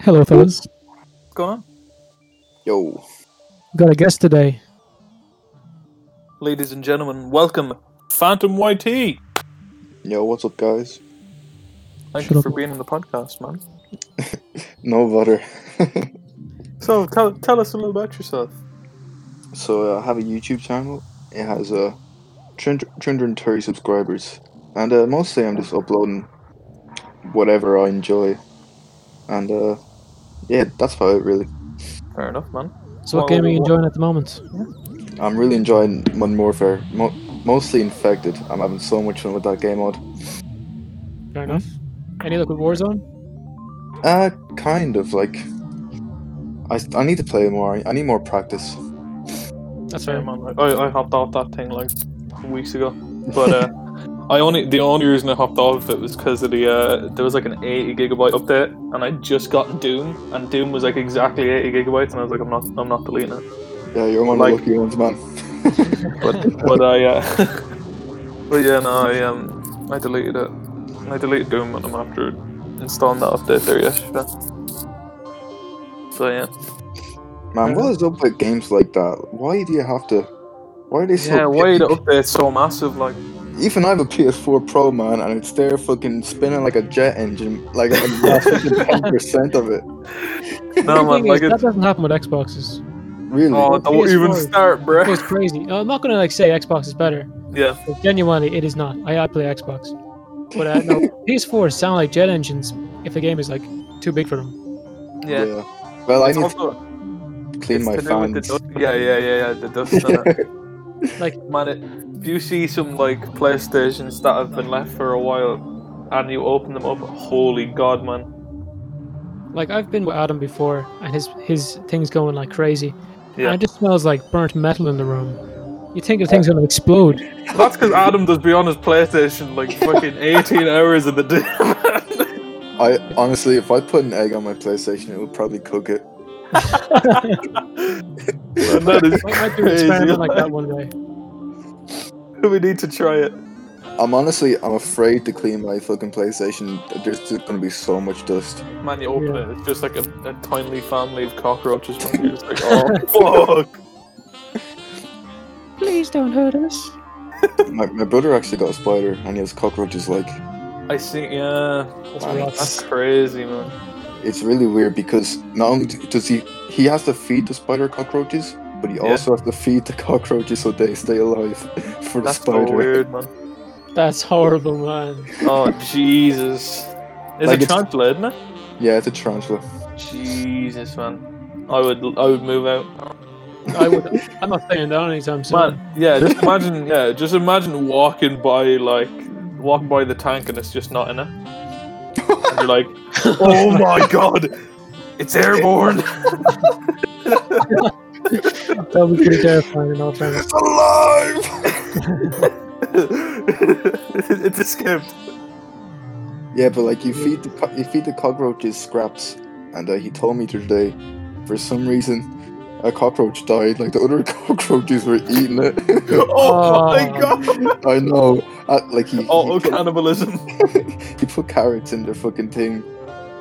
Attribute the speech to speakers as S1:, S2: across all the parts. S1: Hello, fellas.
S2: What's going on?
S3: Yo.
S1: Got a guest today.
S2: Ladies and gentlemen, welcome Phantom YT.
S3: Yo, what's up, guys?
S2: Thank
S1: Shut
S2: you
S1: up.
S2: for being on the podcast, man.
S3: No butter.
S2: So tell, tell us a little about yourself.
S3: So, uh, I have a YouTube channel. It has uh, 230 subscribers. And uh, mostly I'm just uploading whatever I enjoy. And uh, yeah, that's about it, really.
S2: Fair enough, man.
S1: So, what
S2: Well,
S1: game are you
S2: what-
S1: enjoying at the moment?
S3: I'm really enjoying Modern Warfare. Mo- mostly Infected. I'm having so much fun with that game mode.
S1: Fair enough. Any luck with Warzone?
S3: Uh, kind of. Like, I, I need to play more. I need more practice.
S1: That's fair.
S2: Sorry, man. Um, I, I hopped off that thing like weeks ago, but uh, I only the only reason I hopped off of it was because of the uh, there was like an 80 gigabyte update, and I just got Doom, and Doom was like exactly 80 gigabytes, and I was like, I'm not, I'm not deleting it.
S3: Yeah, you're one
S2: Like-
S3: of the lucky ones, man.
S2: But but I, uh, but yeah, no, I um, I deleted it. I deleted Doom, and I'm after installing that update there yesterday. So yeah,
S3: Man, what is up with games like that? Why do you have to? Why are they so?
S2: yeah. Why the
S3: picky?
S2: update's so massive? Like,
S3: Even I have a PS4 Pro, man, and it's there fucking spinning like a jet engine, like ten percent of it.
S2: no
S1: The
S2: man,
S1: thing
S2: like
S1: is,
S2: it.
S1: that doesn't happen with Xboxes.
S3: Really?
S2: Oh, don't even
S1: PS4.
S2: start,
S1: It
S2: bruh.
S1: goes crazy. Now, I'm not gonna like say Xbox is better.
S2: Yeah.
S1: But genuinely, it is not. I, I play Xbox, but uh, no, PS4 sound like jet engines if a game is like too big for them.
S2: Yeah.
S3: Well, I
S2: It's
S3: need
S2: also-
S3: to clean
S2: it's
S3: my
S2: to do with the
S3: fans.
S2: dust- Yeah, yeah, yeah, yeah. The dust. on it.
S1: Like-
S2: man, it, if you see some like PlayStations that have been left for a while, and you open them up, holy god, man.
S1: Like I've been with Adam before, and his his thing's going like crazy.
S2: Yeah.
S1: And it just smells like burnt metal in the room. You think the thing's gonna explode?
S2: That's because Adam does be on his PlayStation like fucking 18 hours in the day.
S3: I honestly, if I put an egg on my PlayStation, it would probably cook it.
S2: man, that is
S1: I might do an
S2: crazy.
S1: experiment like that one day.
S2: we need to try it.
S3: I'm honestly, I'm afraid to clean my fucking PlayStation. There's just gonna be so much dust.
S2: Man, you open
S1: Yeah.
S2: it, it's just like a, a tiny family of cockroaches. Man. You're just like, oh fuck.
S1: Please don't hurt us.
S3: My, my brother actually got a spider, and he has cockroaches. Like,
S2: I see. Yeah,
S1: That's
S3: Wow.
S1: rough.
S2: that's crazy, man.
S3: It's really weird because not only does he he has to feed the spider cockroaches, but he
S2: Yeah.
S3: also has to feed the cockroaches so they stay alive for the
S2: That's
S3: spider.
S2: so weird, man.
S1: That's horrible, man.
S2: Oh Jesus! Is
S3: Like,
S2: it
S3: it's-
S2: tarantula, isn't it?
S3: Yeah, it's a tarantula.
S2: Jesus, man. I would, I would move out.
S1: I would. I'm not staying down anytime soon.
S2: Man, yeah. Just imagine, yeah. Just imagine walking by, like, walking by the tank, and it's just not in it. And you're like, oh my god, it's airborne.
S1: that would be pretty terrifying in all fairness.
S3: It's alive.
S2: it's escaped.
S3: Yeah, but like you feed the co- you feed the cockroaches scraps, and uh, he told me today, for some reason. A cockroach died, like the other cockroaches were eating it.
S2: Oh, my
S1: Oh.
S2: god!
S3: I know. Uh, like he,
S2: Oh,
S3: he, put,
S2: cannibalism.
S3: he put carrots in their fucking thing,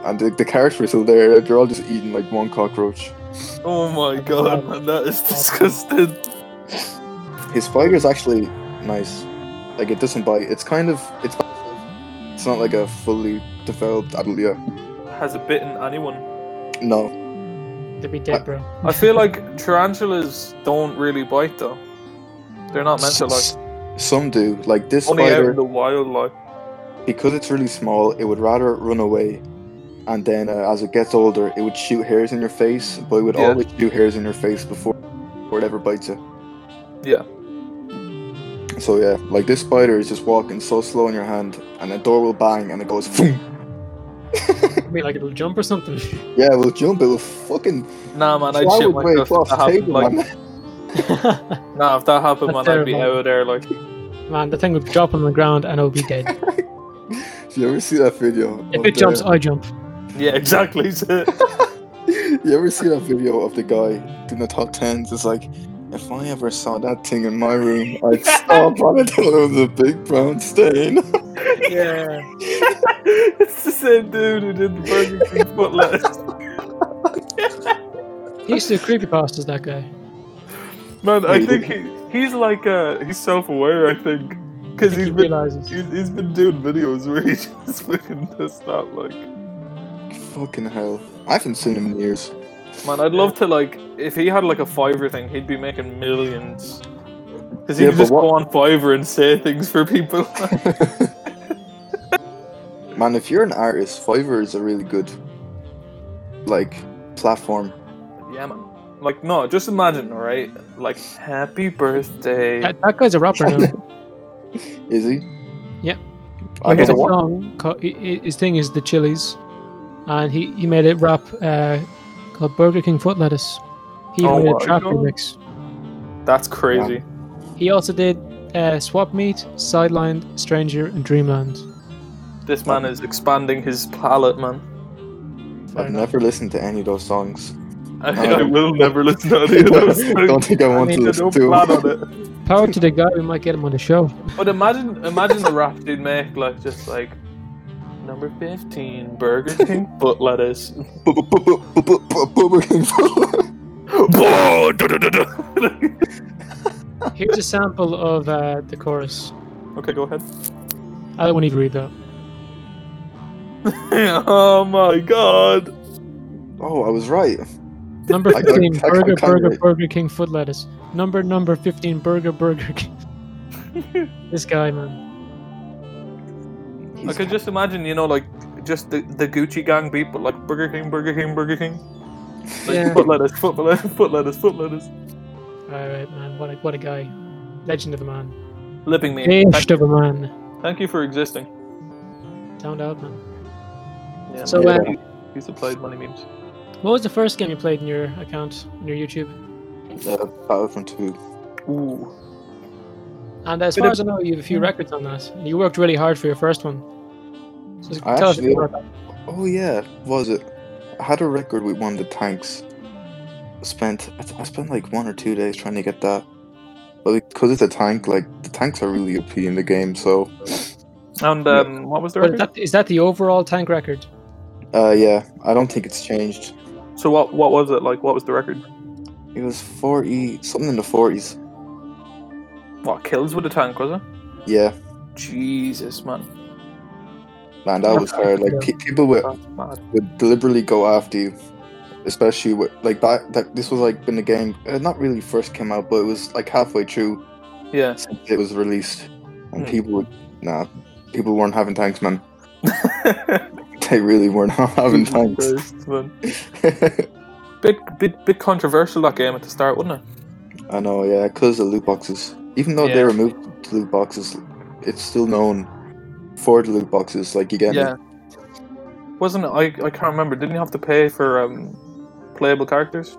S3: and the, the carrots were still there. They're all just eating like one cockroach.
S2: Oh my god, man, that is disgusting.
S3: His spider's actually nice. Like it doesn't bite. It's kind of it's it's not like a fully developed adult yet.
S2: Has it bitten anyone?
S3: No.
S1: They'd be dead, bro.
S2: I feel like tarantulas don't really bite though. They're not meant to like
S3: S- Some do. Like this
S2: only out in
S3: spider
S2: the wild like.
S3: because it's really small, it would rather run away. And then uh, as it gets older, it would shoot hairs in your face, but it would
S2: Yeah.
S3: always shoot hairs in your face before, before it ever bites you.
S2: Yeah.
S3: So yeah, like this spider is just walking so slow in your hand, and the door will bang, and it goes. Boom.
S1: I mean, like it'll jump or something.
S3: Yeah, it will jump. It will fucking.
S2: Nah man, I'd
S3: fly
S2: shit
S3: away
S2: myself if
S3: across
S2: that
S3: the
S2: happened
S3: table,
S2: like
S3: man.
S2: nah if that happened man
S1: That's
S2: I'd be
S1: terrifying.
S2: out of there like
S1: man, the thing would drop on the ground and it'll be dead.
S3: If you ever see that video,
S1: If
S3: of
S1: it
S3: the-
S1: jumps, I jump.
S2: Yeah exactly so-
S3: you ever see that video of the guy doing the top tens? It's like, if I ever saw that thing in my room, I'd stop on it till it was a big brown stain.
S1: Yeah.
S2: It's the same dude who did the Burger King foot lettuce.
S1: He's the creepypastas, that guy.
S2: Man,
S3: Yeah,
S2: I
S3: you
S2: think he, he's like uh he's self-aware. I think because
S1: He
S2: he's been
S1: realizes.
S2: he's, he's been doing videos where he just fucking does that. Like,
S3: Fucking hell. I haven't seen him in years.
S2: man, I'd love to like if he had like a Fiverr thing, he'd be making millions. Because he
S3: Yeah,
S2: could
S3: but
S2: just go on
S3: what-
S2: Fiverr and say things for people.
S3: Man, if you're an artist, Fiverr is a really good like platform.
S2: yeah, man. Like, no, just imagine, all right? Like, happy birthday.
S1: That, that guy's a rapper now.
S3: Is he?
S1: Yeah. He
S3: I don't
S1: has a
S3: know what.
S1: song called, he- he- his thing is the Chili's, and he, he made it rap uh, called Burger King Foot Lettuce. He
S2: Oh
S1: even made a
S2: my
S1: trap
S2: God.
S1: remix.
S2: That's crazy.
S1: He also did uh, Swap Meet, Sidelined, Stranger, and Dreamland.
S2: This man is expanding his palette, man.
S1: Fair
S3: I've
S1: enough.
S3: never listened to any of those songs.
S2: I,
S3: No.
S2: I will never listen to any of those.
S3: don't think I
S2: I
S3: want
S2: mean,
S3: to
S2: no
S3: listen to
S2: plan on
S3: them.
S2: it.
S1: Power to the guy, we might get him on the show.
S2: But imagine, imagine the rap dude make like just like number fifteen Burger King foot lettuce.
S3: Burger King foot-
S2: okay,
S1: Here's a sample of uh, the chorus.
S2: go ahead.
S1: I don't want you to read that.
S2: oh my god!
S3: Oh, I was right.
S1: Number
S3: I got-
S1: 15,
S3: I got
S1: Burger,
S3: kinda
S1: Burger,
S3: right.
S1: Burger King Foot Lettuce. Number, number 15, Burger, Burger King. this guy, man.
S2: I could just imagine, you know, like just the, the Gucci gang beat, but like Burger King, Burger King, Burger King. Like
S1: Yeah.
S2: foot lettuce, foot lettuce, foot lettuce, foot lettuce.
S1: Alright, man. What a, what a guy. Legend of a man.
S2: Lipping me. Thank,
S1: Beast of a man.
S2: thank you for existing.
S1: Sound out, man.
S2: Yeah,
S1: So,
S2: man,
S3: uh,
S2: you- you supplied money memes.
S1: What was the first game you played in your account, on your YouTube?
S3: Uh, Battlefront 2.
S2: Ooh.
S1: And as
S2: Bit
S1: far
S2: of-
S1: as I know, you have a
S3: Hmm.
S1: few records on that. And you worked really hard for your first one. So
S3: I
S1: tell us a
S3: actually-
S1: bit about that.
S3: Oh yeah, was it? I had a record with one of the tanks. Spent I, th- I spent like one or two days trying to get that, but because it's a tank, like the tanks are really OP in the game. So,
S2: And um, what was the
S1: But
S2: record?
S1: is that, is that the overall tank record?
S3: uh, yeah, I don't think it's changed.
S2: So what what was it like? What was the record?
S3: It was forty something in the forties.
S2: What kills with a tank was it?
S3: Yeah,
S2: Jesus man,
S3: man, that was hard. Like pe- people would
S2: that's mad.
S3: would deliberately go after you, especially with like that. That this was like when the game uh, not really first came out, but it was like halfway through.
S2: Yeah,
S3: since it was released,
S2: Hmm.
S3: and people would nah, people weren't having tanks, man. They really were not having tanks.
S2: Christ, man. Bit bit bit controversial that game at the start, wasn't it?
S3: I know, yeah, because the loot boxes. Even though they
S2: Yeah.
S3: removed the loot boxes, it's still known for the loot boxes. Like you get me?
S2: Yeah. Wasn't it? I I can't remember. Didn't you have to pay for um playable characters?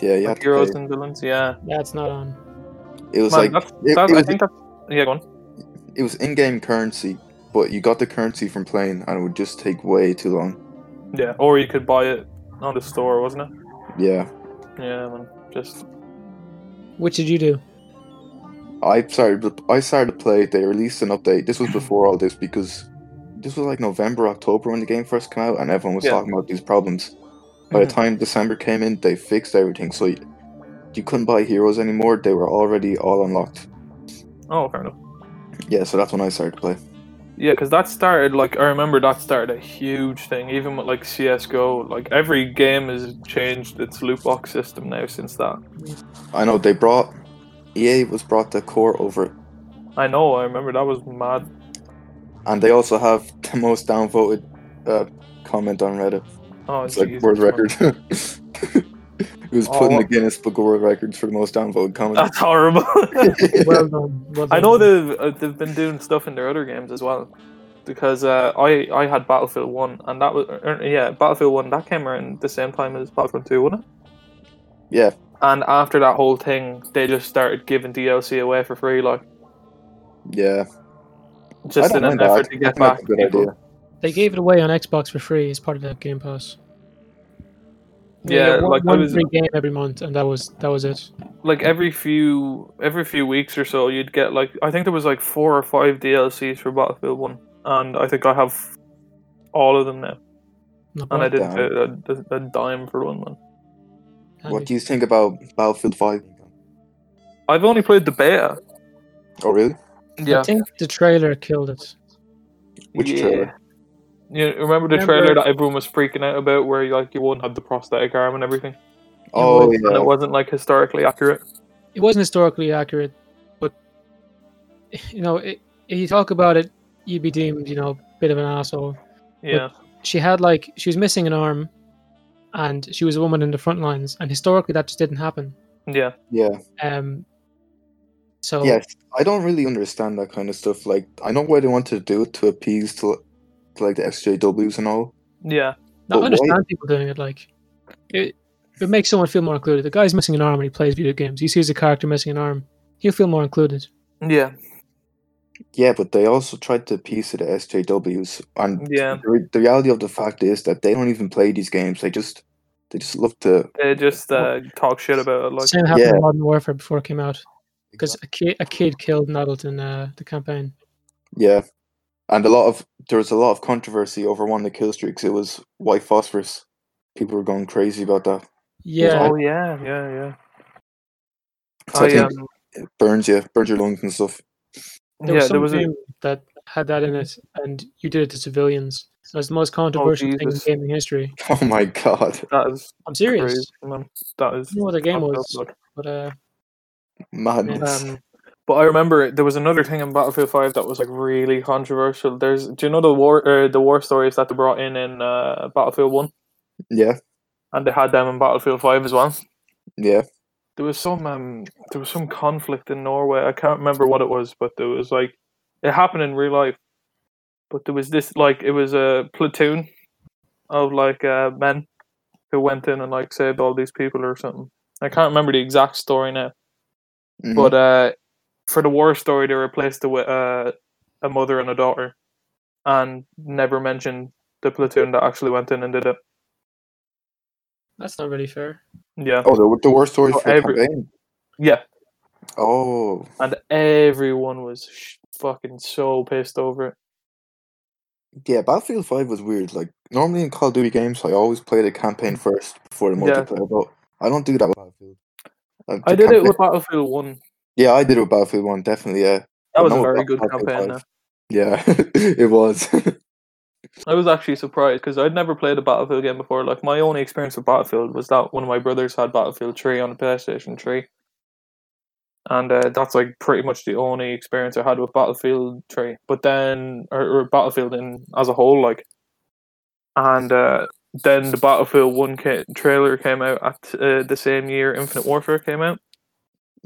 S3: yeah, you
S2: like
S3: had to
S2: heroes
S3: pay.
S2: and villains. Yeah,
S1: Yeah, it's not on.
S3: It was
S2: man,
S3: like
S2: that's,
S3: it,
S2: that,
S3: it
S2: I
S3: was,
S2: think that's yeah. Go on.
S3: it was in-game currency, but you got the currency from playing, and it would just take way too long.
S2: Yeah, or you could buy it on the store, wasn't it?
S3: Yeah,
S2: Yeah, man. Just
S1: Which did you do?
S3: I started. to- I started to play. They released an update. This was before all this because this was like November, October when the game first came out, and everyone was
S2: Yeah.
S3: talking about these problems. By the
S2: Mhm.
S3: time December came in, they fixed everything, so you, you couldn't buy heroes anymore. They were already all unlocked.
S2: oh, fair enough.
S3: Yeah, so that's when I started to play.
S2: Yeah, because that started like I remember that started a huge thing. Even with like CS:GO, like every game has changed its loot box system now since that.
S3: I know they brought EA was brought the core over, it,
S2: I know, I remember that was mad.
S3: and they also have the most downvoted uh, comment on Reddit.
S2: Oh,
S3: It's like
S2: Jesus,
S3: world
S2: man.
S3: record. it was
S2: Oh,
S3: put in the
S2: what-
S3: Guinness Book of World Records for the most downvoted comment.
S2: That's horrible.
S1: Well done. well
S2: I
S1: done.
S2: know they've uh, they've been doing stuff in their other games as well, because uh, I I had Battlefield One and that was er, yeah Battlefield One that came around the same time as Battlefield Two, wasn't it?
S3: Yeah.
S2: And after that whole thing, they just started giving DLC away for free, like
S3: yeah.
S2: just in an
S3: mind that.
S2: effort to
S3: I
S2: get
S3: think that's
S2: back.
S3: a good
S2: people.
S3: idea.
S1: They gave it away on Xbox for free as part of that Game Pass. They
S2: Yeah,
S1: get one,
S2: like I
S1: one
S2: was
S1: free game every month, and that was that was it.
S2: like every few every few weeks or so you'd get like I think there was like four or five DLCs for Battlefield One, and I think I have all of them now,
S1: Not
S2: and I
S1: bad.
S2: didn't
S3: damn.
S2: pay a, a- a dime for one man.
S1: can
S3: What
S1: you?
S3: do you think about Battlefield 5?
S2: I've only played the beta.
S3: Oh, really?
S1: I think the trailer killed it.
S3: Which trailer?
S2: You remember the
S1: Remember-
S2: trailer that everyone was freaking out about, where like you won't have the prosthetic arm and everything,
S3: Oh,
S1: was-
S2: and it
S3: yeah.
S2: wasn't like historically accurate.
S1: It wasn't historically accurate, but you know, i if you talk about it, you'd be deemed, you know, a bit of an asshole.
S2: Yeah,
S1: She had like she was missing an arm, and she was a woman in the front lines, and historically that just didn't happen.
S2: yeah.
S3: Yeah.
S1: Um. So
S3: Yes, I don't really understand that kind of stuff. Like, I know why they wanted to do it to appease to, to like the SJWs and all.
S2: Yeah,
S1: No,
S3: But
S1: I understand people doing it. Like, it, it makes someone feel more included. The guy's missing an arm and he plays video games. He sees a character missing an arm, he'll feel more included.
S2: yeah,
S3: Yeah, but they also tried to appease to the SJWs, and
S2: Yeah.
S3: the, re- the reality of the fact is that they don't even play these games. They just they just love to
S2: They just uh, talk shit about it. Like,
S1: Same happened
S3: Yeah.
S1: in Modern Warfare before it came out because a kid a kid killed an adult in uh, the campaign.
S3: yeah, and a lot of there was a lot of controversy over one of the kill streaks. It was white phosphorus. People were going crazy about that.
S1: Yeah,
S2: oh yeah, yeah, yeah.
S3: So I,
S2: I,
S3: think
S2: um,
S3: it burns you, burns your lungs and stuff.
S1: there
S2: yeah,
S1: was some
S2: there was a,
S1: game that had that in it, and you did it to civilians. That was the most controversial thing in
S2: Jesus.
S1: gaming history.
S3: Oh my god,
S2: that is
S1: I'm serious.
S2: crazy, man. That is
S1: I don't know what the game
S2: fucked up,
S1: was,
S2: like.
S1: but uh,
S3: madness!
S2: Um, but I remember there was another thing in Battlefield Five that was like really controversial. There's, do you know the war, uh, the war stories that they brought in in uh, Battlefield One,
S3: yeah,
S2: and they had them in Battlefield Five as well.
S3: yeah,
S2: There was some, um, there was some conflict in Norway. I can't remember what it was, but there was like, it happened in real life. But there was this like, it was a platoon of like uh, men who went in and like saved all these people or something. I can't remember the exact story now.
S3: mhm.
S2: But uh, for the war story, they replaced it with uh, a mother and a daughter, and never mentioned the platoon that actually went in and did it.
S1: that's not really fair.
S2: Yeah,
S3: oh, the, the war story
S2: Oh,
S3: for the
S2: every-
S3: campaign.
S2: yeah,
S3: Oh,
S2: and everyone was sh- fucking so pissed over it.
S3: Yeah, Battlefield Five was weird. Like normally in Call of Duty games, I always play the campaign first before the
S2: Mm. Yeah.
S3: multiplayer. But I don't do that with Battlefield. Uh,
S2: I
S3: the
S2: did it
S3: campaign-
S2: with Battlefield One.
S3: yeah, I did it with Battlefield One. Definitely, yeah,
S2: That was a
S3: No,
S2: very
S3: not
S2: good
S3: Battlefield
S2: campaign. though.
S3: five. yeah, it was.
S2: I was actually surprised because I'd never played a Battlefield game before. Like my only experience with Battlefield was that one of my brothers had Battlefield Three on the PlayStation Three, and uh, that's like pretty much the only experience I had with Battlefield Three. But then, or, or Battlefield in as a whole, like, and uh, then the Battlefield One ca- trailer came out at uh, the same year Infinite Warfare came out,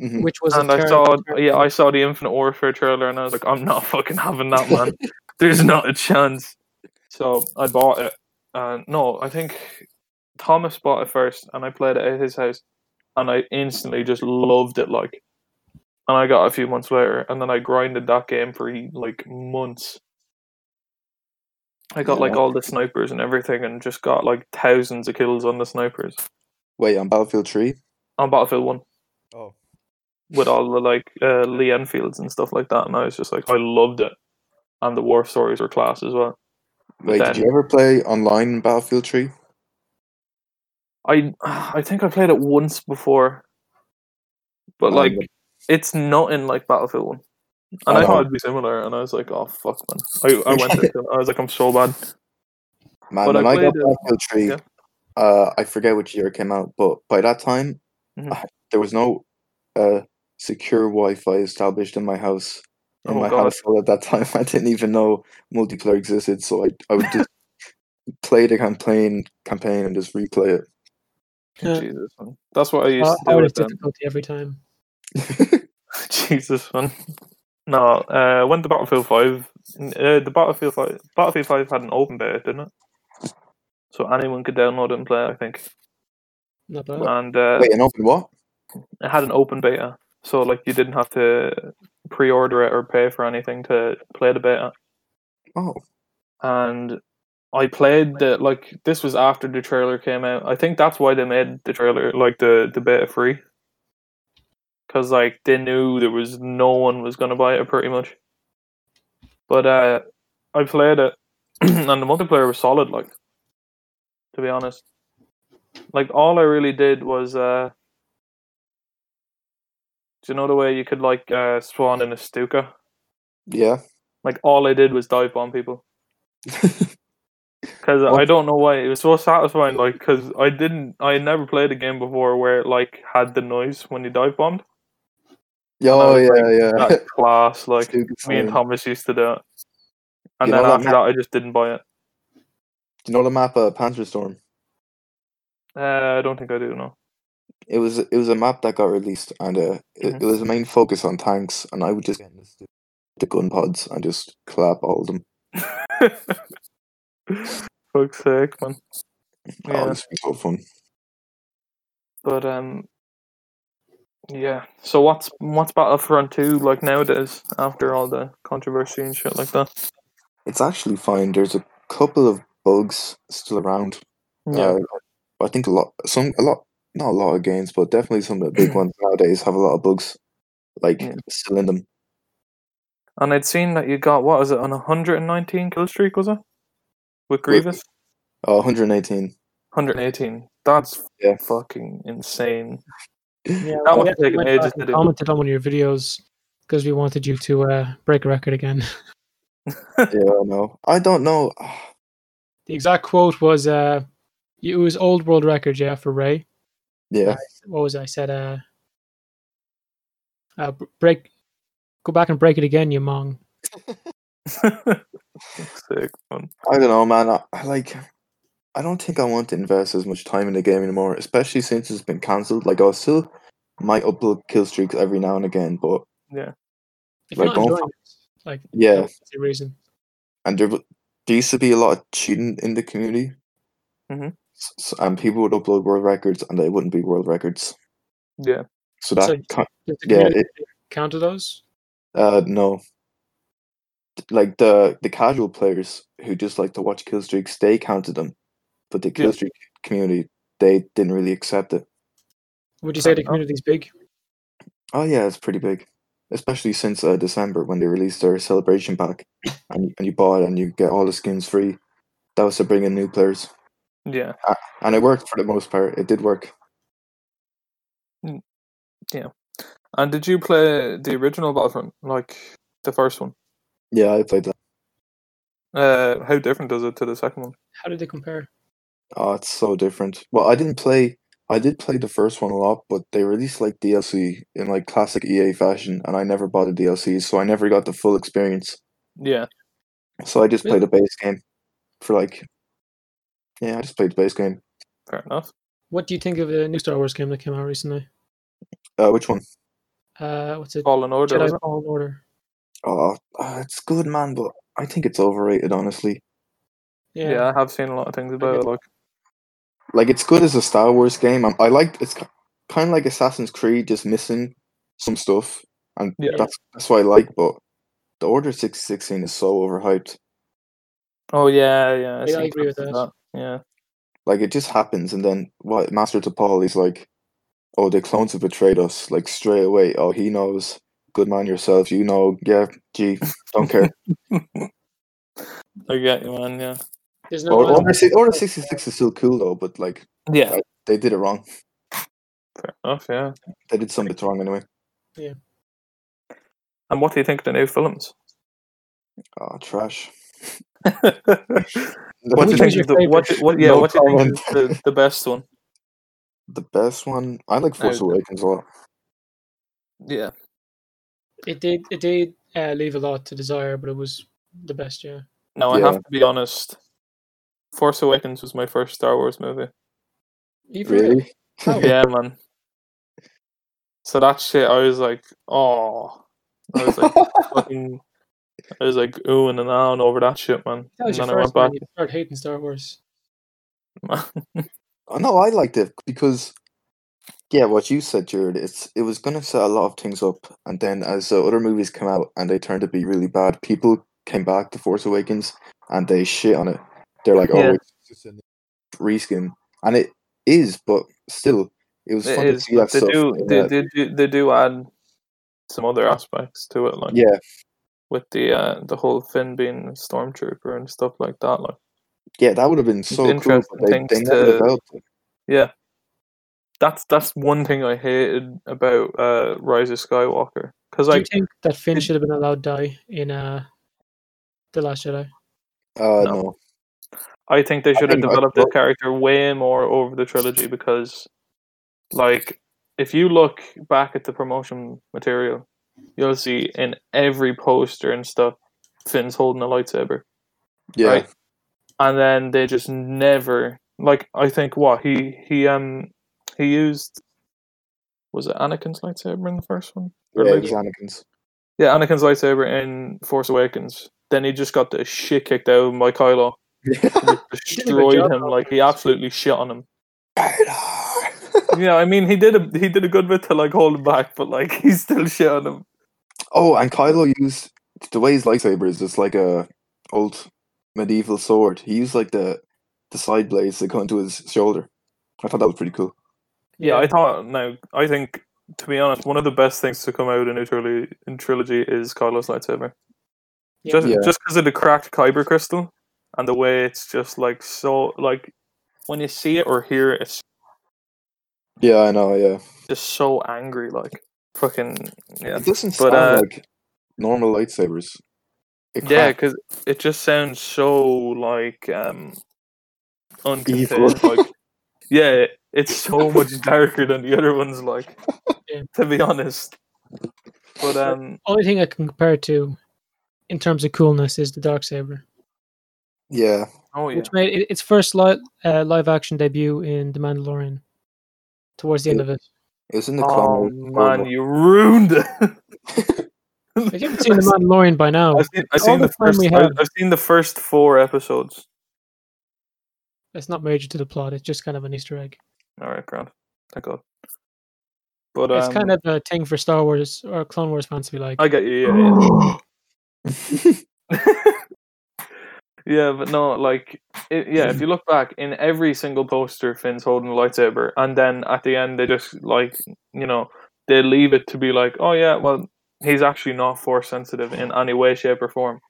S3: Mhm.
S1: Which was a
S2: and I
S1: terrible-
S2: saw
S1: terrible
S2: yeah I saw the Infinite Warfare trailer and I was like, I'm not fucking having that man. There's not a chance. So I bought it. And no, I think Thomas bought it first, and I played it at his house, and I instantly just loved it. Like, and I got it a few months later, and then I grinded that game for like months. I got like
S3: Yeah.
S2: all the snipers and everything, and just got like thousands of kills on the snipers
S3: Wait, on Battlefield Three.
S2: on Battlefield One
S3: Oh,
S2: with all the like uh, Lee Enfields and stuff like that, and I was just like, I loved it. And the war stories were class as well.
S3: wait, did
S2: then-
S3: you ever play online in Battlefield Three?
S2: I I think I played it once before, but
S3: Oh,
S2: like
S3: yeah.
S2: it's not in like Battlefield One. And I,
S3: I know.
S2: thought it'd be similar, and I was like, "Oh fuck, man!" I, I went into it, I was like, "I'm so bad."
S3: Man,
S2: But I
S3: when I,
S2: played,
S3: got
S2: uh,
S3: Battlefield Three,
S2: yeah.
S3: uh, I forget which year it came out, but by that time,
S2: Mhm.
S3: I- there was no uh, secure Wi-Fi established in my house. In
S2: Oh,
S3: my
S2: God.
S3: household at that time, I didn't even know multiplayer existed, so I, I would just play the campaign campaign and just replay
S1: Yeah.
S2: Jesus, man. that's what I used
S1: I,
S2: to
S1: I
S2: do
S1: would
S2: with
S1: have
S2: them.
S1: difficulty every time.
S3: it.
S2: Jesus, man. No, uh, when the Battlefield Five, uh, the Battlefield Five, Battlefield Five had an open beta, didn't it? So anyone could download it and play. I think,
S1: Not bad.
S2: and uh,
S3: Wait, an open what?
S2: it had an open beta, so like you didn't have to pre-order it or pay for anything to play the beta.
S3: Oh,
S2: and I played the like this was after the trailer came out. I think that's why they made the trailer like the the beta free, because like they knew there was no one was gonna buy it pretty much. But uh, I played it, and the multiplayer was solid. Like, to be honest, Like all I really did was uh Do you know the way you could like uh spawn in a Stuka?
S3: Yeah.
S2: Like all I did was dive bomb people. Because
S3: What-
S2: I don't know why it was so satisfying. Like, because I didn't, I had never played a game before where it like had the noise when you dive bombed.
S3: Yeah, oh,
S2: was
S3: yeah, yeah.
S2: That class, like
S3: Stupid
S2: me and
S3: sound.
S2: Thomas used to do it. And
S3: You
S2: then
S3: know that
S2: after that, I just didn't buy it.
S3: Do you know the map uh, Panzerstorm?
S2: Uh, I don't think I do know.
S3: It was it was a map that got released, and uh, it,
S2: Mhm.
S3: it was a main focus on tanks. And I would just get in the stu- the gun pods and just clap all of them.
S2: Fuck's sake, man.
S3: Oh,
S2: Yeah.
S3: this would be so fun.
S2: But um, yeah. So what's what's Battlefront Two like nowadays after all the controversy and shit like that?
S3: It's actually fine. There's a couple of bugs still around.
S2: Yeah,
S3: Uh, I think a lot, some a lot, not a lot of games, but definitely some of the big ones nowadays have a lot of bugs, like
S2: Yeah.
S3: still in them.
S2: and I'd seen that you got what is it on hundred and nineteen kill streak was it with Grievous?
S3: Oh, 118.
S2: Hundred and eighteen. That's
S3: Yeah.
S2: fucking insane.
S1: Yeah,
S2: That
S1: we
S2: must have
S1: actually
S2: taken
S1: went
S2: ages
S1: back and
S2: to do.
S1: commented on one of your videos because we wanted you to uh, break a record again.
S3: yeah, I know. I don't know.
S1: The exact quote was, uh, "It was old world record, yeah, for Ray."
S3: Yeah,
S1: What was it? I said? Uh, uh, b- break, go back and break it again, you mong.
S2: Fuck's sake, man.
S3: I don't know, man. I, I like. I don't think I want to invest as much time in the game anymore, especially since it's been cancelled. Like, I still might upload kill streaks every now and again, but
S1: If you're
S3: Like,
S1: not
S3: don't-
S1: enjoying it, like
S3: yeah.
S1: that's the reason.
S3: and there, w- there used to be a lot of cheating in the community.
S1: Mm-hmm.
S2: Mhm.
S3: S- s- and people would upload world records, and they wouldn't be world records.
S2: Yeah.
S3: So that
S1: So-
S3: ki-
S1: Does the
S3: Yeah,
S1: community counter those?
S3: uh, no, T- like the the casual players who just like to watch kill streaks, they counted them, but the
S2: Yeah.
S3: kill streak community they didn't really accept it.
S1: Would you say the
S2: Uh,
S1: community's big?
S3: Oh yeah, it's pretty big, especially since uh, December when they released their celebration pack, and you, and you buy it and you get all the skins free. That was to bring in new players,
S2: Yeah,
S3: and it worked for the most part. It did work.
S2: and did you play the original Battlefront, like the first one?
S3: Yeah, I played that.
S2: Uh, how different is it to the second one?
S1: How did they compare?
S3: Oh, it's so different. Well, I didn't play. I did play the first one a lot, but they released like DLC in like classic EA fashion, and I never bought the DLC, so I never got the full experience.
S2: Yeah,
S3: So I just played the base game for like, yeah, I just played the base game.
S2: fair enough.
S1: What do you think of the new Star Wars game that came out recently?
S3: Uh, which one?
S1: Uh, what's it?
S2: Fallen Order.
S1: Jedi
S2: wasn't
S1: Fallen Order.
S3: Oh, uh, it's good, man, but I think it's overrated, honestly.
S2: it?
S1: Yeah.
S2: Yeah. I have seen a lot of things about it. Like,
S3: Like, it's good as a Star Wars game. I, I like it's kind of like Assassin's Creed, just missing some stuff, and
S2: Yeah.
S3: that's that's what I like. But the Order sixty six scene is so overhyped.
S2: oh yeah, yeah.
S1: I
S2: seen
S1: agree with
S2: clips
S1: that.
S2: of Yeah,
S3: Like it just happens, and then what? Master T'Pol is like, "Oh, the clones have betrayed us!" Like straight away. Oh, he knows. Good man yourself. You know. Yeah. Gee, don't care.
S2: I get you, man. Yeah,
S1: There's no.
S3: or,
S1: one-
S3: Order, Si- Order sixty six is still cool though, but like
S2: yeah.
S3: they did it wrong.
S2: Fair enough. Yeah.
S3: They did something wrong anyway.
S2: And what do you think of the new films?
S3: Oh, trash.
S2: what do you
S1: Which one's
S2: think
S1: your
S2: is the what?
S1: favourite?
S2: do- what yeah,
S3: No
S2: what do you think is the, the best one?
S3: The best one. I like Force
S2: No.
S3: Awakens a lot.
S2: Yeah,
S1: It did. It did uh, leave a lot to desire, but it was the best. Yeah.
S2: no, I
S3: Yeah.
S2: have to be honest. Force Awakens was my first Star Wars movie.
S1: Even
S3: Really?
S1: Oh.
S2: Yeah, man. So that shit, I was like, oh, I was like, fucking, I was like, oohing and ahhing over that shit, man.
S1: That
S2: and
S1: was your
S2: then I went
S1: first
S2: back.
S1: one. You started hating Star Wars.
S3: Oh, no, I liked it because, yeah, what you said, Jared, it's it was gonna set a lot of things up, and then as uh, other movies come out and they turned to be really bad, people came back to Force Awakens and they shit on it. They're like, oh,
S2: Yeah.
S3: it's just a reskin, and it is, but still, it was
S2: It
S3: fun
S2: is,
S3: to see
S2: but
S3: that
S2: they
S3: stuff.
S2: do,
S3: in
S2: they,
S3: that-
S2: they do, they do add some other aspects to it, like
S3: yeah,
S2: with the uh, the whole Finn being a stormtrooper and stuff like that. Like,
S3: yeah, that would have been so cool,
S2: interesting
S3: but they,
S2: things
S3: they never
S2: to-
S3: developed it.
S2: That's that's one thing I hated about uh, Rise of Skywalker because
S1: Do
S2: I
S1: you think that Finn
S2: it-
S1: should have been allowed die in uh, the Last Jedi?
S3: Uh,
S2: No.
S3: no.
S2: I think they should have
S3: think I-
S2: developed this character way more over the trilogy because, like, if you look back at the promotion material, you'll see in every poster and stuff, Finn's holding a lightsaber,
S3: Yeah.
S2: Right. and then they just never like. I think what he he um he used was it Anakin's lightsaber in the first one? Or
S3: Yeah, it
S2: later?
S3: was Anakin's.
S2: Yeah, Anakin's lightsaber in Force Awakens. Then he just got the shit kicked out of him by Kylo. He destroyed
S1: job,
S2: him
S1: though.
S2: like he absolutely shit on him.
S3: Kylo!
S2: Yeah, I mean he did a he did a good bit to like hold him back, but like he's still shit on him.
S3: oh, and Kylo used the way his lightsaber is. It's like a old medieval sword. He used like the the side blades that go into his shoulder. I thought that was pretty cool.
S2: Yeah, I thought now I think to be honest, one of the best things to come out in a trilogy, in trilogy is Kylo's lightsaber.
S1: Yeah.
S2: Just
S3: Yeah.
S2: just because of the cracked kyber crystal and the way it's just like so like when you see it or hear it, it's
S3: Yeah, I know. Yeah,
S2: just so angry, like fucking yeah.
S3: it doesn't
S2: But,
S3: sound
S2: uh,
S3: like normal lightsabers. It
S2: Yeah,
S3: cracked.
S2: because it just sounds so like um
S3: Evil.
S2: uncontained. Like, yeah, it's so much darker than the other ones. Like,
S1: Yeah.
S2: to be honest. But um,
S1: Only thing I can compare it to, in terms of coolness, is the dark saber,
S3: yeah.
S2: oh yeah,
S1: which made it, its first li- uh, live action debut in The Mandalorian. Towards the end of it,
S3: It was in the
S2: oh
S3: Clone Wars.
S2: man, you ruined it.
S1: if you haven't seen The Mandalorian by now,
S2: I've seen, I've seen
S1: the
S2: the
S1: fun
S2: first.
S1: we
S2: I-
S1: have.
S2: I've seen the first four episodes.
S1: it's not major to the plot. It's just kind of an Easter egg.
S2: All right, grand. Thank God. But um,
S1: It's kind of a thing for Star Wars or Clone Wars fans to be like,
S2: I get you. Yeah, yeah. yeah, but no, like, it, yeah, if you look back in every single poster, Finn's holding a lightsaber, and then at the end, they just like, you know, they leave it to be like, oh yeah, well, he's actually not force sensitive in any way, shape, or form,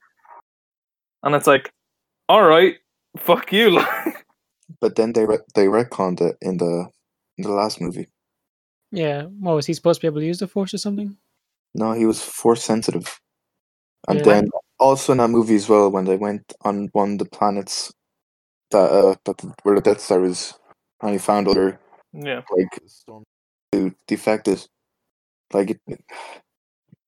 S2: and it's like, all right, fuck you, like,
S3: but then they re- they retconned it in the in the last movie.
S1: yeah, what was he supposed to be able to use the Force or something?
S3: No, he was force sensitive. And
S1: Yeah.
S3: then also in that movie as well, when they went on one of the planets that uh that the, where the Death Star is, and he found other
S2: yeah,
S3: like storm to defect it. Like it, it-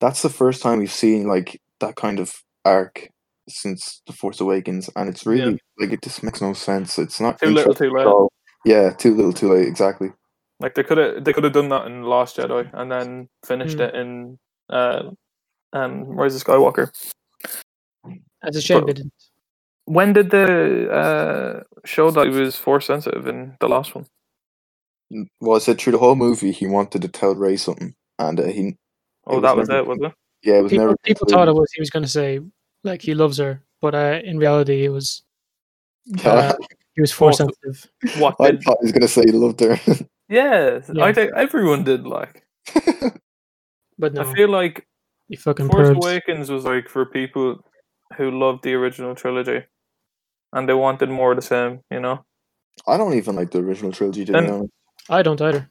S3: that's the first time we've seen like that kind of arc since the Force Awakens, and it's really like it just makes no sense. It's not
S2: too little,
S3: interesting
S2: too
S3: at
S2: late.
S3: all. Yeah, too little, too late. Exactly.
S2: Like they could have, they could have done that in Last Jedi, and then finished
S1: Mm.
S2: it in, uh, um, Rise of Skywalker.
S1: That's a shame
S2: But-
S1: they didn't.
S2: When did the uh, show that he was force sensitive in the last one?
S3: N- Well, I said through the whole movie, he wanted to tell Ray something, and uh, he
S2: Oh,
S3: It was
S2: that was
S3: never-
S2: it, was it?
S3: yeah, it was
S1: people,
S3: never.
S1: people
S3: concluded.
S1: thought it was he was going to say like he loves her, but uh, in reality it was uh, he was force
S2: Force-
S1: sensitive.
S2: What?
S3: I
S2: Did,
S3: thought he was gonna say he loved her.
S2: yeah,
S1: Yeah.
S2: I think everyone did. Like,
S1: But no,
S2: I feel like
S1: you fucking
S2: Force
S1: pervs.
S2: Awakens was like for people who loved the original trilogy, and they wanted more of the same. You know.
S3: I don't even like the original trilogy, to be
S2: And-
S3: honest.
S1: I don't either.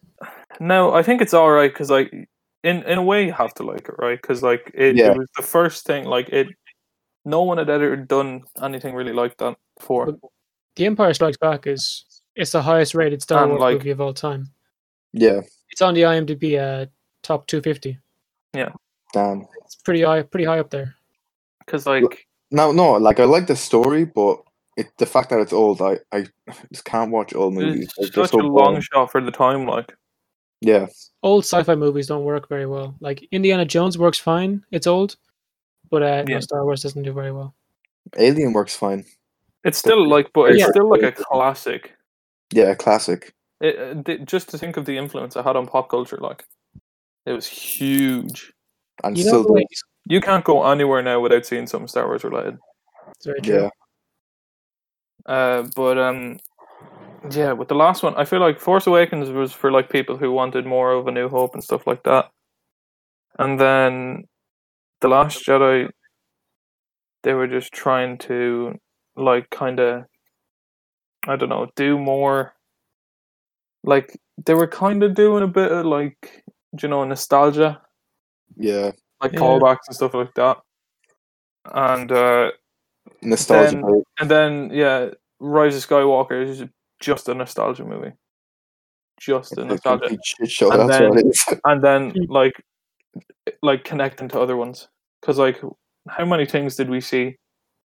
S2: No, I think it's all right because like in in a way you have to like it, right? Because like it,
S3: Yeah.
S2: it was the first thing. Like it, no one had ever done anything really like that before.
S1: But- The Empire Strikes Back is it's the highest rated Star
S2: And,
S1: Wars
S2: like-
S1: movie of all time.
S3: Yeah,
S1: It's on the IMDb uh, top 250.
S3: damn.
S1: It's pretty high, pretty high up there.
S2: Because like
S3: No, no, like I like the story, but it the fact that it's old, I I just can't watch old movies. Like,
S2: it's
S3: they're
S2: such
S3: so
S2: a long
S3: boring.
S2: shot for the time. Like.
S3: Yeah,
S1: Old sci-fi movies don't work very well. Like Indiana Jones works fine. It's old, but uh, no,
S2: Yeah.
S1: Star Wars doesn't do very well.
S3: Alien works fine.
S2: It's still like, but it's
S1: Yeah.
S2: still like a classic.
S3: Yeah, classic.
S2: It, uh, th- just to think of the influence it had on pop culture, like it was huge.
S3: And
S1: you know
S3: still,
S1: the way,
S3: don't-
S2: You can't go anywhere now without seeing something Star Wars related.
S1: it's very true.
S3: yeah,
S2: Uh, but um, yeah, with the last one, I feel like Force Awakens was for like people who wanted more of a New Hope and stuff like that. And then the Last Jedi, they were just trying to like kind of, I don't know, do more Like they were kind of doing a bit of like do you know nostalgia,
S3: Yeah,
S2: like
S1: Yeah.
S2: callbacks and stuff like that. And uh,
S3: nostalgia.
S2: Then-
S3: bro.
S2: and then yeah, Rise of Skywalker is just a nostalgia movie, just a
S3: It's a
S2: nostalgia.
S3: complete shit show.
S2: And
S3: That's
S2: then-
S3: what it is.
S2: and then
S1: Mm.
S2: like like connecting to other ones because like how many things did we see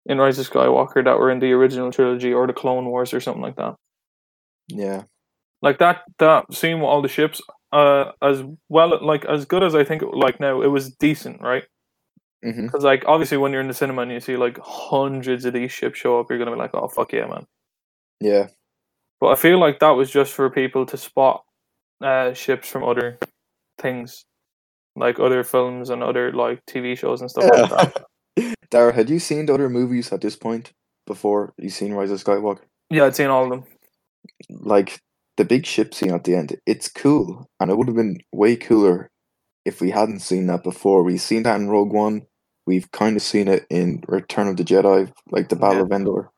S2: in rise of skywalker that were in the original trilogy or the clone wars or something like that
S3: Yeah,
S2: like that that scene with all the ships uh as well like as good as i think it- like now it was decent right
S3: hmm
S2: because like obviously when you're in the cinema and you see like hundreds of these ships show up you're gonna be like oh fuck yeah man
S3: yeah,
S2: but i feel like that was just for people to spot uh ships from other things like other films and other like tv shows and stuff like that
S3: yeah. Dara, had you seen the other movies at this point before you seen Rise of Skywalker?
S2: Yeah, I'd seen all of them.
S3: Like the big ship scene at the end, it's cool, and it would have been way cooler if we hadn't seen that before. We've seen that in Rogue One. We've kind of seen it in Return of the Jedi, like the Battle
S2: Yeah.
S3: of Endor.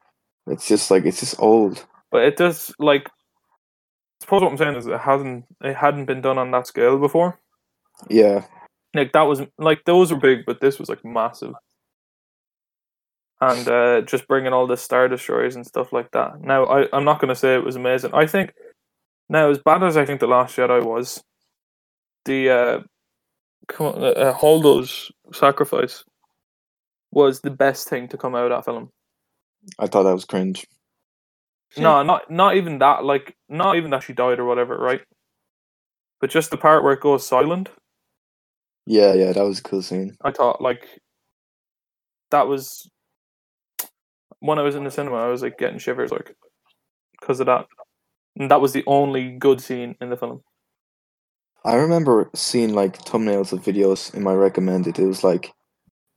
S3: It's just like it's just old.
S2: But it does like I suppose what I'm saying is it hasn't it hadn't been done on that scale before.
S3: Yeah,
S2: Like that was like those were big, but this was like massive. And uh, just bringing all the star destroyers and stuff like that. Now I I'm not gonna say it was amazing. I think now as bad as I think the Last Jedi was, the uh, come on, uh, Holdo's sacrifice was the best thing to come out of that film.
S3: I thought that was cringe.
S2: No, not not even that. Like, not even that she died or whatever, right? But just the part where it goes silent.
S3: Yeah, yeah, that was a cool scene.
S2: I thought like that was when I was in the cinema. I was like getting shivers, like because of that. And that was the only good scene in the film.
S3: I remember seeing like thumbnails of videos in my recommended. It was like,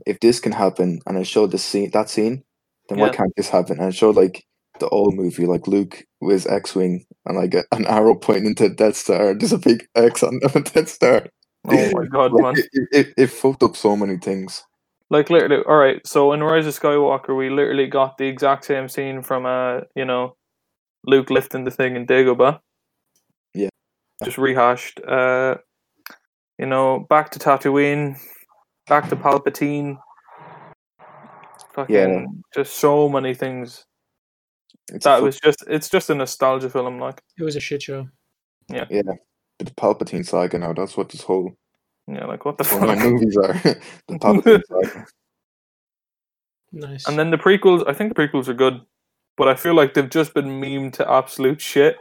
S3: if this can happen, and I showed the scene that scene, then why
S2: Yeah.
S3: can't this happen? And I showed like the old movie, like Luke with X-wing and like a, an arrow pointing into Death Star. There's a big X on the Death Star.
S2: Oh my god, man!
S3: Like, it, it, it- it fucked up so many things.
S2: Like literally, all right. So in Rise of Skywalker, we literally got the exact same scene from uh, you know, Luke lifting the thing in Dagobah.
S3: Yeah.
S2: Just rehashed. Uh, you know, back to Tatooine, back to Palpatine. Fucking just so many things.
S3: It's a
S2: That
S3: fuck-
S2: was just it's just a nostalgia film, like
S1: It was a shit show.
S3: the Palpatine saga now. That's what this whole
S2: yeah, like what the
S3: all my
S2: fuck.
S3: movies are. the Palpatine saga.
S1: Nice.
S2: And then the prequels, I think the prequels are good, but I feel like they've just been memed to absolute shit.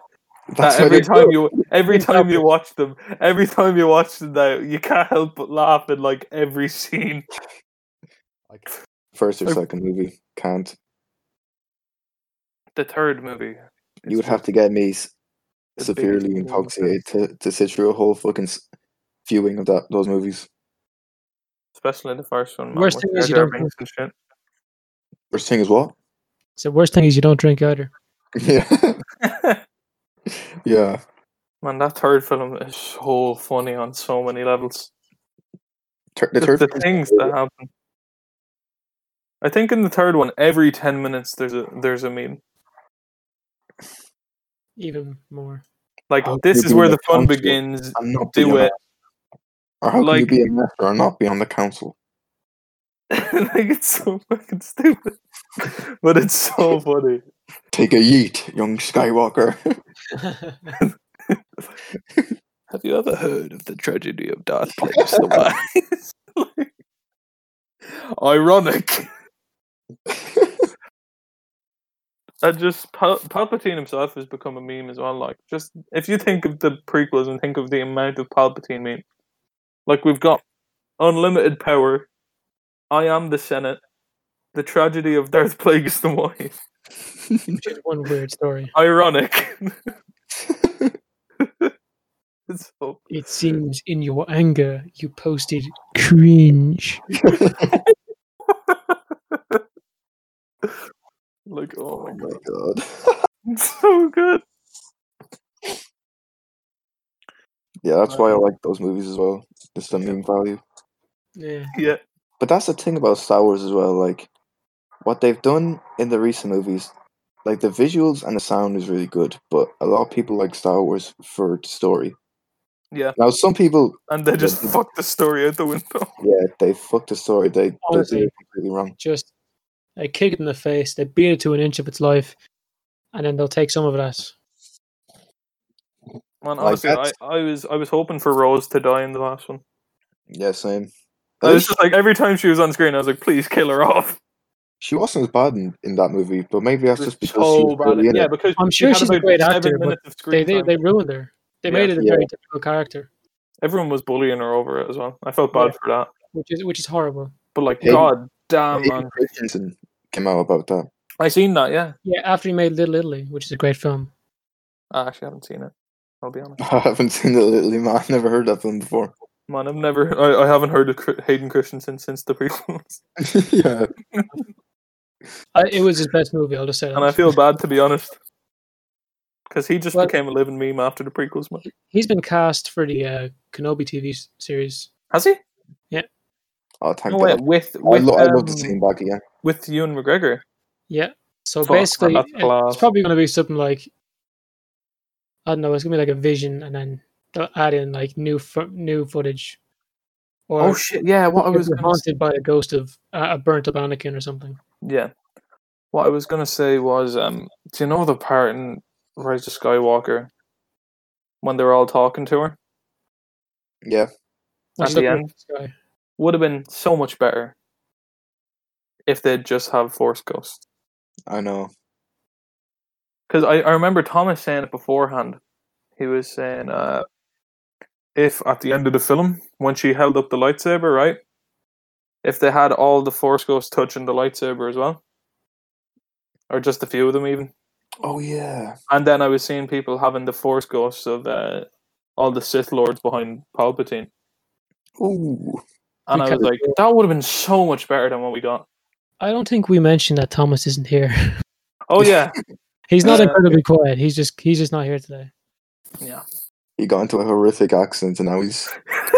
S3: That's
S2: that
S3: what
S2: every
S3: they do.
S2: time you every time you watch them, every time you watch them now, you can't help but laugh at like every scene.
S3: first or
S2: Like-
S3: second movie can't.
S2: The third movie.
S3: You would have to get me s-
S2: the
S3: severely
S2: biggest movie
S3: intoxicated to, to sit through a whole fucking s- viewing of that those movies.
S2: especially the first one. man,
S1: Worst
S2: with
S1: thing is
S2: Jar
S1: you
S2: Jar
S1: don't-
S2: Binks and shit.
S3: First thing is what?
S1: so worst thing is you don't drink either.
S3: Yeah, yeah.
S2: Man, that third film is so funny on so many levels.
S3: Tur- the
S2: Just
S3: third
S2: The,
S3: film's
S2: things
S3: good.
S2: that happen. I think in the third one, every ten minutes there's a there's a meme.
S1: Even more.
S2: Like
S3: How
S2: this
S3: could
S2: is
S3: you
S2: where
S3: be
S2: the
S3: in a
S2: fun
S3: council?
S2: begins.
S3: and not be
S2: Do
S3: on
S2: it.
S3: a- Or how
S2: Like-
S3: can you be a master and not be on the council?
S2: like it's so fucking stupid, but it's so funny.
S3: Take a yeet, young Skywalker.
S2: Have you ever heard of the tragedy of Darth Plagueis the Wise? Ironic. And just Pal- Palpatine himself has become a meme as well. Like, just if you think of the prequels and think of the amount of Palpatine meme, like we've got unlimited power. I am the Senate. The tragedy of Darth Plagueis the Wise.
S1: Just one weird story.
S2: Ironic. it's so
S1: It seems in your anger you posted cringe.
S2: like oh my god.
S3: oh my god.
S2: It's so good.
S3: Yeah, that's why I like those movies as well. It's the meme value.
S1: Yeah.
S2: Yeah.
S3: But that's the thing about Star Wars as well. Like, what they've done in the recent movies, like the visuals and the sound is really good, but a lot of people like Star Wars for its story.
S2: Yeah.
S3: Now some people,
S2: And they just
S3: Yeah.
S2: fuck the story out the window.
S3: yeah, they fuck the story. They they
S1: Honestly.
S3: do it completely wrong.
S1: Just they kick it in the face. They beat it to an inch of its life, and then they'll take some of that.
S2: Man,
S3: Like,
S2: honestly,
S3: that's-
S2: I, I was I was hoping for Rose to die in the last one.
S3: Yeah, same.
S2: I was just like every time she was on screen, I was like, please kill her off.
S3: She wasn't as bad in, in that movie, but maybe that's just because she was really in
S2: yeah,
S3: it.
S2: because
S1: I'm
S2: she
S1: sure
S2: had
S1: she's a
S2: about
S1: great
S2: seven
S1: actor, but
S2: minutes of
S1: They
S2: screen
S1: they,
S2: time.
S1: they ruined her. They made
S2: Yeah.
S1: it a
S3: Yeah.
S1: very difficult character,
S2: Everyone was bullying her over it as well. I felt bad
S1: Yeah.
S2: for that.
S1: which is which is horrible.
S2: But like,
S3: Hey.
S2: god damn,
S3: Hayden
S2: man,
S3: Christensen came out about that.
S2: I seen that. Yeah,
S1: Yeah, after he made Little Italy, which is a great film.
S2: I actually haven't seen it. I'll be honest,
S3: I haven't seen the Little Man. I've never heard that film before.
S2: man. I've never, I, I haven't heard of Cr- Hayden Christensen since the prequels,
S3: yeah,
S1: I, Uh, it was his best movie. I'll just say that.
S2: and I feel bad to be honest, because he just
S1: Well-
S2: became a living meme after the prequels. Man.
S1: He's been cast for the uh, Kenobi TV s- series.
S2: Has he?
S3: oh thank
S2: No way.
S3: God.
S2: With
S3: I,
S2: with
S3: lo- I love to
S2: um,
S3: see him back again.
S2: with Ewan McGregor.
S1: Yeah. So
S2: Fuck, man,
S1: basically,
S2: that's
S1: it-
S2: class.
S1: it's probably going to be something like I don't know. It's going to be like a vision, and then they'll add in like new fo- new footage. Or
S2: Oh shit! Yeah, what I
S1: if
S2: was
S1: you're
S2: gonna s-
S1: haunted by a ghost of uh, a burnt up Anakin or something.
S2: yeah, what I was gonna say was um, do you know the part in Rise of Skywalker when they're all talking to her?
S3: Yeah,
S1: When
S2: At
S1: she's
S2: the
S1: looking
S2: end?
S1: at the sky.
S2: Would have been so much better if they'd just have Force Ghost.
S3: I know.
S2: Because I, I remember Thomas saying it beforehand. He was saying uh, if at the end of the film when she held up the lightsaber, right? If they had all the Force Ghosts touching the lightsaber as well, or just a few of them even.
S3: Oh yeah,
S2: And then I was seeing people having the Force ghosts of uh, all the Sith lords behind Palpatine,
S3: ooh,
S2: and
S1: We
S2: I was
S1: kinda
S2: like, that would have been so much better than what we got.
S1: I don't think we mentioned that Thomas isn't here.
S2: Oh yeah,
S1: he's not
S2: Uh,
S1: incredibly quiet. He's just he's just not here today.
S2: yeah.
S3: he got into a horrific accident, and now he's,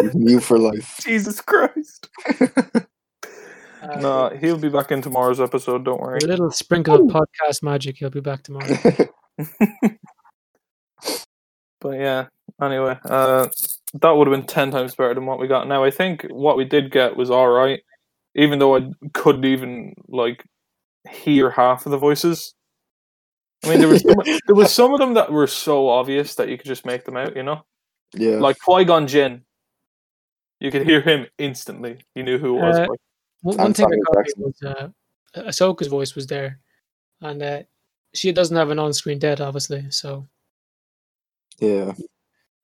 S3: he's new for life.
S2: Jesus Christ.
S1: Uh,
S2: No, he'll be back in tomorrow's episode. Don't worry.
S1: with A little sprinkle of podcast magic. He'll be back tomorrow.
S2: But yeah. Anyway, uh, that would have been ten times better than what we got. Now I think what we did get was all right, even though I couldn't even like hear half of the voices. I mean, there was some, there was some of them that were so obvious that you could just make them out. You know.
S3: yeah,
S2: like Qui Gon Jinn. You could hear him instantly. You knew who it was.
S1: Uh,
S2: like,
S1: One,
S3: And
S1: one thing I
S3: Samuel
S1: got
S3: Jackson.
S1: was uh, Ahsoka's voice was there, and uh, she doesn't have an on-screen dead, obviously. So
S3: yeah.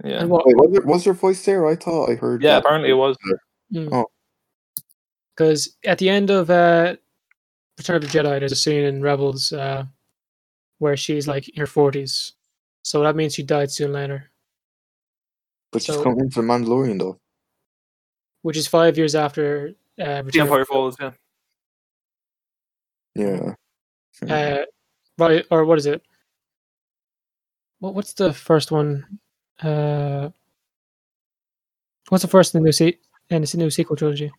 S2: yeah,
S1: and what?
S3: Wait, was, there, was your voice there? I thought I heard.
S2: yeah.
S3: that.
S2: Apparently, it was.
S1: Because at the end of uh, Return of the Jedi, there's a scene in Rebels uh, where she's like in her forties, so that means she died soon later,
S3: but she's
S1: so-
S3: coming in for Mandalorian though.
S1: which is five years after uh,
S2: The
S1: Return.
S2: Empire Falls. Yeah,
S3: Yeah,
S1: Uh, right, or what is it? What what's the first one? Uh, what's the first in the new se- in the new sequel trilogy?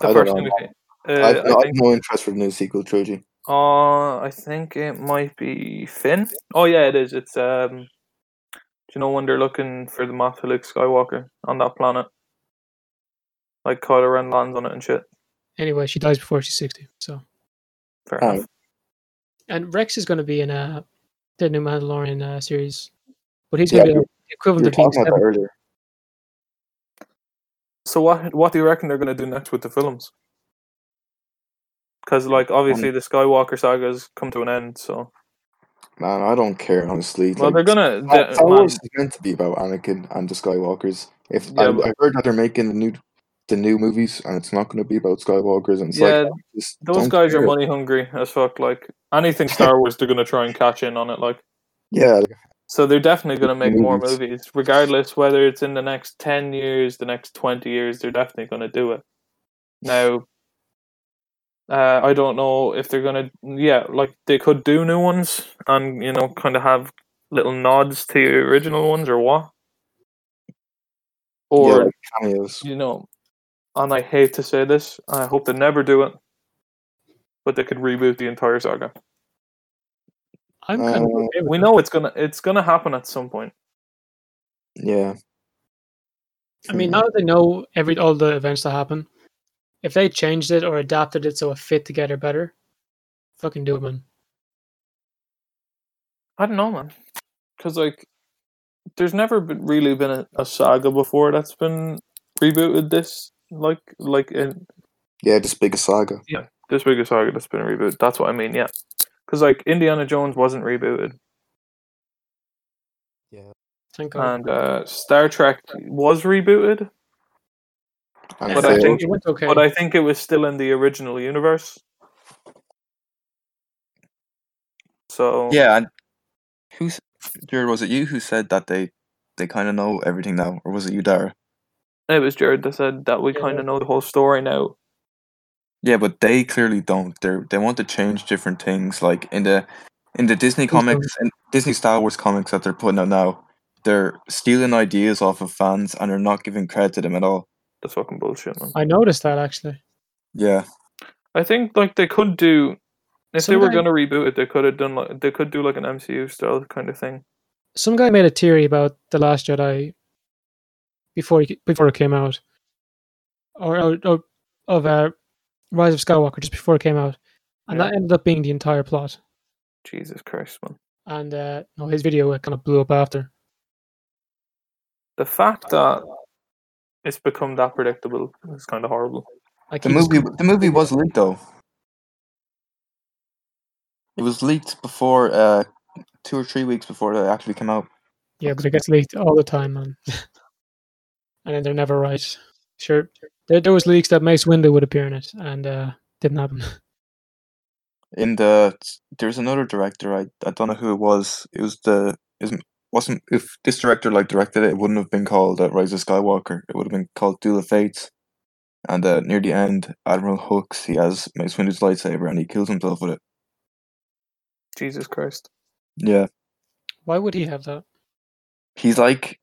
S2: the
S3: I don't
S2: first
S3: know.
S2: thing. we-
S3: I,
S2: Uh,
S3: have
S2: I
S3: no, I have
S2: think.
S3: no interest for the new sequel trilogy.
S2: Uh, I think it might be Finn. Oh yeah, it is. It's um. Do you know when they're looking for the map to Luke Skywalker on that planet? Like Kylo Ren lands on it and shit.
S1: Anyway, she dies before she's sixty. So,
S2: Fair
S3: Oh.
S2: enough.
S1: and Rex is going to be in uh, the new Mandalorian uh, series, but he's going to be
S3: Yeah,
S1: like, the
S3: We
S1: equivalent
S3: were
S1: of being
S3: talking about that
S1: seven.
S3: earlier.
S2: So what what do you reckon they're going to do next with the films? Because like
S3: Um,
S2: obviously the Skywalker saga has come to an end, so
S3: Man, I don't care honestly.
S2: well
S3: like,
S2: they're gonna.
S3: Star
S2: the-
S3: Star
S2: man,
S3: Wars is meant to be about Anakin and the Skywalkers. If
S2: Yeah,
S3: I,
S2: but-
S3: I heard that they're making the new the new movies, and it's not going to be about Skywalkers, and it's
S2: Yeah,
S3: like just
S2: those
S3: don't
S2: guys are
S3: care.
S2: money hungry as fuck. Like anything Star Wars, they're gonna try and catch in on it. Like
S3: Yeah, like,
S2: so, they're definitely gonna make more
S3: Movies.
S2: movies, regardless whether it's in the next ten years, the next twenty years. They're definitely gonna do it. Now, uh, I don't know if they're gonna. Yeah, like they could do new ones and you know kind of have little nods to your original ones or what.
S3: yeah,
S2: Or
S3: like cameos.
S2: you know, and I hate to say this, I hope they never do it, but they could reboot the entire saga.
S1: I'm kind of
S3: Uh,
S1: okay with
S2: We know it's gonna it's gonna happen at some point.
S3: Yeah.
S1: I mean, now that they know every all the events that happen, if they changed it or adapted it so it fit together better, fucking do it, man.
S2: I don't know, man. Because like, there's never been, really been a, a saga before that's been rebooted this like like in
S3: Yeah, just bigger saga.
S2: this big a saga that's been rebooted. That's what I mean, yeah. Because like Indiana Jones wasn't rebooted,
S1: Thank God.
S2: and uh, Star Trek was rebooted, But
S3: And
S1: Yeah,
S2: I
S3: failed.
S2: think-
S1: it went okay.
S2: but I think it was still in the original universe. So
S3: Yeah, and who's Jared? Was it you who said that they they kind of know everything now, or was it you, Dara?
S2: it was Jared that said that we
S1: Yeah.
S2: kind of know the whole story now.
S3: Yeah, but they clearly don't. They they want to change different things, like in the in the Disney
S1: Please don't.
S3: comics and Disney Star Wars comics that they're putting out now. They're stealing ideas off of fans, and they're not giving credit to them at all.
S2: That's fucking bullshit, man.
S1: I noticed that actually.
S3: Yeah,
S2: I think like they could do if they were
S1: Someday-
S2: gonna reboot it, they could have done like they could do like an MCU style kind of thing.
S1: Some guy made a theory about the Last Jedi before he, before it came out, or, or, or of uh, Rise of Skywalker just before it came out, and
S2: Yeah.
S1: that ended up being the entire plot.
S2: Jesus Christ, man!
S1: And uh, no, his video kind of blew up after.
S2: The fact that it's become that predictable is kind of horrible.
S1: Like
S3: the
S1: he was-
S3: movie the movie was leaked though. It was leaked before uh, two or three weeks before it actually came out.
S1: Yeah, but it gets leaked all the time, man. and then they're never right. Sure, there, there was leaks that Mace Windu would appear in it, and uh, didn't happen.
S3: in the there's another director I, I don't know who it was it was the is wasn't if this director like directed it it wouldn't have been called uh, Rise of Skywalker it would have been called Duel of Fates and uh, near the end Admiral Hooks he has Mace Windu's lightsaber and he kills himself with it
S2: Jesus Christ!
S3: yeah
S1: Why would he have that?
S3: he's like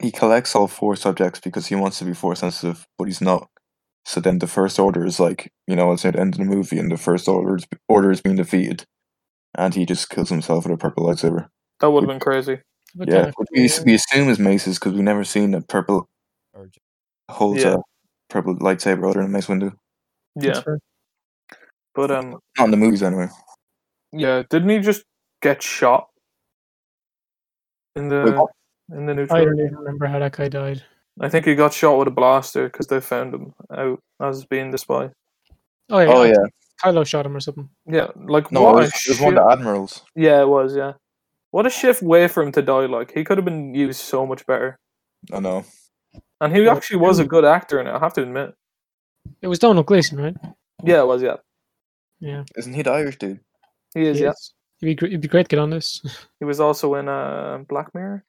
S3: he collects all four subjects because he wants to be force sensitive but he's not so then the first order is like you know it's near the end of the movie and the first order is, order is being defeated and he just kills himself with a purple lightsaber
S2: That would have been crazy.
S1: What
S3: Yeah,
S1: kind of-
S3: which we, s- we assume is Mace's because we've never seen a purple holds
S2: Yeah.
S3: a purple lightsaber other than Mace Windu.
S1: that's
S2: Yeah,
S1: fair.
S2: but um,
S3: Not in the movies anyway.
S2: yeah, didn't he just get shot in the
S3: what?
S2: in the new
S1: I
S2: trailer?
S1: don't even remember how that guy died.
S2: I think he got shot with a blaster because they found him out as being the spy.
S1: Oh yeah,
S3: oh yeah,
S1: Kylo shot him or something.
S2: Yeah, like
S3: no,
S2: what
S3: it
S2: a
S3: was, it was one
S2: shit-
S3: of the admirals.
S2: Yeah, it was. Yeah, what a shift way for him to die. Like he could have been used so much better,
S3: I know.
S2: and he
S1: Yeah.
S2: actually was a good actor in it. I have to admit.
S1: It was Donald Gleason, right?
S2: Yeah, it was. Yeah,
S1: Yeah,
S3: Isn't he the Irish dude?
S2: he is.
S1: he
S2: Yeah,
S1: is. It'd be, gr- it'd be great to get on this.
S2: he was also in uh, Black Mirror,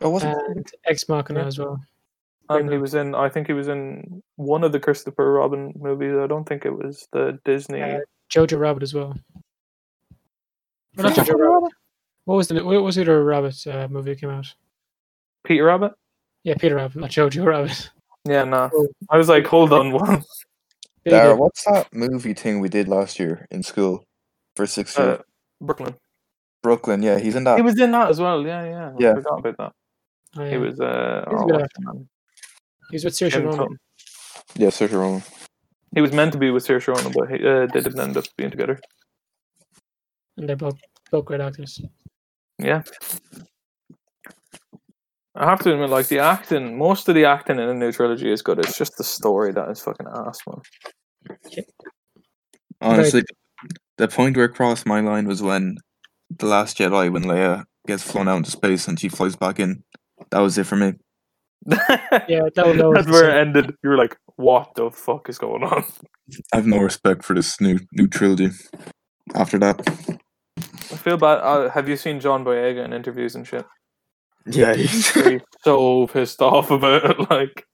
S3: Oh, wasn't
S1: and Ex Machina
S2: Yeah.
S1: as well.
S2: and he
S1: Mirror.
S2: was in. I think he was in one of the Christopher Robin movies. I don't think it was the Disney.
S1: Uh, Jojo Rabbit as well. Well, not Jojo Rabbit. What was the what was the other rabbit uh, movie that came out?
S2: Peter Rabbit.
S1: Yeah, Peter Rabbit, not Jojo Rabbit.
S2: Yeah, nah.
S1: Oh.
S2: I was like, hold on, one.
S1: Big
S3: Dara,
S1: hit.
S3: what's that movie thing we did last year in school for sixth year?
S2: Uh, Brooklyn.
S3: Brooklyn. Yeah, he's in that.
S2: He was in that as well. Yeah, yeah. I
S3: Yeah.
S2: forgot about that.
S1: Oh,
S2: He
S1: yeah.
S2: was. Uh,
S1: He's a
S2: oh,
S1: good
S2: what's
S1: actor.
S2: the man?
S1: He was with Saoirse
S2: Jim
S1: Ronan.
S2: Tutton.
S3: yeah, Saoirse Ronan.
S2: He was meant to be with Saoirse Ronan, but he, uh, they didn't end up being together.
S1: and they're both both great actors.
S2: Yeah. I have to admit, like the acting, most of the acting in the new trilogy is good. It's just the story that is fucking ass, man.
S3: Honestly, the point where it crossed my line was when the Last Jedi, when Leia gets flown out into space and she flies back in. That was it for me.
S1: Yeah, that was
S2: That's where it ended. You were like, "What the fuck is going on?"
S3: I have no respect for this new new trilogy. After that,
S2: I feel bad. Uh, have you seen John Boyega in interviews and shit?
S3: yeah,
S2: He's so pissed off about it. Like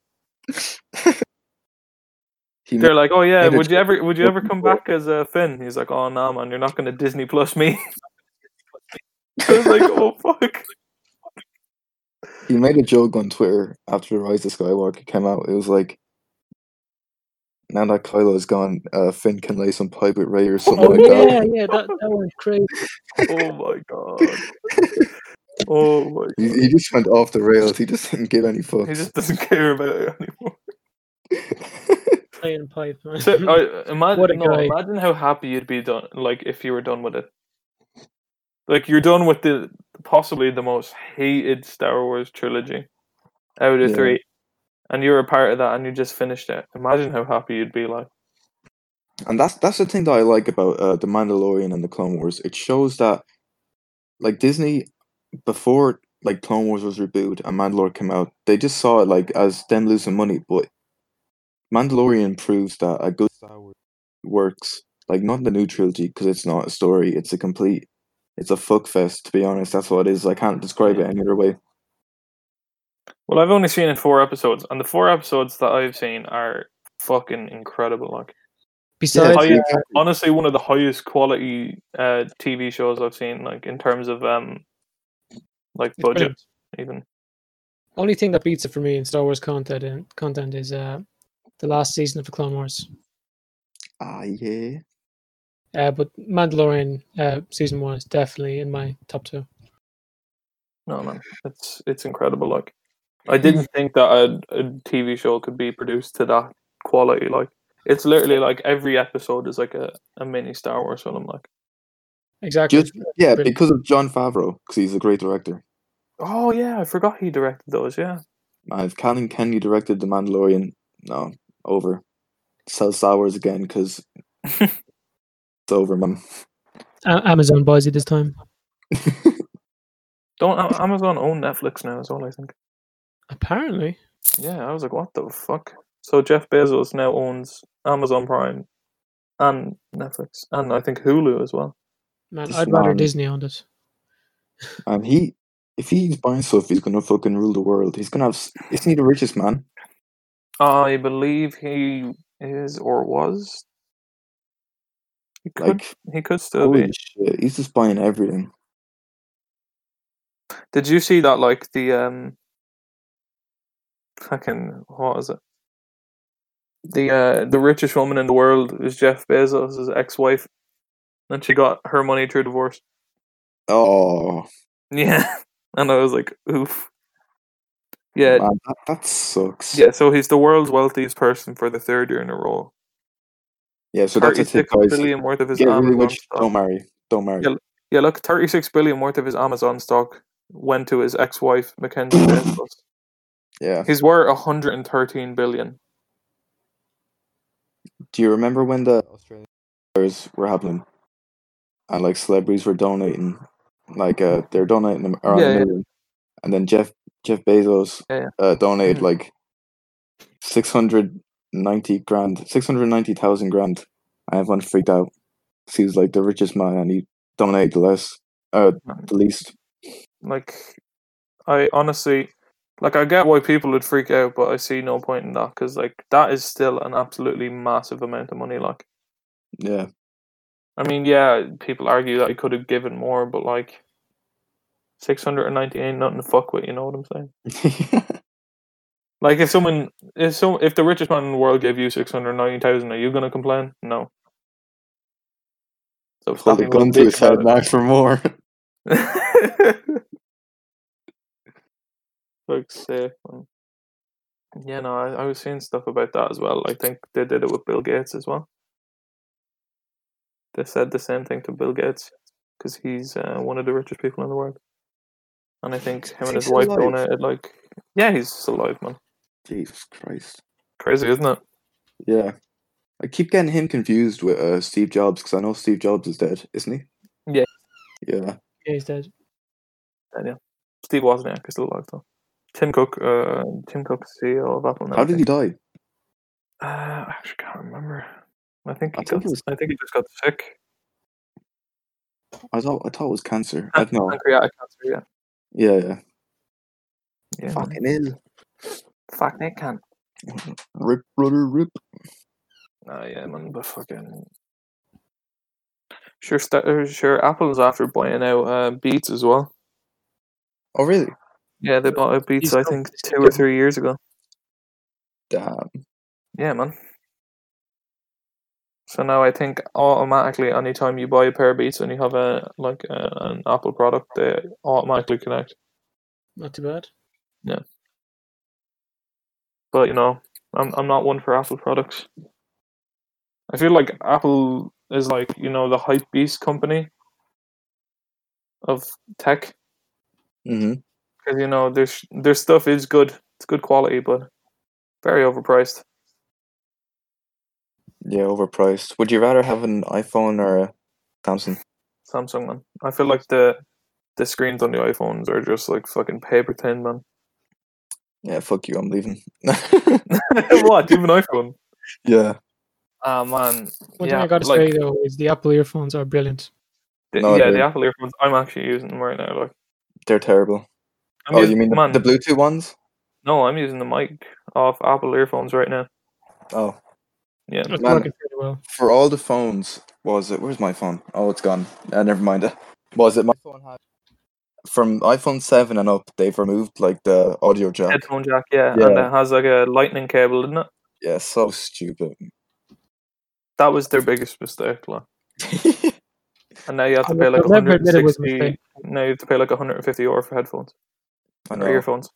S3: he
S2: they're like, "Oh yeah,
S3: Neither
S2: would you
S3: did-
S2: ever, would you ever come back as a Finn?" He's like, "Oh nah, man, you're not gonna Disney Plus me." I was like, "Oh fuck."
S3: He made a joke on Twitter after the Rise of Skywalker came out. It was like, now that Kylo's gone, uh, Finn can lay some pipe with Ray or something
S1: Oh
S3: like
S1: yeah,
S3: that.
S1: yeah, that that was crazy.
S2: Oh my god. Oh my
S3: He, he just went off the rails. He just didn't give any fucks.
S2: He just doesn't care about it anymore.
S1: Playing pipe. man.
S2: So, oh, I, imagine,
S1: What a
S2: no,
S1: guy.
S2: imagine how happy you'd be done, like if you were done with it. Like you're done with the possibly the most hated Star Wars trilogy out of
S3: Yeah.
S2: three, and you're a part of that, and you just finished it. Imagine how happy you'd be, like.
S3: and that's that's the thing that I like about uh, the Mandalorian and the Clone Wars. It shows that, like Disney, before like Clone Wars was rebooted and Mandalore came out, they just saw it like as them losing money. But Mandalorian proves that a good Star Wars works. Like not the new trilogy because it's not a story; it's a complete, it's a fuck fest. To be honest, that's what it is. I can't describe it any other way.
S2: Well, I've only seen it four episodes, and the four episodes that I've seen are fucking incredible. Like,
S1: Besides,
S2: oh, Yeah,
S1: uh,
S2: honestly, one of the highest quality uh, TV shows I've seen, like in terms of um, like
S1: It's
S2: budget,
S1: brilliant.
S2: even.
S1: only thing that beats it for me in Star Wars content and content is uh, the last season of the Clone Wars.
S2: Oh,
S3: Ah, yeah.
S1: Uh, but Mandalorian uh, season one is definitely in my top two.
S2: No, man, it's it's incredible. Like, I didn't think that a, a TV show could be produced to that quality. Like, it's literally like every episode is like a, a mini Star Wars film. Like,
S1: Exactly.
S3: Just yeah,
S1: Brilliant.
S3: because of John Favreau, because he's a great director.
S2: oh yeah, I forgot he directed those. Yeah,
S3: Uh, if Colin Kenny directed The Mandalorian, no, over. Sell sours again because it's over, man.
S1: A- Amazon buys it this time.
S2: don't A- Amazon own Netflix now as well? I think.
S1: Apparently,
S2: Yeah, I was like, what the fuck? So Jeff Bezos now owns Amazon Prime and Netflix and I think Hulu as well.
S1: man,
S3: This
S1: I'd rather
S3: man-
S1: Disney on this.
S3: And he, if he's buying stuff, he's gonna fucking rule the world. He's gonna have. s- Isn't he the richest man?
S2: I believe he is or was. He could,
S3: Like
S2: he could still be.
S3: holy shit, he's just buying everything.
S2: Did you see that? Like the um, fucking what was it? The uh, the richest woman in the world is Jeff Bezos' ex-wife, and she got her money through divorce.
S3: Oh
S2: Yeah, and I was like, oof. Yeah,
S3: man, that, that sucks.
S2: yeah. So he's the world's wealthiest person for the third year in a row.
S3: yeah. So that's a tip,
S2: Thirty-six billion
S3: guys.
S2: worth of his
S3: Get really
S2: Amazon
S3: rich.
S2: stock.
S3: Don't marry. Don't marry.
S2: Yeah, Yeah, look, thirty-six billion worth of his Amazon stock went to his ex-wife Mackenzie Bezos.
S3: Yeah.
S2: He's worth hundred and thirteen billion.
S3: Do you remember when the Australian fires were happening, and like celebrities were donating, like uh, they're donating them around
S2: Yeah,
S3: a
S2: yeah.
S3: million, and then Jeff Jeff Bezos
S2: Yeah, Mm.
S3: Uh, donated
S1: Mhm.
S3: like six hundred ninety grand, six hundred ninety thousand grand, and everyone freaked out. 'cause He was like the richest man, and he donated the less, uh, the least.
S2: Like, I honestly, like, I get why people would freak out, but I see no point in that because, like, that is still an absolutely massive amount of money. Like,
S3: Yeah,
S2: I mean, yeah, people argue that he could have given more, but like, six hundred and ninety ain't nothing to fuck with. You know what I'm saying? Like, if someone, if some, if the richest man in the world gave you six hundred ninety thousand, are you gonna complain? No. So
S3: pull
S2: stop
S3: the
S2: being a
S3: gun to
S2: bitch
S3: his head
S2: about
S3: and ask for more.
S2: it. Fuck's sake, man. Yeah, no, I, I was seeing stuff about that as well. I think they did it with Bill Gates as well. They said the same thing to Bill Gates because he's uh, one of the richest people in the world. And I think him and
S3: Is he
S2: his
S3: still
S2: wife
S3: alive?
S2: donated like, yeah, he's still alive, man.
S3: Jesus Christ.
S2: Crazy, isn't it?
S3: Yeah, I keep getting him confused with uh, Steve Jobs because I know Steve Jobs is dead, isn't he?
S2: Yeah.
S3: Yeah.
S1: Yeah, he's dead.
S2: Steve Wozniak is still alive though. Tim Cook, uh, Tim Cook, CEO of Apple. Now,
S3: How
S2: I
S3: did
S2: think.
S3: he die?
S2: Uh, I actually can't remember. I think
S3: I
S2: he
S3: think
S2: got,
S3: it was-
S2: I think he just got sick.
S3: I thought I thought it was cancer. I don't know.
S2: Pancreatic cancer, yeah.
S3: Yeah, yeah.
S2: Yeah, man.
S3: Fucking ill.
S2: Fuck that cunt.
S3: Rip, brother, rip.
S2: Oh yeah, man, but fucking sure, sta uh, sure. Apple's after buying out uh, Beats as well.
S3: Oh really?
S2: Yeah, they bought out Beats.
S1: He's
S2: I
S1: done-
S2: think two or three years ago.
S3: Damn.
S2: Yeah, man. So now I think automatically, anytime you buy a pair of Beats and you have a like a, an Apple product, they automatically connect.
S1: Not too bad.
S2: But you know, I'm I'm not one for Apple products. I feel like Apple is like you know the hype beast company of tech
S3: Mm-hmm.
S2: because you know their sh- their stuff is good. It's good quality, but very overpriced.
S3: Yeah, overpriced. Would you rather have an iPhone or a Samsung?
S2: Samsung man. I feel like the the screens on the iPhones are just like fucking paper thin man.
S3: Yeah, fuck you. I'm leaving.
S2: what? Do you have an iPhone?
S3: yeah.
S2: Ah man.
S1: One thing
S2: yeah,
S1: I gotta
S2: like,
S1: say though is the Apple earphones are brilliant.
S2: the-
S3: No,
S2: yeah,
S3: dude.
S2: the Apple earphones. I'm actually using them right now. Like,
S3: They're terrible.
S2: I'm
S3: oh,
S2: using,
S3: you mean the,
S2: man?
S3: the Bluetooth ones?
S2: no, I'm using the mic off Apple earphones right now.
S3: Oh,
S2: Yeah,
S1: It's
S3: Man.
S1: working pretty well.
S3: for all the phones, was it? Where's my phone? Oh, it's gone. Uh, never mind. Was it my phone? Had from iPhone seven and up, they've removed like the audio jack.
S2: headphone jack. Yeah,
S3: Yeah.
S2: and it has like a lightning cable, didn't it?
S3: Yeah, so stupid.
S2: That was their biggest mistake. Like, and now you have to
S1: I'll
S2: pay like
S1: never admit it was a
S2: 160.
S1: mistake.
S2: Now you have to pay like 150 euro for headphones
S3: I
S2: or
S3: know.
S2: earphones.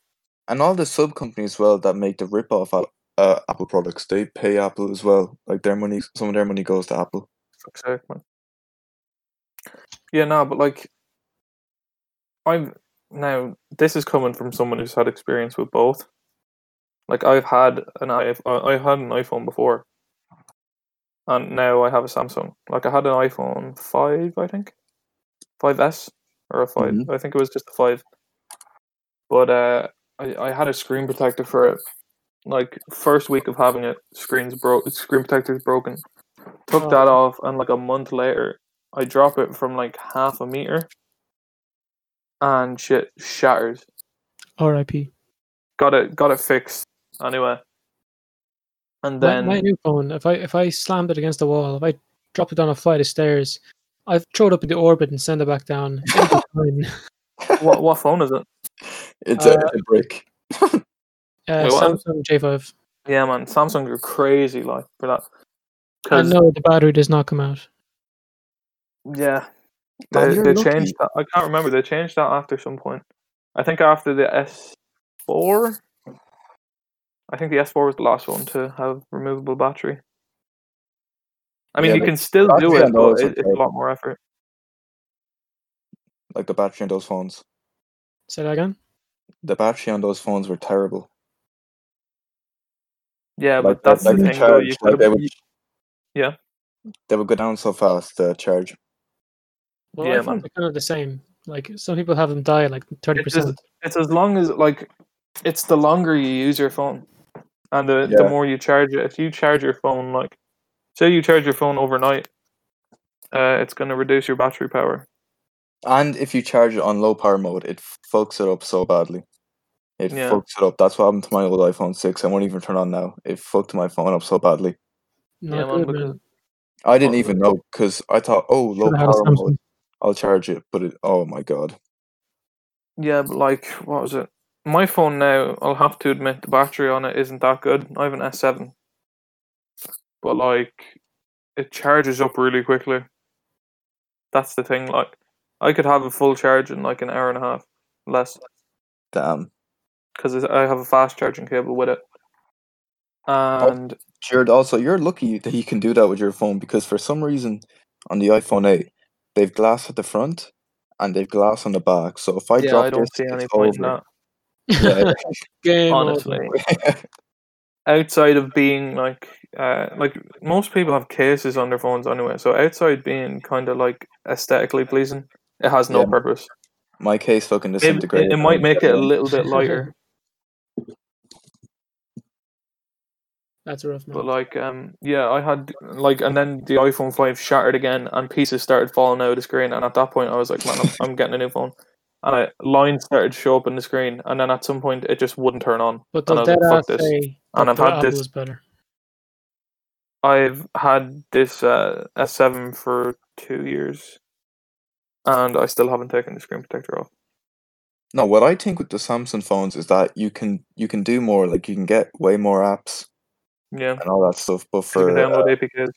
S3: And all the sub companies as well that make the rip off uh, Apple products, they pay Apple as well. Like their money, some of their money goes to Apple.
S2: fuck's sake, man. Yeah, no, but like, I'm now. This is coming from someone who's had experience with both. Like, I've had an i I I had an iPhone before, and now I have a Samsung. Like, I had an iPhone five, I think, five S or a 5
S3: Mhm.
S2: I think it was just a five. But uh, I I had a screen protector for it. Like first week of having it, screens broke. Screen protector's broken. Took
S1: Oh.
S2: that off, and like a month later, I drop it from like half a meter, and shit shatters.
S1: R.I.P.
S2: Got it, got it fixed anyway. And
S1: My-
S2: then
S1: my, new phone, if I if I slammed it against the wall, if I drop it down a flight of stairs, I've throw it up into orbit and send it back down. It'll be fine.
S2: what? What phone is it?
S3: It's,
S1: Uh,
S3: a, it's a brick.
S1: Uh,
S2: Wait, what?
S1: Samsung J5.
S2: Yeah, man, Samsung are crazy like for that.
S1: I
S2: Because
S1: know the battery does not come out.
S2: yeah,
S3: Man,
S2: they,
S3: you're
S2: they
S3: lucky.
S2: changed that. I can't remember. They changed that after some point. I think after the S four. I think the S four was the last one to have removable battery. I mean,
S3: Yeah,
S2: you
S3: but
S2: can still do
S3: battery
S2: it,
S3: and all
S2: but
S3: is
S2: it, it's a
S3: okay.
S2: lot more effort.
S3: Like the battery on those phones.
S1: Say that again.
S3: The battery on those phones were terrible.
S2: Yeah,
S3: like
S2: but that's
S3: like
S2: the
S3: the
S2: thing. Though,
S3: charge,
S2: you
S3: like they
S2: gotta,
S3: would,
S2: you- yeah.
S3: they would go down so fast. The charge.
S1: Well,
S2: Yeah,
S1: I
S2: man.
S1: think they're kind of the same. Like some people have them die at, like thirty
S2: It's, as,
S1: percent.
S2: it's as long as like it's the longer you use your phone, and the, the
S3: Yeah.
S2: more you charge it. If you charge your phone, like say you charge your phone overnight, uh, it's gonna reduce your battery power.
S3: And if you charge it on low power mode, it fucks it up so badly. It
S2: Yeah.
S3: fucks it up. That's what happened to my old iPhone six. I won't even turn on now. It fucked my phone up so badly.
S1: Not
S2: yeah, man,
S1: good,
S2: because-
S1: man.
S3: I didn't
S2: Oh,
S3: even know because I thought, oh, low
S1: Should've had a
S3: power
S1: Samsung.
S3: mode. I'll charge it, but it, oh my god.
S2: Yeah, but like what was it? My phone now, I'll have to admit the battery on it isn't that good. I have an S seven. But like it charges up really quickly. That's the thing, like I could have a full charge in like an hour and a half less.
S3: Damn.
S2: because I have a fast charging cable with it.
S3: Oh,
S2: And
S3: Jared, also, you're lucky that you can do that with your phone because for some reason on the iPhone 8, they've glass at the front and they've glass on the back. So if I
S2: yeah,
S3: drop
S2: I don't
S3: this,
S2: see any
S3: it's
S2: point in
S3: over.
S2: that.
S3: Yeah.
S1: Game
S2: Honestly,
S1: over.
S2: outside of being like, uh, like most people have cases on their phones anyway. So outside being kind of like aesthetically pleasing, it has no
S3: Yeah.
S2: purpose.
S3: My case fucking
S2: Maybe-
S3: disintegrated.
S2: It, it might make it a little bit lighter,
S1: That's rough,
S2: but
S1: man.
S2: like, um, yeah, I had like, and then the iPhone five shattered again, and pieces started falling out of the screen. And at that point, I was like, man, I'm, I'm getting a new phone. And I, lines started showing up in the screen, and then at some point, it just wouldn't turn on.
S1: But
S2: and I
S1: they'll
S2: was like,
S1: dead
S2: fuck
S1: ass
S2: this.
S1: say
S2: And I've
S1: that
S2: had
S1: Apple
S2: this.
S1: is better.
S2: I've had this uh, S7 for two years, and I still haven't taken the screen protector off.
S3: No, what I think with the Samsung phones is that you can you can do more. Like you can get way more apps
S2: Yeah,
S3: and all that stuff. But
S2: 'cause you
S3: for uh,
S2: can download APKs.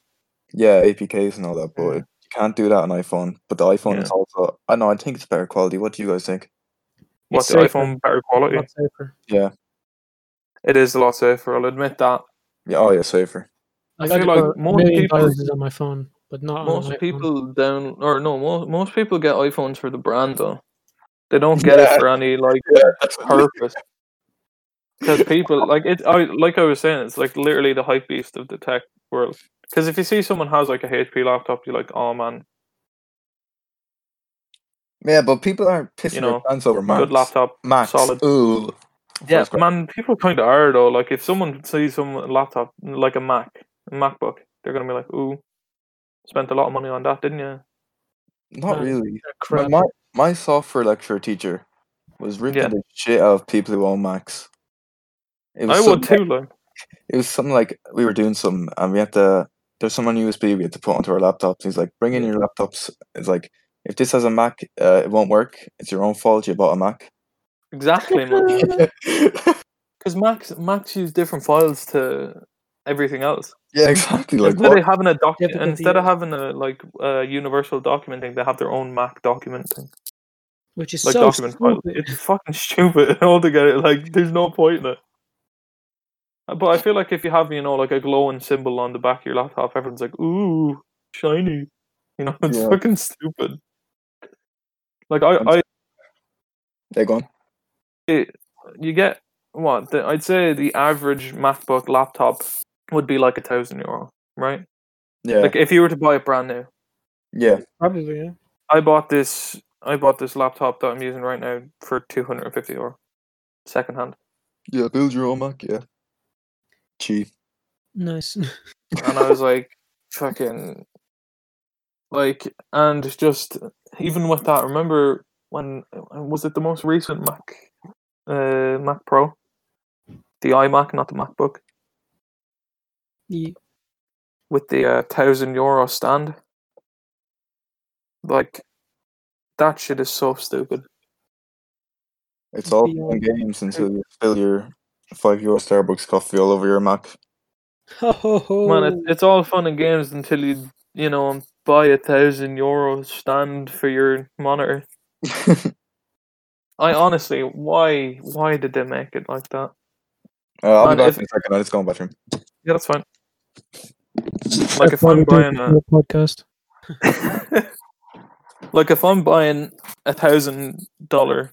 S3: yeah, APKs and all that, but you can't do that on iPhone. But the iPhone
S2: Yeah.
S3: is also, I know, I think it's better quality. What do you guys think?
S2: What's the
S1: safer.
S2: iPhone better quality?
S1: Lot safer.
S2: It is a lot safer. I'll admit that.
S3: Yeah, oh yeah, safer.
S1: Like,
S2: I
S1: I
S2: feel
S1: like
S2: like
S1: a
S2: most
S1: million
S2: people-
S1: dollars is on my phone, but
S3: Oh,
S1: not on
S2: Most
S1: an iPhone.
S2: people down or no, most most people get iPhones for the brand though. They don't get
S3: Yeah.
S2: it for any like
S3: Yeah, that's
S2: purpose. Because people like it. I like I was saying, it's like literally the hype beast of the tech world. Because if you see someone has like a HP laptop, you're like, oh man,
S3: Yeah, but people aren't pissing
S2: You know,
S3: their pants over Max.
S2: good laptop,
S3: Max,
S2: solid.
S3: ooh.
S2: Yeah,
S3: First
S2: man, people kind of are though. Like if someone sees some laptop like a Mac, a MacBook, they're gonna be like, ooh, spent a lot of money on that, didn't you?
S3: Not
S1: No.
S3: really.
S1: They're
S3: My,
S1: crap.
S3: my my software lecturer teacher was ripping
S2: Yeah.
S3: the shit out of people who own Macs. It
S2: I
S3: some-
S2: would too. Like,
S3: It was something like we were doing some, and we had to. There's some on USB we had to put onto our laptops. He's like, bring in your laptops. It's like if this has a Mac, uh, it won't work. It's your own fault. You bought a Mac.
S2: exactly. man. Because Max Max used different files to everything else.
S3: yeah, exactly. Like
S2: instead
S3: what?
S2: of having a doc,
S1: Yeah, but then
S2: instead
S1: the-
S2: of having a like uh, universal document thing, they have their own Mac document thing,
S1: Which is
S2: like
S1: so
S2: document file.
S1: stupid.
S2: It's fucking stupid altogether. Like, there's no point in it. Uh, But I feel like if you have, you know, like a glowing symbol on the back of your laptop, everyone's like, "Ooh, shiny," you know. It's
S3: Yeah.
S2: fucking stupid. Like I, I
S3: They're gone.
S2: you get what the, I'd say the average MacBook laptop would be like a thousand euro, right?
S3: Yeah,
S2: Like if you were to buy it brand new,
S3: yeah.
S1: Probably, yeah.
S2: I bought this. I bought this laptop that I'm using right now for 250 euro, secondhand,
S3: Yeah, build your own Mac. Yeah. Cheap.
S1: Nice.
S2: and I was like, fucking, like, and just even with that, remember when was it the most recent Mac, uh, Mac Pro, the iMac, not the MacBook,
S1: Ye-
S2: with the uh, thousand euro stand, like, that shit is so stupid.
S3: It's all
S1: Yeah.
S3: fun and games until you spill your five euro Starbucks coffee all over your Mac.
S1: Ho, ho, ho.
S2: Man, it's, it's all fun and games until you, you know, buy a thousand euro stand for your monitor.
S3: Uh,
S2: I honestly, why, why did they make it like that?
S3: Uh, I'll
S2: Man,
S3: be back
S2: if-
S3: in a second. I just go in the bathroom.
S2: Yeah, that's fine. Like if
S1: Why
S2: I'm
S1: we doing
S2: buying
S1: this
S2: a, uh,
S1: on the podcast.
S2: like if I'm buying a thousand dollar,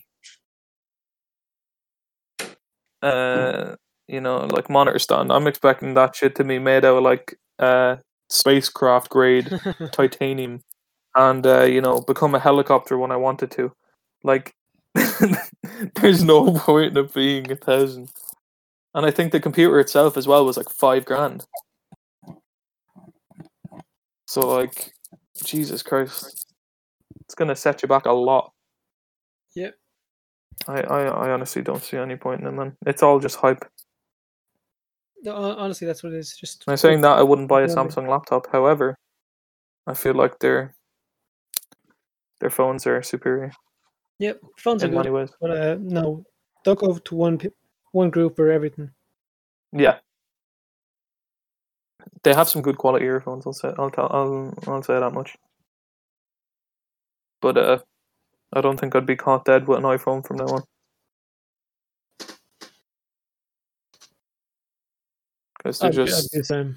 S2: uh, you know, like monitor stand, I'm expecting that shit to be made out of like uh spacecraft grade titanium and uh, you know become a helicopter when I wanted to. Like, there's no point in it being a thousand. And I think the computer itself as well was like five grand. So like, Jesus Christ, it's gonna set you back a lot.
S1: Yep.
S2: I, I, I honestly don't see any point in it, man. It's all just hype.
S1: No, hon- honestly, that's what it is. Just
S2: I'm saying that I wouldn't buy a
S1: Really?
S2: Samsung laptop. However, I feel like their their phones are superior
S1: Yep, phones are
S2: in
S1: good.
S2: many ways.
S1: But uh, no, don't go to one pe- one group or everything.
S2: Yeah. They have some good quality earphones. I'll say I'll tell I'll I'll say that much. But uh, I don't think I'd be caught dead with an iPhone from now
S1: Oh,
S2: on. Because they're
S1: I'd, be- I'd
S2: just
S1: be the same.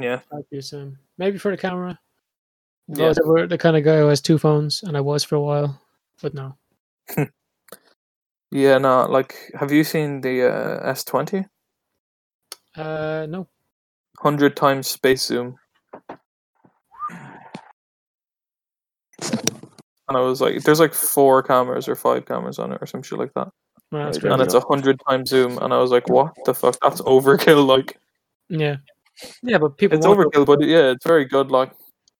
S2: yeah
S1: I'd be the same. Maybe for the camera. If I
S2: Yeah.
S1: was ever the kind of guy who has two phones, and I was for a while, but no.
S2: yeah no like have you seen the uh, S twenty
S1: Uh, no.
S2: hundred times space zoom? And I was like, there's like four cameras or five cameras on it or some shit like that.
S1: Well, that's
S3: Right,
S1: great.
S2: and
S3: Maybe
S2: it's a hundred times zoom, and I was like, "What the fuck? That's overkill!" Like
S1: Yeah. Yeah, but people.
S2: it's
S1: want to-
S2: overkill, but yeah, it's very good. Like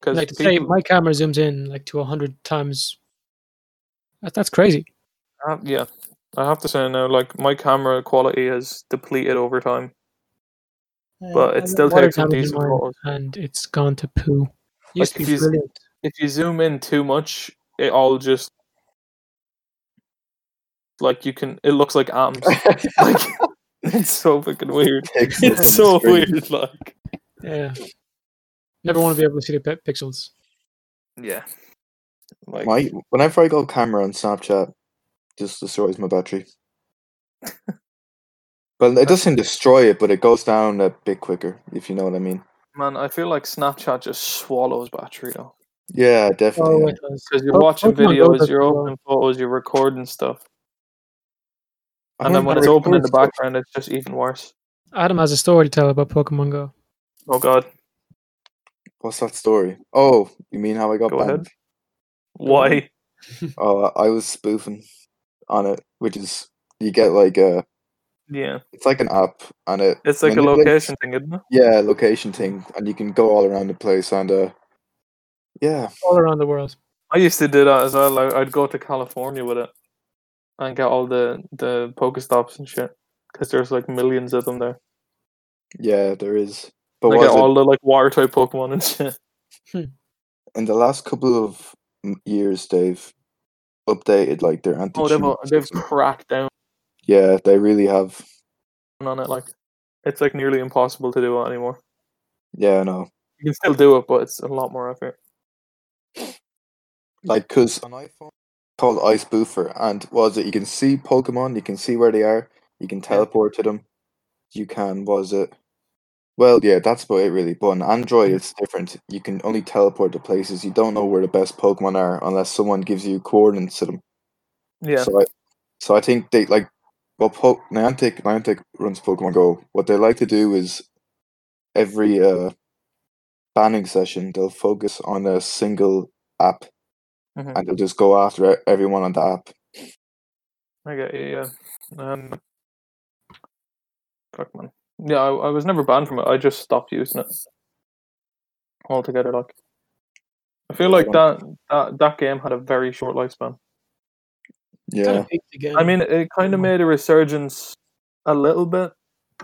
S2: because
S1: Like to say, my camera zooms in like to hundred times. That, that's crazy.
S2: yeah, I have to say now, like my camera quality has depleted over time, but it still
S1: Water
S2: takes some
S1: damage in
S2: decent
S1: mine,
S2: photos.
S1: and it's gone to poo. Used
S2: Like,
S1: to
S2: if
S1: be
S2: you z-
S1: brilliant.
S2: If you zoom in too much, it all just like you can. It looks like atoms. like it's so fucking weird. It's so weird. Like
S1: Yeah, Never want to be able to see the pi- pixels.
S2: Yeah. Like,
S3: My whenever I go camera on Snapchat, just destroys my battery. but it doesn't destroy it, but it goes down a bit quicker, if you know what I mean.
S2: man, I feel like Snapchat just swallows battery though.
S3: Yeah, definitely.
S1: Oh,
S3: yeah.
S1: it does.
S2: Because you're
S1: Oh,
S2: watching
S1: Pokemon Go
S2: videos,
S1: does
S2: you're
S1: as well.
S2: opening photos, you're recording stuff,
S3: I
S2: and
S3: don't
S2: then when
S3: know
S2: it's
S3: if
S2: open in the
S3: records-
S2: background, it's just even worse.
S1: Adam has a story to tell about Pokemon Go.
S2: Oh god,
S3: What's that story? Oh, you mean how I got
S2: Go
S3: banned?
S2: ahead. why?
S3: Oh, I was spoofing on it, which is you get like a
S2: Yeah,
S3: it's like an app and it
S2: it's like a
S3: manipulates-
S2: location thing, isn't it?
S3: yeah location thing, and you can go all around the place and uh yeah
S1: All around the world.
S2: I used to do that as well. Like, I'd go to California with it and get all the the Pokestops and shit because there's like millions of them there.
S3: yeah there is. But
S2: But I
S3: what
S2: get
S3: is it?
S2: all the like water type Pokemon and shit.
S3: in the last couple of m- years they've updated like their anti
S2: Oh, they've they've cracked down
S3: yeah they really have
S2: on it. Like it's like nearly impossible to do it anymore.
S3: yeah I know
S2: You can still do it, but it's a lot more effort.
S3: like because on iPhone it's called Ice Boofer and was it you can see Pokemon you can see where they are you can teleport to them you can was it well yeah that's about it really but on
S2: Mm.
S3: Android it's different you can only teleport to places you don't know where the best Pokemon are unless someone gives you coordinates to them
S2: Yeah,
S3: So I, so I think they like well, po- Niantic Niantic runs Pokemon Go. What they like to do is every uh, banning session they'll focus on a single app
S1: Mm-hmm.
S2: Mhm.
S3: and they'll just go after e- everyone on the app.
S2: I get you. Yeah. Um, fuck man. Yeah, I, I was never banned from it. I just stopped using it altogether. Like, I feel like that that that game had a very short lifespan.
S3: Yeah,
S2: I mean, it kind of made a resurgence a little bit,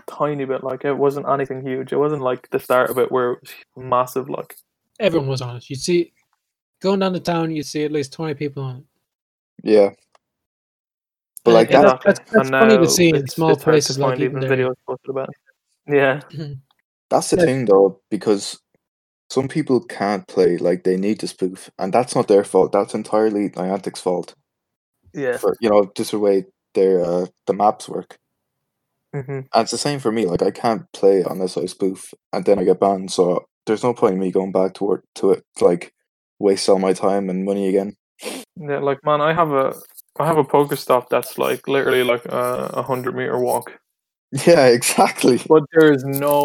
S2: tiny bit. Like it wasn't anything huge. It wasn't like the start of it where it was massive. Like
S1: everyone was on it. You'd see going down the town, you'd see at least twenty people on it.
S3: yeah. But
S1: And
S3: like
S1: it-
S3: that,
S1: that's- that's funny to see in
S2: it's-
S1: small
S2: it's hard to
S1: places like
S2: find even
S1: Edenderry.
S2: videos posted about. it. Yeah,
S3: that's the
S1: yeah.
S3: thing though, because some people can't play like they need to spoof, and that's not their fault. That's entirely Niantic's fault
S2: yeah.
S3: for you know just the way their uh, the maps work.
S2: hmm
S3: And it's the same for me. Like I can't play unless I spoof, and then I get banned. So there's no point in me going back to work to it. to, Like waste all my time and money again.
S2: Yeah, like man, I have a I have a poker stop that's like literally like a a hundred meter walk,
S3: Yeah, exactly.
S2: but there is no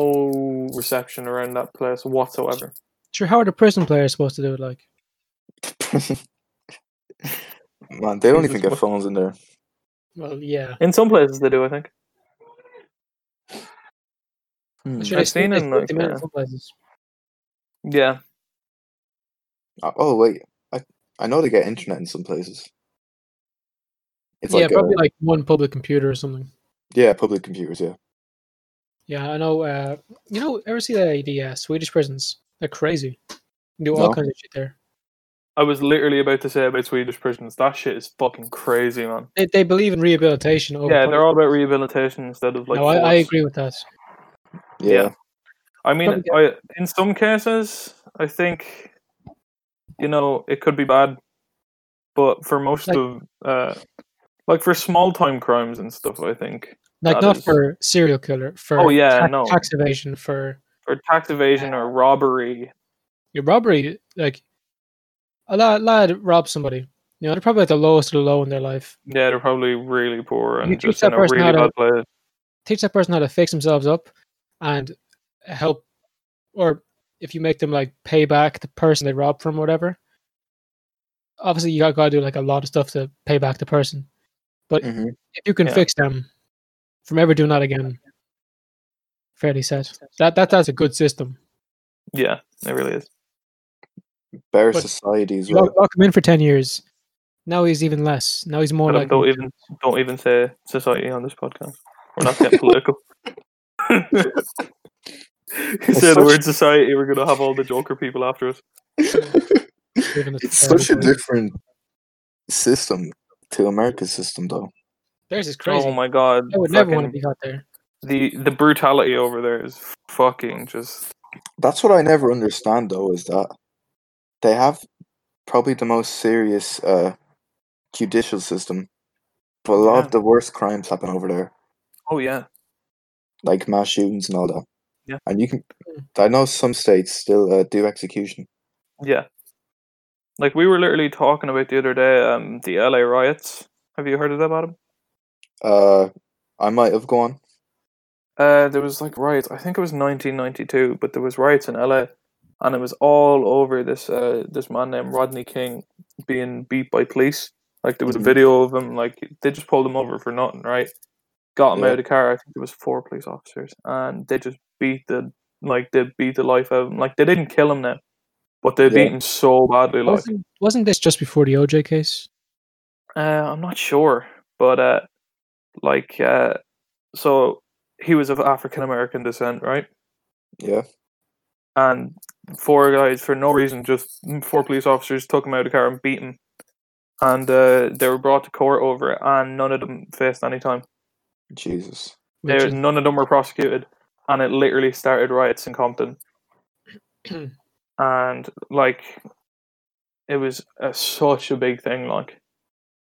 S2: reception around that place whatsoever.
S1: Sure, how are the prison players supposed to do it? Like,
S3: Man, they don't even
S2: Jesus,
S3: get
S2: what-
S3: phones in there.
S1: well, yeah.
S2: In some places they do, I think.
S3: Hmm.
S1: Sure,
S2: I've
S1: they still-
S2: seen
S1: they
S2: it
S1: still
S2: like,
S1: demand
S2: uh,
S1: some places.
S2: Yeah,
S3: Uh, Oh wait, I I know they get internet in some places. It's
S1: yeah,
S3: like uh,
S1: probably like one public computer or something.
S3: yeah, public computers. Yeah,
S1: Yeah, I know. Uh, you know, ever see the the uh, Swedish prisons? They're crazy. You do all
S3: No.
S1: kinds of shit there.
S2: I was literally about to say about Swedish prisons. That shit is fucking crazy, man.
S1: They, they believe in rehabilitation. Over
S2: yeah, they're all
S1: punishment.
S2: about rehabilitation instead of like.
S1: no, I, I
S2: force.
S1: agree with that.
S3: yeah,
S2: Yeah. I mean,
S1: Probably
S2: I, in some cases, I think, you know, it could be bad, but for most
S1: Like-
S2: of, uh, like for small time crimes and stuff, I think
S1: Like,
S2: That
S1: not
S2: is-
S1: for serial killer. For
S2: Oh, yeah,
S1: tax,
S2: no.
S1: tax evasion for
S2: for tax evasion or robbery,
S1: your robbery. Like a lad, lad robs somebody. You know, they're probably at the lowest of the low in their life.
S2: yeah, they're probably really poor and
S1: You teach
S2: just in
S1: that
S2: a
S1: person
S2: really
S1: how to-
S2: bad place.
S1: teach that person how to fix themselves up and help or if you make them like pay back the person they robbed from whatever obviously you gotta, gotta do like a lot of stuff to pay back the person
S3: hmm
S1: if you can
S2: Yeah.
S1: fix them from ever doing that again fairly set that, that that's a good system
S2: Yeah, it really is.
S3: better
S1: But-
S3: society as
S1: you lock,
S3: well.
S1: lock him in for 10 years now he's even less now he's more
S2: Adam,
S1: like
S2: don't even don't even say society on this podcast. We're not getting political. you say the
S3: such-
S2: word society, we're gonna have all the Joker people after us.
S1: Even the
S3: it's
S1: terrible
S3: such a
S1: place.
S3: different system to America's system, though.
S1: theirs is crazy
S2: Oh my god!
S1: i would never want to
S2: fucking-
S1: be out there
S2: the the brutality over there is fucking just
S3: That's what I never understand though is that they have probably the most serious uh, judicial system, but a lot
S2: Yeah.
S3: of the worst crimes happen over there,
S2: Oh yeah,
S3: like mass shootings and all that.
S2: Yeah. Hmm.
S3: And you can, I know some states still uh, do execution.
S2: yeah. Like we were literally talking about the other day, um, the LA riots. Have you heard of them, Adam?
S3: Uh, I might have gone.
S2: Uh, there was like riots. I think it was 1992, but there was riots in LA, and it was all over this uh this man named Rodney King being beat by police. Like there was a
S3: Mhm.
S2: video of him. Like they just pulled him over for nothing, right? Got him
S3: Yeah.
S2: out of the car. I think there was four police officers, and they just beat the like they beat the life out of him. Like they didn't kill him now, but they
S3: Yeah.
S2: beat him so badly. Like
S1: Wasn't, wasn't this just before the OJ case?
S2: uh, I'm not sure, but uh, like uh, so he was of African American descent, right?
S3: Yeah.
S2: and four guys for no reason, just four police officers took him out of the car and beat him. And uh, they were brought to court over it, and none of them faced any time.
S3: Jesus.
S2: They,
S1: Which is-
S2: none of them were prosecuted, and it literally started riots in Compton. and like, it was a, such a big thing, like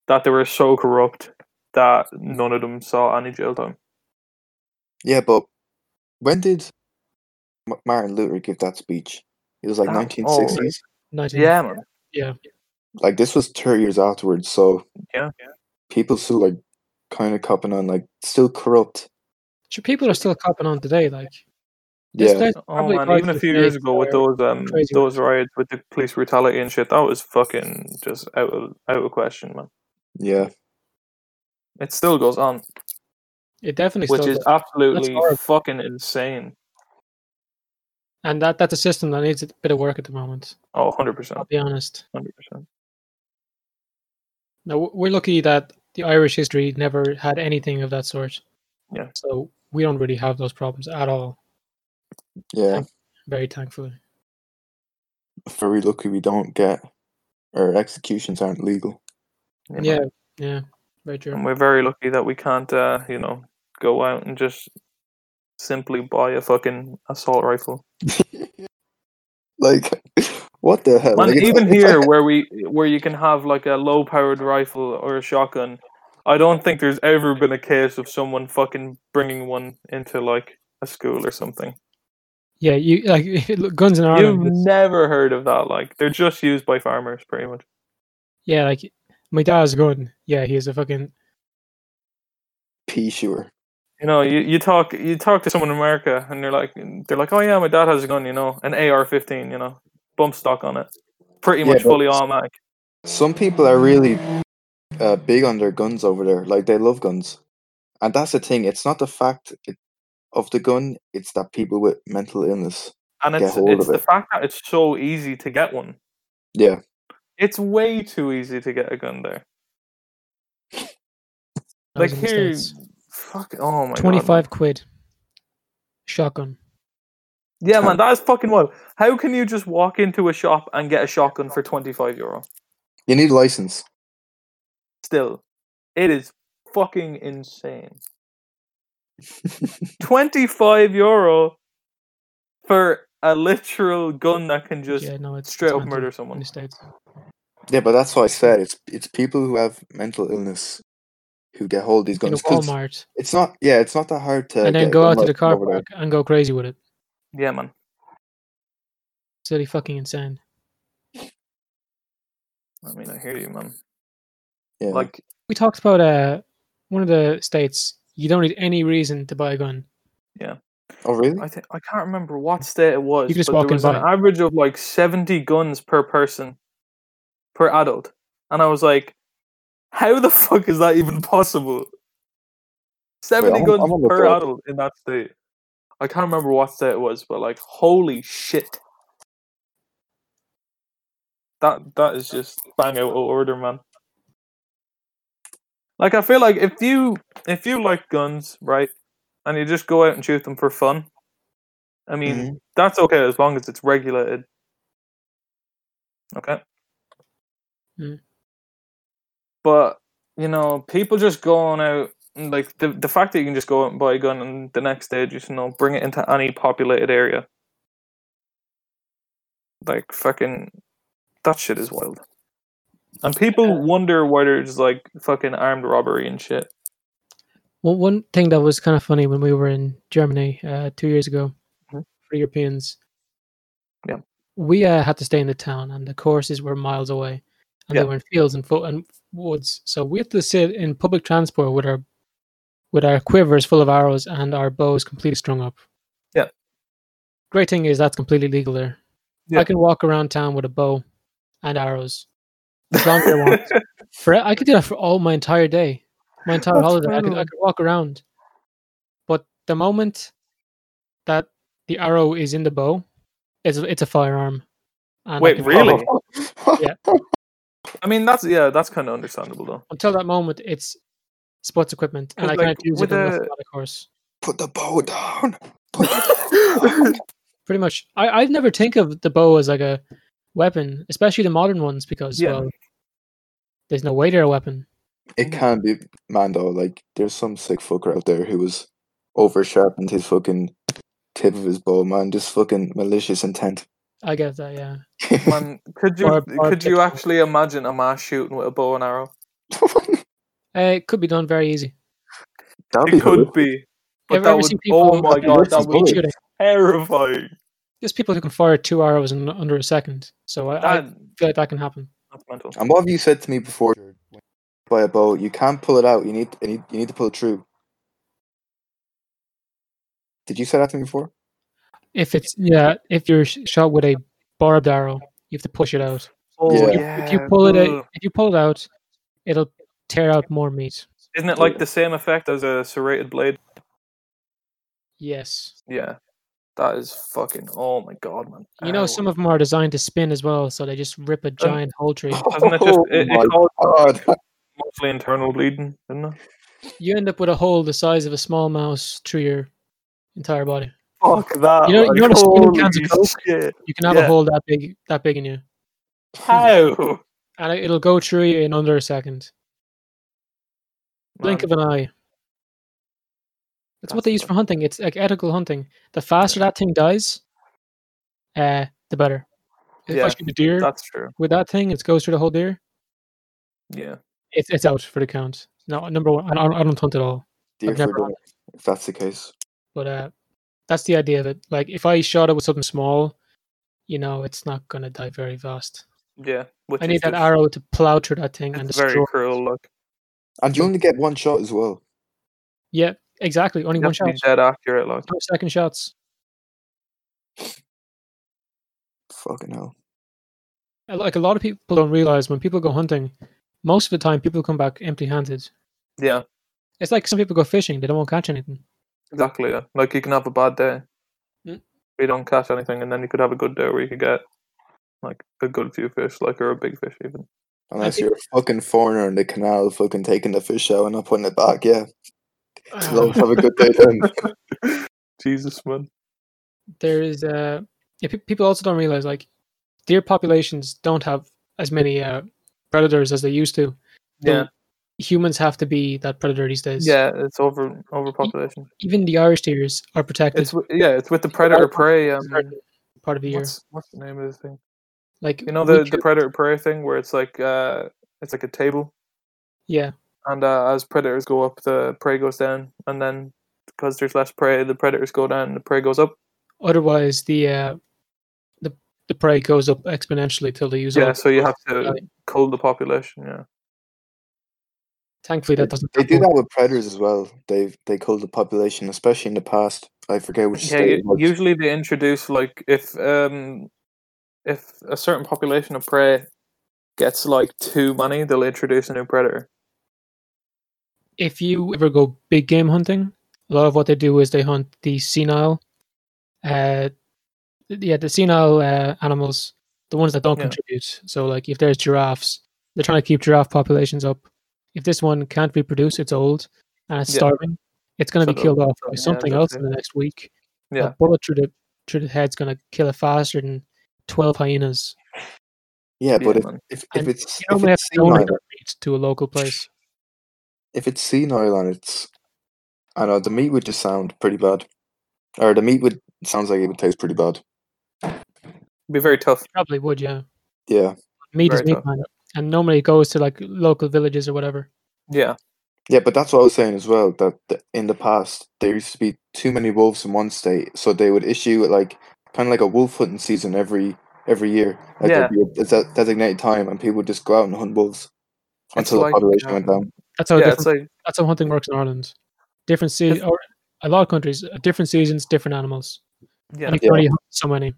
S2: that they were so corrupt that none of them saw any jail time.
S3: Yeah, but when did M- Martin Luther give that speech? It was like
S2: That- oh,
S3: 1960s.
S1: 19
S2: Yeah, man.
S1: Yeah.
S3: Like this was 30 years afterwards, so
S2: Yeah.
S3: people still like kind of copping on, like still corrupt.
S1: Sure, people are still copping on today. Like,
S3: Yeah,
S1: there's
S2: Oh
S1: probably
S2: man,
S1: parts
S2: even
S1: of
S2: a
S1: the
S2: few years
S1: States
S2: ago with
S1: where-
S2: those um
S1: crazy
S2: those riots with the police brutality and shit, that was fucking just out of out of question, man.
S3: yeah,
S2: It still goes on,
S1: It definitely
S2: which
S1: still
S2: is
S1: does.
S2: absolutely
S1: horrible.
S2: fucking insane.
S1: and that that's a system that needs a bit of work at the moment.
S2: Oh, 100 percent,
S1: I'll be honest.
S2: hundred percent.
S1: Now w- we're lucky that the Irish history never had anything of that sort.
S2: Yeah.
S1: So we don't really have those problems at all.
S3: yeah.
S1: Very thankfully.
S3: Very lucky we don't get or executions aren't legal.
S1: Yeah. Yeah. Very true.
S2: and we're very lucky that we can't, uh, you know, go out and just simply buy a fucking assault rifle.
S3: Like, what the hell?
S2: Man,
S3: Like, it's-
S2: even
S3: it's
S2: here
S3: like-
S2: where we where you can have like a low powered rifle or a shotgun, I don't think there's ever been a case of someone fucking bringing one into like a school or something.
S1: Yeah, you like look, guns in
S2: You've
S1: Ireland. is-
S2: never heard of that. Like they're just used by farmers, pretty much.
S1: yeah, like my dad's gun. Yeah, he's a fucking
S3: pea shooter.
S2: You know, you, you talk you talk to someone in America and they're like they're like, oh yeah, my dad has a gun, you know, an AR-15, you know, bump stock on it, pretty
S3: Yeah,
S2: much
S3: but-
S2: fully automatic.
S3: Some people are really uh, big on their guns over there. Like, they love guns, and that's the thing. It's not the fact it, of the gun; it's that people with mental illness.
S2: And
S3: Get
S2: it's
S3: hold
S2: it's
S3: of
S2: the
S3: it.
S2: fact that it's so easy to get one.
S3: Yeah,
S2: It's way too easy to get a gun there.
S1: I was
S2: Like
S1: in the
S2: here,
S1: States.
S2: fuck. Oh my god. man.
S1: 25 quid shotgun.
S2: Yeah, man, that is fucking wild. How can you just walk into a shop and get a shotgun for twenty five euro?
S3: you need a license.
S2: Still, it is fucking insane. twenty five euro for a literal gun that can just
S1: yeah, no, it's
S2: straight
S1: it's
S2: up
S1: mental
S2: murder
S1: in
S2: someone.
S1: the States.
S3: Yeah, but that's what I said. It's it's people who have mental illness who get hold of these
S1: Go to
S3: guns. 'cause
S1: Walmart
S3: It's not. Yeah, it's not that hard to.
S1: and then
S3: get a
S1: go
S3: gun
S1: out to the
S3: license
S1: car
S3: over there.
S1: park and go crazy with it.
S2: Yeah, man.
S1: Silly fucking insane.
S2: I mean, I hear you, man.
S3: Yeah.
S2: Like,
S1: we talked about uh one of the states. You don't need any reason to buy a gun.
S3: oh really?
S2: I think I can't remember what state it was.
S1: You just
S2: but
S1: walk
S2: there
S1: in
S2: was an
S1: by.
S2: average of like seventy guns per person, per adult, and I was like, "How the fuck is that even possible?" Seventy
S3: I'm-
S2: guns
S3: I'm on the
S2: per
S3: ball.
S2: adult in that state. I can't remember what state it was, but like, holy shit! That that is just bang out of order, man. Like I feel like if you if you like guns, right, and you just go out and shoot them for fun, I mean
S3: Mhm.
S2: that's okay as long as it's regulated. Okay.
S1: Mm.
S2: But you know, people just going out and, like the the fact that you can just go out and buy a gun and the next day just you know bring it into any populated area Like fucking that shit is wild. And people wonder why there's like fucking armed robbery and shit.
S1: Well, one thing that was kind of funny when we were in Germany uh, two years ago
S2: Mhm.
S1: for Europeans,
S2: Yeah.
S1: we uh, had to stay in the town, and the courses were miles away, and
S2: Yeah.
S1: they were in fields and, fo- and woods. So we had to sit in public transport with our with our quivers full of arrows and our bows completely strung up.
S2: Yeah.
S1: Great thing is that's completely legal there.
S2: Yeah.
S1: I can walk around town with a bow and arrows. As long as I want. For I could do that for all my entire day, my entire
S2: That's
S1: holiday. I could, I
S2: phenomenal.
S1: could walk around, but the moment that the arrow is in the bow, it's a- it's a firearm. And I
S2: Wait,
S1: can-
S2: really?
S3: Oh.
S1: Yeah.
S2: I mean, that's yeah, that's kind of understandable though.
S1: Until that moment, it's sports equipment, and I
S2: 'Cause,
S1: can't
S2: like,
S1: use
S2: with
S1: it unless
S2: the-
S1: I'm on a course.
S3: Put the bow down. Put the bow
S1: Oh
S3: down.
S1: Pretty much, I I never think of the bow as like a weapon, especially the modern ones, because
S2: Yeah.
S1: well, there's no way they're a weapon.
S3: It can be, man. Though, like, there's some sick fucker out there who was over sharpened his fucking tip of his bow, man. Just fucking malicious intent.
S1: I get that, yeah.
S2: Man, could you
S1: Or- or
S2: could you
S1: picture.
S2: actually imagine a mass shooting with a bow and arrow?
S1: Uh, it could be done very easy.
S3: That'd be
S2: It could
S3: horrific.
S2: be, but
S1: Ever-
S2: that
S1: ever
S2: would
S1: seen
S2: oh
S1: people-
S2: my god,
S3: That's
S2: that would
S3: bullets.
S2: be
S1: Shooting.
S2: terrifying.
S1: There's people who can fire two arrows in under a second, so I, I
S2: That,
S1: feel like that can happen.
S2: that's mental.
S3: And what have you said to me before? By a bow, you can't pull it out. You need, you need, you need to pull it through. Did you say that to me before?
S1: If it's yeah, if you're sh- shot with a barbed arrow, you have to push it out.
S2: Oh,
S3: Yeah.
S2: yeah.
S3: If you-
S1: If you pull it
S2: ugh.
S1: out, if you pull it out, it'll tear out more meat.
S2: isn't it like the same effect as a serrated blade?
S1: Yes,
S2: Yeah, that is fucking. Oh my god, man.
S1: you know
S2: Ow. Uh,
S1: some of them are designed to spin as well, so they just rip a giant hole tree.
S2: Doesn't it just
S3: Oh
S2: it,
S3: my
S2: it causes
S3: God.
S2: mostly internal bleeding? Isn't it?
S1: You end up with a hole the size of a small mouse through your entire body.
S2: Fuck that.
S1: You know- you know
S2: like,
S1: the spinning
S2: holy
S1: cans of Coke?
S2: shit.
S1: You can have a
S2: Yeah.
S1: hole that big, that big in you,
S2: How?
S1: and it- it'll go through you in under a second, blink
S2: Man,
S1: of an eye. That's what
S2: That's
S1: they use
S2: what-
S1: for hunting. It's like ethical hunting. The faster that thing dies, uh, the better. If I
S2: Yeah,
S1: shoot a deer
S2: that's true.
S1: with that thing, it goes through the whole deer.
S2: Yeah.
S1: It's it's out for the count. No, number one, I don't, I don't hunt at all.
S3: Dear
S1: I've never
S3: for dinner, if that's the case.
S1: But uh, that's the idea of it. Like if I shot it with something small, you know, it's not gonna die very fast.
S2: Yeah. Which
S1: I
S2: is
S1: need that
S2: just-
S1: arrow to plow through that thing and
S2: It's
S1: destroy.
S2: very
S1: it.
S2: cruel. Look,
S3: And you only get one shot as well.
S1: Yeah, exactly. Only
S2: you
S1: one
S2: have to
S1: shot.
S2: be dead accurate. Look,
S1: No second shots.
S3: Fucking hell.
S1: Uh, Like a lot of people don't realize when people go hunting, most of the time people come back empty-handed.
S2: yeah,
S1: It's like some people go fishing; they don't want to catch anything.
S2: exactly. Yeah. Like you can have a bad day,
S1: Mm.
S2: we don't catch anything, and then you could have a good day where you could get like a good few fish, like or a big fish even.
S3: Unless
S1: think-
S3: you're a fucking foreigner in the canal, fucking taking the fish out and not putting it back, yeah.
S1: Um,
S3: Love, have a good day then.
S2: Jesus man,
S1: there is uh, yeah, pe- people also don't realize like deer populations don't have as many uh, predators as they used to. So
S2: yeah,
S1: humans have to be that predator these days.
S2: yeah. It's over overpopulation.
S1: even the Irish deers are protected.
S2: It's wi- yeah, it's with the predator prey. Um,
S1: part, part of the year.
S2: what's, what's the name of this thing?
S1: Like
S2: You know
S1: we
S2: the the
S1: shoot-
S2: predator prey thing where it's like uh it's like a table
S1: yeah,
S2: and uh, as predators go up, the prey goes down, and then because there's less prey, the predators go down, and the prey goes up.
S1: otherwise the uh, the the prey goes up exponentially till they use all
S2: yeah, so you have to
S1: Right.
S2: cull the population. Yeah,
S1: Thankfully, that doesn't.
S3: They do
S1: happen.
S3: that with predators as well. They they cull the population, especially in the past. I forget which
S2: yeah.
S3: state. it
S2: u-
S3: was.
S2: Usually they introduce like if um if a certain population of prey gets like too many, they'll introduce a new predator.
S1: If you ever go big game hunting, a lot of what they do is they hunt the senile, uh, th- yeah, the senile uh, animals, the ones that don't
S2: Yeah.
S1: contribute. So, like, if there's giraffes, they're trying to keep giraffe populations up. If this one can't reproduce, it's old and it's
S2: Yeah.
S1: starving. It's going to
S2: So
S1: be
S2: they'll-
S1: killed off by
S2: yeah,
S1: something else in the next week.
S2: Yeah.
S1: A bullet through the through the head's going to kill it faster than twelve hyenas.
S3: Yeah,
S2: Yeah,
S3: but if,
S2: man.
S3: if, if
S1: And
S3: it's
S1: You
S3: if
S1: don't have
S3: it's
S1: to donate
S3: senile,
S1: that meat to a local place.
S3: if it's senile and it's, I know the meat would just sound pretty bad, or the meat would sounds like it would taste pretty bad.
S2: be very tough.
S1: Probably would, yeah.
S3: Yeah.
S1: Meat is
S2: Very
S1: meat,
S2: tough.
S1: man. And normally it goes to like local villages or whatever.
S2: Yeah.
S3: Yeah, but that's what I was saying as well. That th- in the past there used to be too many wolves in one state, so they would issue like kind of like a wolf hunting season every every year. Like
S2: Yeah.
S3: there'd be a, des- designated time, and people would just go out and hunt wolves until
S2: like,
S3: the population went
S2: um,
S3: down.
S1: That's how
S2: yeah,
S1: Oh, different,
S2: it's like
S1: that's how hunting works in Ireland. Different seasons, or a lot of countries, uh, different seasons, different animals.
S2: yeah.
S1: And you can
S3: Yeah.
S1: only hunt so many.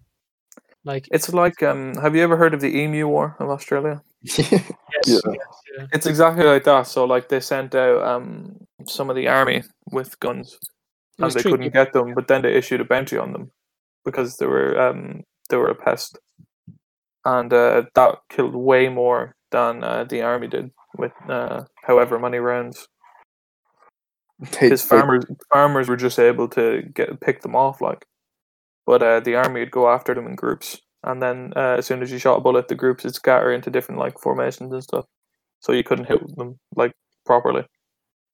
S1: Like
S2: It's like um have you ever heard of the Emu War of Australia?
S1: yes,
S3: Yeah.
S1: yes, yeah.
S2: It's exactly like that. So like they sent out um some of the army with guns
S1: It
S2: and
S1: was
S2: they
S1: tricky.
S2: couldn't get them, but then they issued a bounty on them because they were um they were a pest. And uh, that killed way more than uh, the army did with uh, however many rounds.
S3: They-
S2: because
S3: they-
S2: farmers farmers were just able to get pick them off like but uh, the army would go after them in groups and then uh, as soon as you shot a bullet the groups would scatter into different like formations and stuff so you couldn't hit them like properly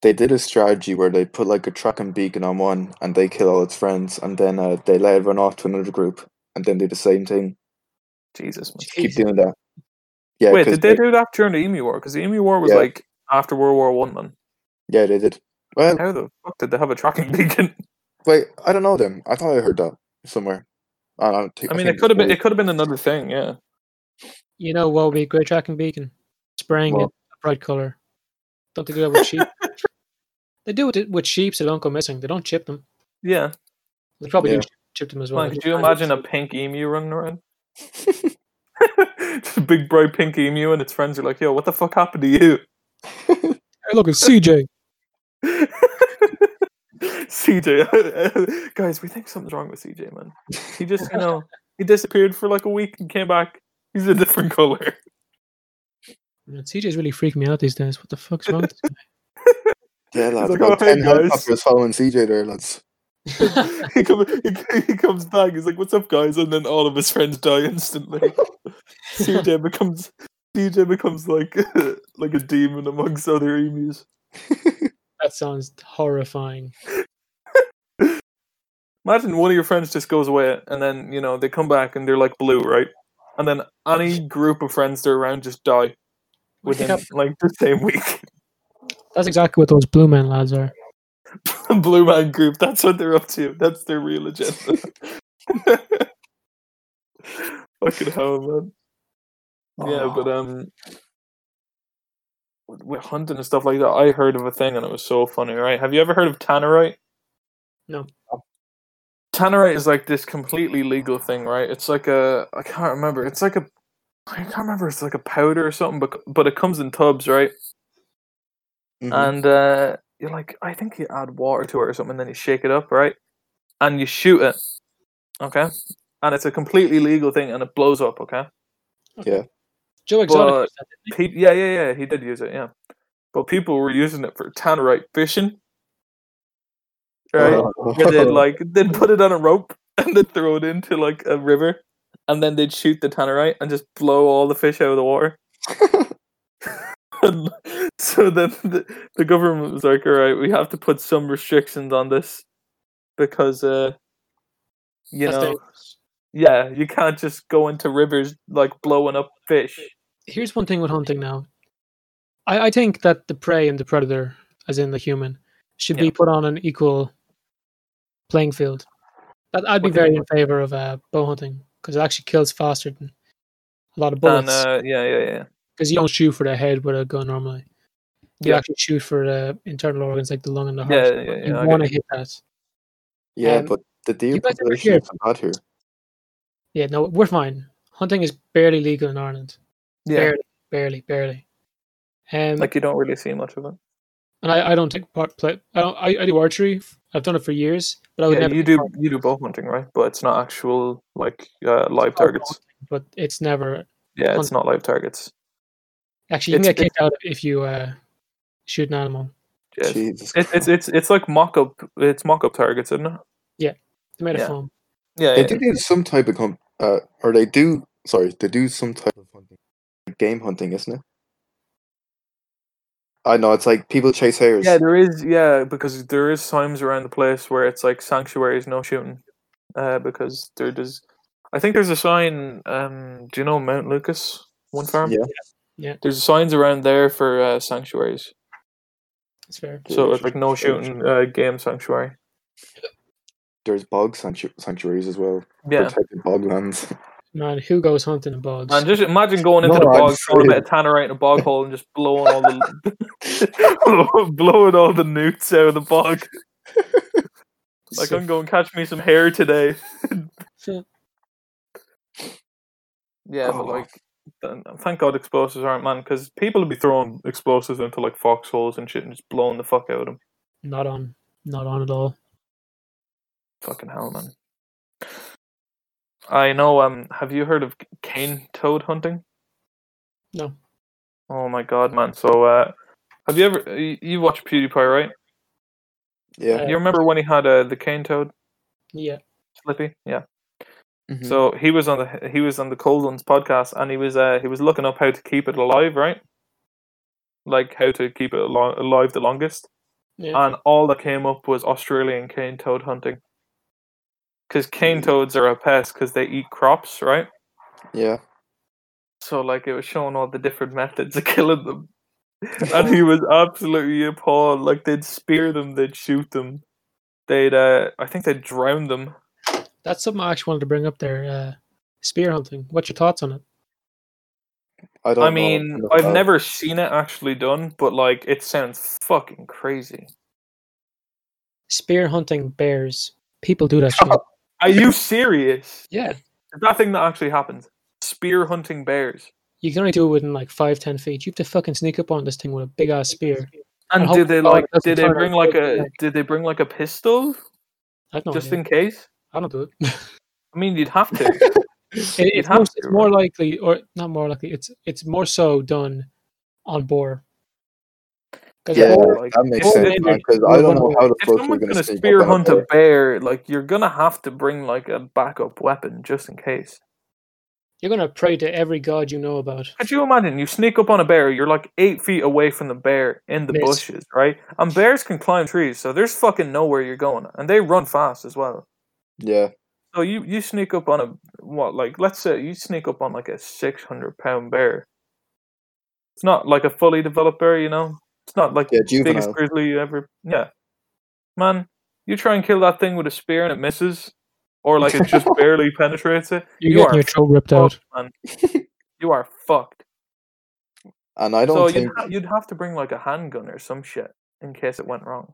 S3: they did a strategy where they put like a tracking beacon on one and they kill all its friends and then uh, they let everyone off to another group and then do the same thing
S2: jesus man.
S3: Just keep doing that yeah
S2: wait
S3: 'cause
S2: did they do that during the emu war because the emu war was
S3: Yeah.
S2: like after world war one man
S3: yeah they did well
S2: how the fuck did they have a tracking beacon
S3: wait i don't know them i thought i heard that somewhere i, don't think,
S2: i mean
S3: think
S2: it could have been
S3: was-
S2: it could have been another thing yeah
S1: You know what would be a great tracking beacon? Spraying
S3: What?
S1: it a bright color. Don't they do that with sheep? they do it with sheep so they don't go missing. They don't chip them.
S2: yeah
S1: They probably
S3: Yeah.
S1: do chip them as well.
S2: man, could you imagine a pink emu running around just a big bright pink emu and its friends are like yo what the fuck happened to you
S1: Hey, look, it's CJ.
S2: CJ, guys, we think something's wrong with CJ, man. He just, you know, he disappeared for like a week and came back. He's a different color.
S1: Man, CJ's really freaking me out these days. What the fuck's wrong with this
S3: yeah lads
S2: like,
S3: about
S2: "Oh, hey,
S3: 10
S2: guys."
S3: helicopters following cj there lads
S1: guy?
S2: he, come, he, he comes back. He's like, "What's up, guys?" And then all of his friends die instantly. CJ becomes CJ becomes like like a demon amongst other emus.
S1: that sounds horrifying.
S2: Imagine one of your friends just goes away, and then you know they come back and they're like blue, right? And then any group of friends they're around just die within
S1: Yep.
S2: like the same week.
S1: That's exactly what those blue man lads are.
S2: Blue Man Group. That's what they're up to. That's their real agenda. Fucking hell, man. Yeah, but um, with with hunting and stuff like that, I heard of a thing and it was so funny. Right? Have you ever heard of tannerite?
S1: No.
S2: Tannerite is like this completely legal thing, right? It's like a I can't remember. It's like a I can't remember. It's like a powder or something, but but it comes in tubs, right?
S3: Mhm.
S2: and uh, you're like, I think you add water to it or something, then you shake it up, right? And you shoot it, okay? And it's a completely legal thing, and it blows up, okay?
S1: Joe Exotic.
S2: But-
S1: used that, didn't
S2: Pe- yeah, yeah, yeah. He did use it, yeah. But people were using it for tannerite fishing, right?
S3: Oh.
S2: where they'd like they'd put it on a rope and then throw it into like a river, and then they'd shoot the tannerite and just blow all the fish out of the water. And so then the, the government was like, "All right, we have to put some restrictions on this because, uh,
S1: they?
S2: you
S1: That's
S2: know,
S1: dangerous.
S2: yeah, you can't just go into rivers like blowing up fish."
S1: Here's one thing with hunting now. I, I think that the prey and the predator, as in the human, should
S2: Yeah.
S1: be put on an equal playing field. That I'd be
S2: What do you
S1: very in favor of uh, bow hunting because it actually kills faster than a lot of
S2: And
S1: bullets
S2: uh, yeah, yeah, yeah,
S1: because you don't shoot for the head with a gun normally. You
S2: Yeah.
S1: actually shoot for the internal organs like the lung and the heart.
S2: yeah, yeah, yeah.
S1: you
S2: I
S1: want
S2: get
S1: to
S2: it.
S1: hit that.
S3: yeah
S1: um,
S3: but the deer
S1: you guys ever
S3: population
S1: hear-
S3: is bad here
S1: Yeah, no, we're fine. Hunting is barely legal in Ireland.
S2: yeah.
S1: Barely, barely, barely. Um,
S2: Like you don't really see much of it.
S1: and I, I don't take part. Play, I, don't, I I do archery. I've done it for years, but I would
S2: Yeah,
S1: never.
S2: you
S1: take
S2: do
S1: part,
S2: you do bow hunting, right? But it's not actual like uh, live
S1: called bow
S2: targets.
S1: but it's never
S2: Yeah, it's
S1: hunting.
S2: not live targets.
S1: actually. You can
S2: It's-
S1: get kicked out if you uh, shoot an animal.
S2: Yeah, it's
S3: jesus
S2: it's it's, it's, it's like mock up. It's mock up targets, isn't it?
S1: They made a
S2: Yeah.
S1: film.
S2: Yeah,
S3: they
S2: yeah.
S3: do do some type of com- uh, or they do sorry they do some type of hunting game hunting isn't it i know it's like people chase hares
S2: Yeah, there is. Yeah, because there is times around the place where it's like sanctuaries, no shooting, uh, because they're just I think there's a sign. Um, do you know Mount Lucas One Farm?
S3: Yeah.
S1: Yeah.
S2: There's signs around there for uh, sanctuaries.
S1: It's fair.
S2: So
S3: Yeah,
S2: it's like no
S3: sure,
S2: shooting uh, game sanctuary.
S3: There's bog sanctu- sanctuaries as well.
S2: Yeah.
S3: Protected boglands.
S1: Man, who goes hunting in bogs?
S2: And just imagine going into
S3: No,
S2: the
S3: I'm
S2: bog, throwing a bit
S3: serious.
S2: of tannerite in a bog hole, and just blowing all the blowing all the newts out of the bog. Like I'm going catch me some hair today.
S1: So-
S2: Yeah,
S3: Oh.
S2: but like, th- thank God explosives aren't man, because people would be throwing explosives into like foxholes and shit and just blowing the fuck out of them.
S1: not on, not on at all.
S2: Fucking hell, man. I know. Um, have you heard of cane toad hunting?
S1: No.
S2: Oh my god, man. So, uh, have you ever y- you watch PewDiePie, right?
S3: Yeah.
S1: Yeah.
S2: You remember when he had uh, the cane toad
S1: Yeah,
S2: Slippy? Yeah.
S3: Mhm.
S2: So he was on the he was on the Cold Ones podcast, and he was uh, he was looking up how to keep it alive, right? Like how to keep it alo- alive the longest,
S1: yeah.
S2: and all that came up was Australian cane toad hunting. Because cane toads are a pest because they eat crops, right?
S3: Yeah.
S2: So like it was showing all the different methods of killing them, and he was absolutely appalled. Like they'd spear them, they'd shoot them, they'd uh, I think they'd drown them.
S1: That's something I actually wanted to bring up there. Uh, spear hunting. What's your thoughts on it?
S3: I don't.
S2: I
S3: know
S2: mean,
S3: enough
S2: I've
S3: about it.
S2: never seen it actually done, but like it sounds fucking crazy.
S1: Spear hunting bears. People do that shit.
S2: Are you serious?
S1: yeah,
S2: Is that thing that actually happens? Spear hunting bears.
S1: you can only do it within like five, ten feet. You have to fucking sneak up on this thing with a big ass spear. I
S2: And
S1: hope
S2: did they
S1: the dog
S2: like
S1: doesn't
S2: did they
S1: turn out
S2: bring like
S1: good,
S2: a
S1: like-
S2: did they bring like a pistol
S1: I don't know.
S2: just in case?
S1: I don't do it. it
S2: I mean, you'd have to.
S1: it's,
S2: have
S1: most,
S2: to,
S1: it's more likely, or not more likely. It's it's more so done on boar. 'Cause
S3: Yeah,
S1: boar-
S2: like,
S3: that makes
S2: if
S3: sense
S2: they-
S3: because I
S1: if
S3: don't know how the
S2: If
S3: fuck we're
S2: someone's
S3: gonna
S2: gonna
S3: sneak up
S2: spear
S3: on a
S2: hunt a
S3: bear.
S2: bear, like you're gonna have to bring like a backup weapon just in case.
S1: You're gonna pray to every god you know about.
S2: Could you imagine? You sneak up on a bear. You're like eight feet away from the bear in the
S1: Miss.
S2: bushes, right? And bears can climb trees, so there's fucking nowhere you're going, and they run fast as well.
S3: Yeah,
S2: So you you sneak up on a what? Like let's say you sneak up on like a six hundred pound bear. It's not like a fully developed bear, you know. It's not like
S3: yeah,
S2: the biggest
S3: juvenile.
S2: grizzly you ever. Yeah, man, you try and kill that thing with a spear and it misses, or like it just barely penetrates it.
S1: You're
S2: You
S1: getting
S2: are
S1: your throat ripped out.
S2: fucked, man. You are fucked.
S3: And I
S2: So
S3: don't
S2: you'd,
S3: think
S2: ha- you'd have to bring like a handgun or some shit in case it went wrong.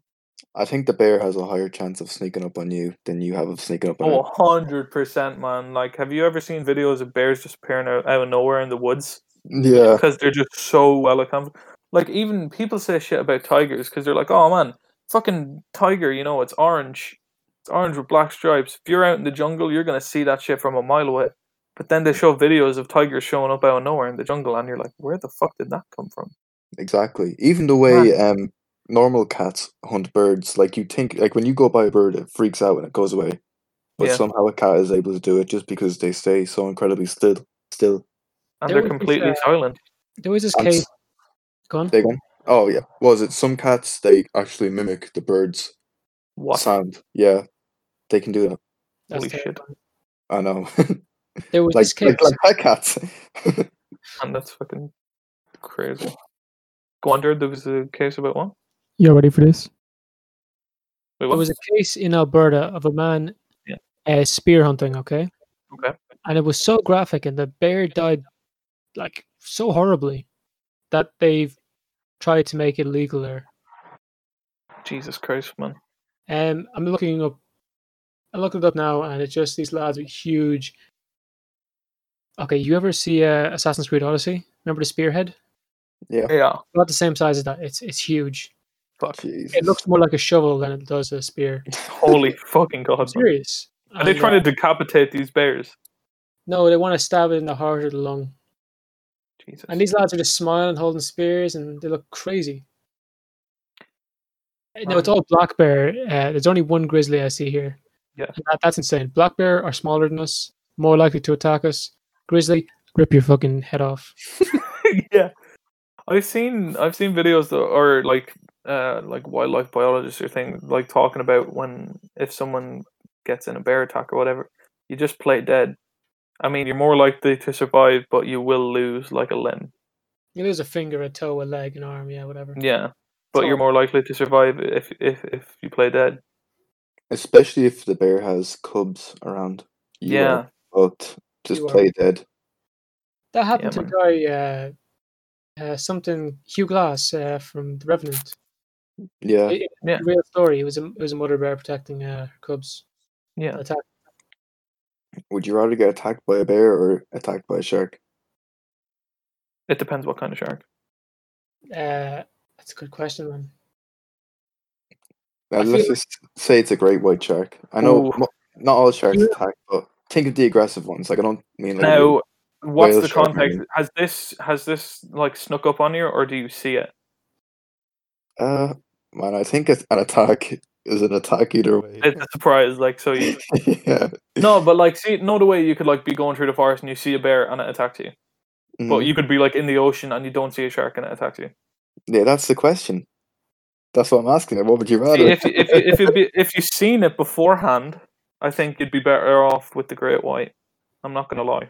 S3: I think the bear has a higher chance of sneaking up on you than you have of sneaking up on
S2: Oh,
S3: it.
S2: 100%, man. Like, have you ever seen videos of bears just appearing out, out of nowhere in the woods?
S3: Yeah,
S2: Because they're just so well accompanied. Like, even people say shit about tigers because they're like, oh, man, fucking tiger, you know, it's orange. It's orange with black stripes. If you're out in the jungle, you're going to see that shit from a mile away. But then they show videos of tigers showing up out of nowhere in the jungle, and you're like, where the fuck did that come from?
S3: exactly. Even the way um normal cats hunt birds, like you think, like when you go by a bird, it freaks out and it goes away. But
S2: Yeah.
S3: somehow a cat is able to do it just because they stay so incredibly still. Still,
S2: And
S1: There
S2: they're
S1: was this,
S2: completely
S1: uh,
S2: silent.
S1: There was this
S3: I'm
S1: case.
S3: s-
S1: Gone.
S3: they go. Oh yeah, was it some cats? They actually mimic the birds'
S2: What?
S3: sound. Yeah, they can do that.
S1: That's
S2: Holy shit.
S1: terrifying.
S3: I know.
S1: There was
S3: like,
S1: this case.
S3: like like pet cats.
S2: And that's fucking crazy. Gwonder, there was a case about one.
S4: You ready for this?
S2: Wait,
S1: There
S2: what?
S1: was a case in Alberta of a man
S2: Yeah.
S1: uh, spear hunting, okay?
S2: Okay.
S1: And it was so graphic, and the bear died like so horribly that they've tried to make it legal there.
S2: Jesus Christ, man.
S1: Um, I'm looking up, I looked it up now, and it's just these lads with huge. Okay, you ever see uh, Assassin's Creed Odyssey? Remember the spearhead?
S2: Yeah.
S1: About the same size as that. It's it's huge.
S2: Fuck.
S3: Jesus.
S1: It looks more like a shovel than it does a spear.
S2: Holy fucking god.
S1: I'm
S2: Man.
S1: serious.
S2: Are they
S1: And, uh,
S2: trying to decapitate these bears?
S1: No, they want to stab it in the heart or the lung.
S2: Jesus.
S1: And these lads are just smiling, holding spears, and they look crazy. Uh, No, it's
S2: Right.
S1: all black bear. Uh, there's only one grizzly I see here.
S2: Yeah.
S1: And that, that's insane. Black bear are smaller than us, more likely to attack us. Grizzly, rip your fucking head off.
S2: yeah. I've seen I've seen videos that are like uh like wildlife biologists or thing like talking about when if someone gets in a bear attack or whatever, you just play dead. I mean, you're more likely to survive, but you will lose like a limb.
S1: You lose a finger, a toe, a leg, an arm, yeah, whatever.
S2: Yeah, but
S1: So-
S2: you're more likely to survive if if if you play dead.
S3: Especially if the bear has cubs around. You
S2: yeah,
S3: are fucked. Just
S1: You are.
S3: play dead.
S1: That happened
S2: Yeah,
S1: to a guy, uh, uh, something Hugh Glass uh, from The Revenant.
S3: Yeah.
S1: It-
S2: Yeah.
S1: Real story. It was a it was a mother bear protecting uh, her cubs.
S2: yeah.
S1: Attack.
S3: Would you rather get attacked by a bear or attacked by a shark?
S2: It depends what kind of shark.
S1: Uh, that's a good question, man.
S3: Now,
S1: I
S3: Uh, let's
S1: feel-
S3: just say it's a great white shark. I know
S2: Ooh.
S3: mo- not all sharks
S1: Yeah.
S3: attack, but think of the aggressive ones. Like I don't mean like
S2: Now, what's
S3: whale
S2: the
S3: shark,
S2: context?
S3: maybe.
S2: Has this has this like snuck up on you, or do you see it?
S3: uh man. I think it's an attack is an attack either way.
S2: It's a surprise, like so. You
S3: yeah,
S2: no, but like see, no the way you could like be going through the forest and you see a bear and it attacks you, but
S3: Mm.
S2: you could be like in the ocean and you don't see a shark and it attacks you.
S3: yeah. That's the question. That's what I'm asking. Like, what would you
S2: See,
S3: rather?
S2: if you- if you- if you be, if you've seen it beforehand, I think you'd be better off with the great white. I'm not gonna lie,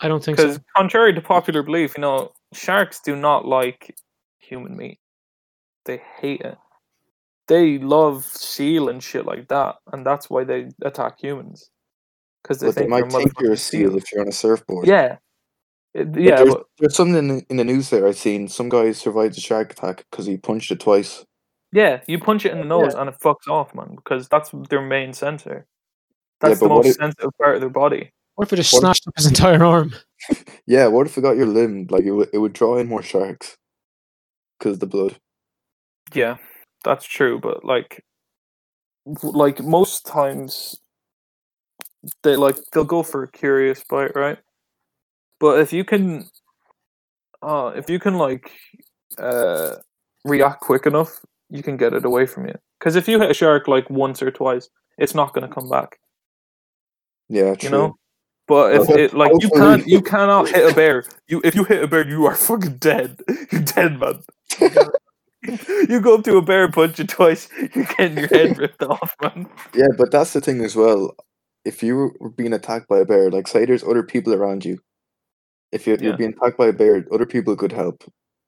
S1: I don't think so.
S2: because contrary to popular belief, you know, sharks do not like human meat. They hate it. They love seal and shit like that, and that's why they attack humans. Because they
S3: but they
S2: think they're
S3: might think you're a
S2: motherfucking
S3: seal if you're on a surfboard.
S2: Yeah, It-
S3: But
S2: yeah,
S3: there's,
S2: but,
S3: there's something in the, in the news there I've seen. Some guy survived a shark attack because he punched it twice.
S2: yeah. You punch it in the
S1: Yeah.
S2: nose and it fucks off, man. Because that's their main sensor. That's the
S3: but what
S2: most
S3: if-
S2: sensitive part of their body.
S1: What if it just
S3: What if-
S1: snatched up his entire arm?
S3: Yeah, what if it got your limb? Like it, w- it would draw in more sharks because the blood.
S2: Yeah, that's true, but like, w- like most times, they like they'll go for a curious bite, right? But if you can, uh, if you can like, uh, react quick enough, you can get it away from you. Because if you hit a shark like once or twice, it's not going to come back,
S3: Yeah, true.
S2: you know. But if
S3: Well,
S2: it like you
S3: hopefully-
S2: can't, you cannot hit a bear. You if you hit a bear, you are fucking dead. You're dead, man. you go up to a bear and punch it twice, you're getting your head ripped off, man.
S3: Yeah, but that's the thing as well. If you were being attacked by a bear, like say there's other people around you. If you're,
S2: Yeah.
S3: you're being attacked by a bear, other people could help.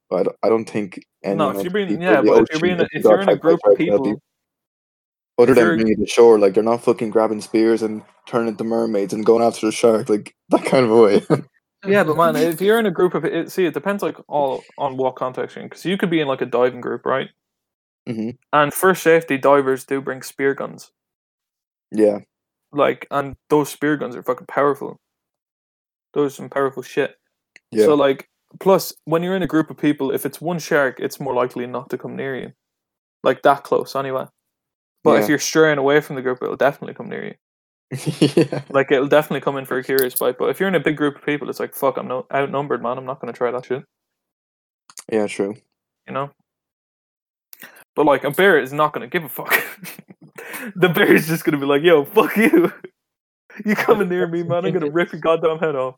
S3: But I don't, I don't think anyone.
S2: No, if
S3: else
S2: you're
S3: people
S2: being
S3: in
S2: yeah,
S3: the
S2: but if you're
S3: ocean,
S2: being a-
S3: you
S2: if
S3: got
S2: you're in a
S3: attacked by
S2: group of
S3: shark, they'll help you.
S2: people,
S3: other
S2: if
S3: than
S2: you're-
S3: bringing it to shore, like they're not fucking grabbing spears and turning into mermaids and going after the shark, like that kind of a way.
S2: yeah, but man, if you're in a group of it, see, it depends like all on what context you're in, because you could be in like a diving group, right?
S3: Mhm.
S2: And for safety, divers do bring spear guns,
S3: yeah,
S2: like, and those spear guns are fucking powerful. Those are some powerful shit.
S3: yeah,
S2: So like, plus when you're in a group of people, if it's one shark, it's more likely not to come near you, like that close anyway. But
S3: Yeah.
S2: if you're straying away from the group, it'll definitely come near you.
S3: yeah,
S2: Like it'll definitely come in for a curious bite. But if you're in a big group of people, it's like fuck, I'm no- outnumbered, man. I'm not gonna try that shit.
S3: yeah, true.
S2: You know. But like a bear is not gonna give a fuck. the bear is just gonna be like, yo, fuck you. You coming near me, man? I'm gonna rip your goddamn head off.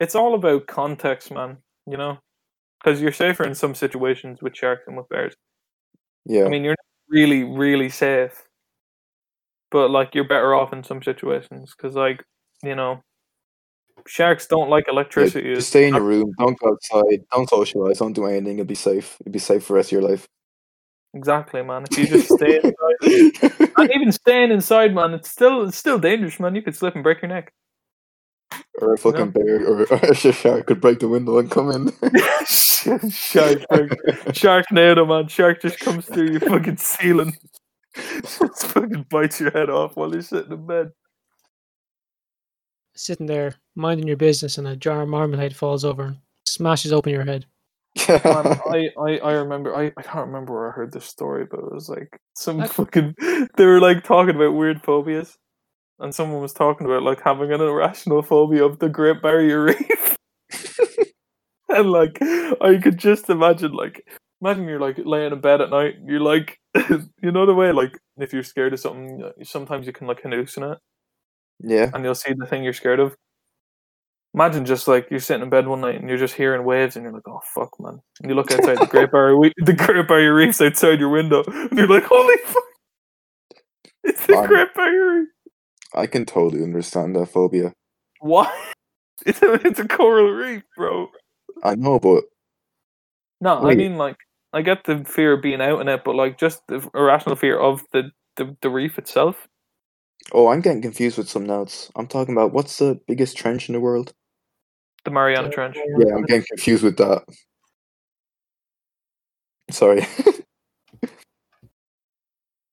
S2: It's all about context, man. You know, because you're safer in some situations with sharks than with bears.
S3: Yeah,
S2: I mean, you're not really, really safe, but like you're better off in some situations because, like, you know, sharks don't like
S3: yeah
S2: electricity.
S3: just
S2: is-
S3: stay in your room. Don't go outside. Don't socialize. Don't do anything. You'll be safe. You'll be safe for the rest of your life.
S2: exactly, man. If you just stay inside, and even staying inside, man, it's still it's still dangerous, man. You could slip and break your neck.
S3: or a fucking bear or, or a shark could break the window and come in.
S2: shark, break- shark nailed man. Shark just comes through your fucking ceiling, just fucking bites your head off while you're sitting in bed.
S1: Sitting there minding your business, and a jar of marmalade falls over and smashes open your head.
S2: Man, I, I, I remember I, I can't remember where I heard this story, but it was like some
S1: Like-
S2: fucking they were like talking about weird phobias. And someone was talking about like having an irrational phobia of the Great Barrier Reef. and like I could just imagine like imagine you're like laying in bed at night, you're like you know the way like if you're scared of something sometimes you can like hallucinate
S3: yeah,
S2: and you'll see the thing you're scared of. Imagine just like you're sitting in bed one night and you're just hearing waves and you're like, oh fuck, man. And you look outside the Great Barrier, we- the Great Barrier Reef's outside your window and you're like, holy fuck, it's the
S3: Man.
S2: Great Barrier Reef.
S3: I can totally understand that phobia.
S2: What? It's a, it's a coral reef, bro.
S3: I know, but
S2: No, I
S3: Wait.
S2: mean like I get the fear of being out in it, but like just the irrational fear of the the, the reef itself.
S3: oh, I'm getting confused with some notes. I'm talking about what's the biggest trench in the world?
S2: The Mariana Trench.
S3: Yeah, I'm getting confused with that. Sorry.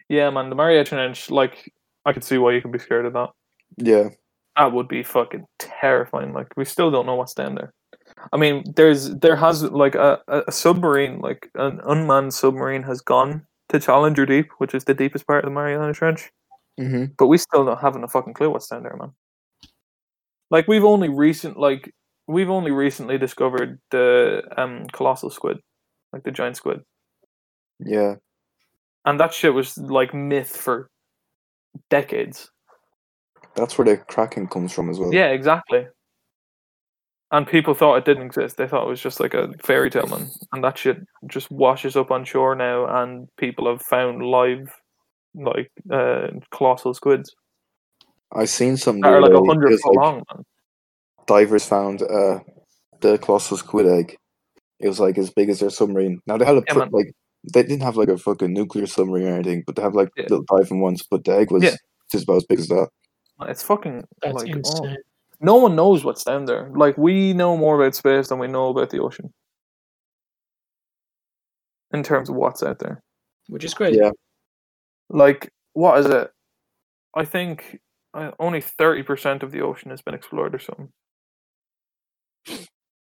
S2: Yeah, man, the Mariana Trench. Like I could see why you could be scared of that.
S3: yeah.
S2: That would be fucking terrifying. Like we still don't know what's down there. I mean, there's there has like a, a a submarine, like an unmanned submarine, has gone to Challenger Deep, which is the deepest part of the Mariana Trench.
S3: hmm
S2: but we still don't haven't a fucking clue what's down there, man. Like we've only recent like we've only recently discovered the um colossal squid, like the giant squid,
S3: Yeah.
S2: and that shit was like myth for decades.
S3: That's where the kraken comes from as well.
S2: Yeah, exactly. And people thought it didn't exist. They thought it was just like a fairy tale, man. And that shit just washes up on shore now, and people have found live, like uh, colossal squids
S3: I've seen some
S2: that are like
S3: where
S2: a
S3: they-
S2: hundred
S3: there's,
S2: foot
S3: like,
S2: long. Man.
S3: divers found uh, the colossal squid egg. It was like as big as their submarine. Now they had a
S2: Yeah,
S3: pr-
S2: man.
S3: like they didn't have like a fucking nuclear submarine or anything, but they have like
S2: Yeah.
S3: little diving ones. But the egg was
S2: Yeah.
S3: just about as big as that.
S2: It's fucking
S1: That's
S2: like oh.
S1: insane.
S2: no one knows what's down there. Like we know more about space than we know about the ocean. In terms of what's out there.
S1: Which is crazy.
S3: Yeah.
S2: Like what is it? I think uh, only 30% of the ocean has been explored or something.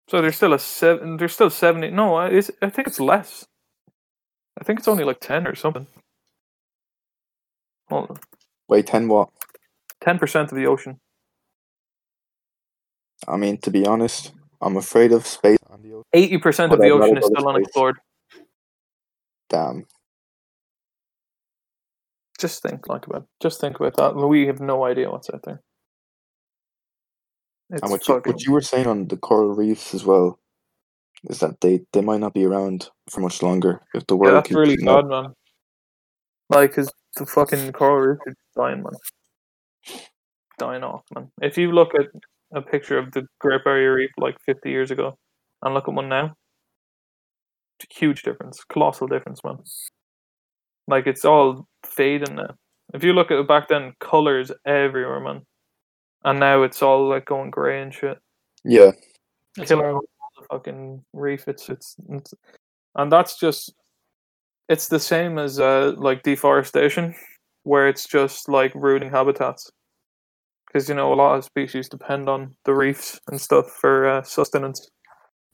S2: So there's still a seven there's still 70 no, I- it's, I think it's less. I think it's only like 10 or something. Well,
S3: Wait, ten what?
S2: 10% of the ocean.
S3: I mean, to be honest, I'm afraid of space. and the ocean.
S2: 80%
S3: But
S2: of the
S3: I'd rather
S2: ocean is
S3: go to
S2: still
S3: space.
S2: unexplored.
S3: Damn.
S2: Just think like about just think about that. We have no idea what's out there. It's
S3: And what you,
S2: fucking,
S3: what you were saying on the coral reefs as well is that they, they might not be around for much longer if the
S2: yeah,
S3: world
S2: that's
S3: keeps
S2: really
S3: heating
S2: bad,
S3: up.
S2: man. Like, is the fucking coral reef is dying, man. Dying off, man. If you look at a picture of the Great Barrier Reef like 50 years ago, and look at one now, it's a huge difference, colossal difference, man. Like it's all fading now. If you look at it back then, colors everywhere, man. And now it's all like going grey and shit.
S3: Yeah,
S1: That's
S2: Killer
S1: horrible.
S2: the fucking reef. It's, it's it's and that's just it's the same as uh like deforestation, where it's just like ruining habitats. Because you know a lot of species depend on the reefs and stuff for uh, sustenance.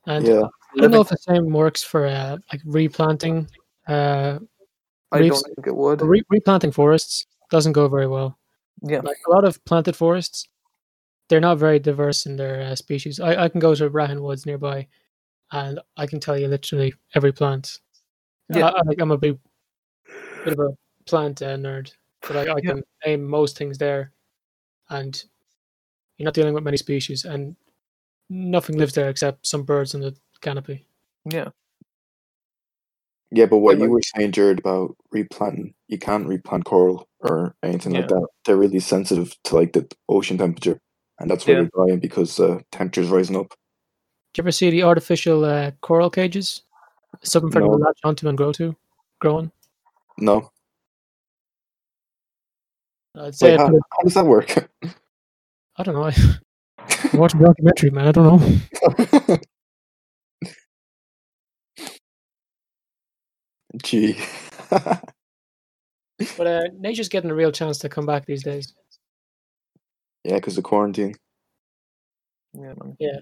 S1: And
S3: yeah.
S1: I don't know if the same works for uh, like replanting. Uh,
S2: I don't
S1: Reefs-
S2: think it would.
S1: re- replanting forests doesn't go very well.
S2: Yeah,
S1: Like a lot of planted forests, they're not very diverse in their uh, species. I, I can go to Rahan Woods nearby, and I can tell you literally every plant.
S2: Yeah.
S1: Yeah, I, I, like, I'm a big bit of a plant uh, nerd, but like, I
S2: Yeah.
S1: can name most things there, and you're not dealing with many species, and nothing lives there except some birds in the canopy.
S2: yeah,
S3: Yeah, but what
S2: Yeah,
S3: you
S2: but-
S3: were saying, Jared, about replanting, you can't replant coral or anything
S2: Yeah.
S3: like that. They're really sensitive to like the ocean temperature, and that's why
S2: Yeah.
S3: they're dying because uh, temperature's rising up.
S1: Do you ever see the artificial uh, coral cages? Something for them to
S3: No.
S1: latch onto and grow to, growing.
S3: No,
S1: I'd say
S3: Wait,
S1: I
S3: how,
S1: put it-
S3: how does that work?
S1: I don't know. I watched a documentary, man. I don't know.
S3: Gee,
S1: But uh, nature's getting a real chance to come back these days.
S3: yeah, because the quarantine.
S2: yeah, man.
S1: Yeah.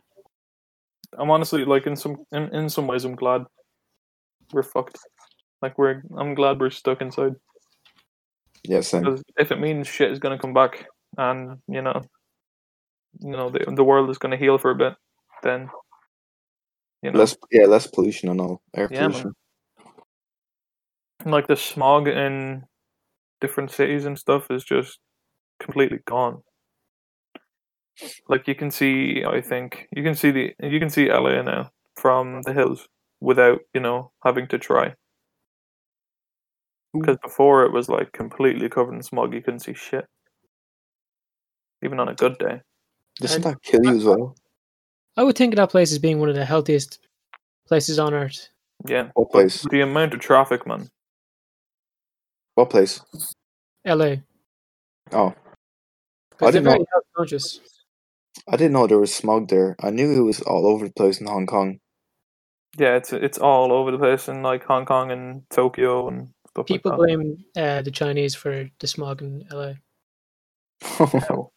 S2: I'm honestly like in some in, in some ways I'm glad we're fucked. Like we're I'm glad we're stuck inside.
S3: Yeah, same.
S2: Because if it means shit is gonna come back, and you know, you know, the, the world is gonna heal for a bit, then you know,
S3: Less, yeah, less pollution and all air
S2: Yeah, man.
S3: pollution.
S2: like the smog in different cities and stuff is just completely gone. Like you can see, I think you can see the you can see LA now from the hills without you know having to try. Because before it was like completely covered in smog, you couldn't see shit. even on a good day.
S3: Doesn't
S1: And-
S3: that kill you as well?
S1: I would think of that place as being one of the healthiest places on earth.
S2: Yeah.
S3: What place?
S2: The amount of traffic, man.
S3: What place?
S1: LA.
S3: Oh,
S1: Because they're
S3: didn't know-
S1: very health conscious.
S3: I didn't know there was smog there. I knew it was all over the place in Hong Kong.
S2: Yeah, it's it's all over the place in like Hong Kong and Tokyo and stuff
S1: People
S2: like that.
S1: blame uh, the Chinese for the smog in LA.
S2: Hell.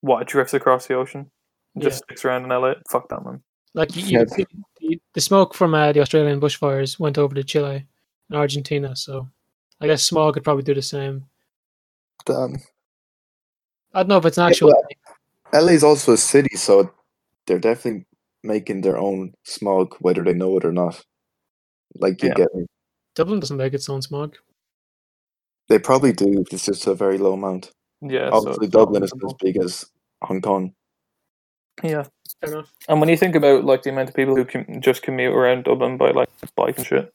S2: what it drifts across the ocean, and
S1: Yeah.
S2: just sticks around in LA. Fuck that, man.
S1: Like you, you
S3: Yeah.
S1: can see the, the smoke from uh, the Australian bushfires went over to Chile and Argentina, so I guess smog could probably do the same.
S3: Damn.
S1: I don't know if it's an
S3: Yeah,
S1: actual.
S3: well- LA is also a city, so they're definitely making their own smog, whether they know it or not. Like you
S2: Yeah.
S3: get me.
S1: Dublin doesn't make its own smog.
S3: They probably do. It's just a very low amount.
S2: Yeah. so
S3: Obviously,
S2: it's not
S3: Dublin isn't as
S2: visible.
S3: big as Hong Kong.
S2: Yeah.
S1: Fair enough.
S2: And when you think about like the amount of people who com- just commute around Dublin by like bike and shit,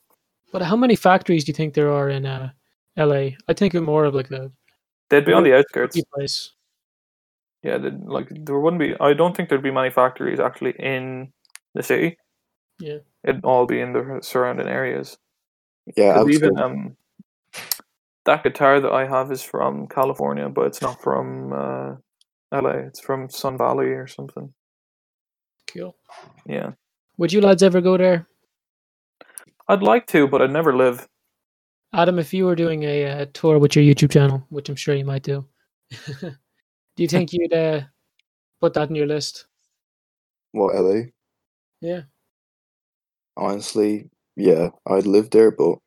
S1: But how many factories do you think there are in uh, LA? I think of more of like a
S2: they'd be on the outskirts.
S1: city place.
S2: Yeah, they'd, like there wouldn't be. I don't think there'd be many factories actually in the city.
S1: Yeah.
S2: it'd all be in the surrounding areas.
S3: Yeah,
S2: 'Cause even
S3: absolutely.
S2: um, that guitar that I have is from California, but it's not from uh, LA. It's from Sun Valley or something.
S1: Cool.
S2: Yeah,
S1: Would you lads ever go there?
S2: I'd like to, but I'd never live.
S1: Adam, if you were doing a uh, tour with your YouTube channel, which I'm sure you might do, do you think you'd uh, put that in your list?
S3: What LA?
S1: Yeah.
S3: Honestly, yeah, I'd live there, but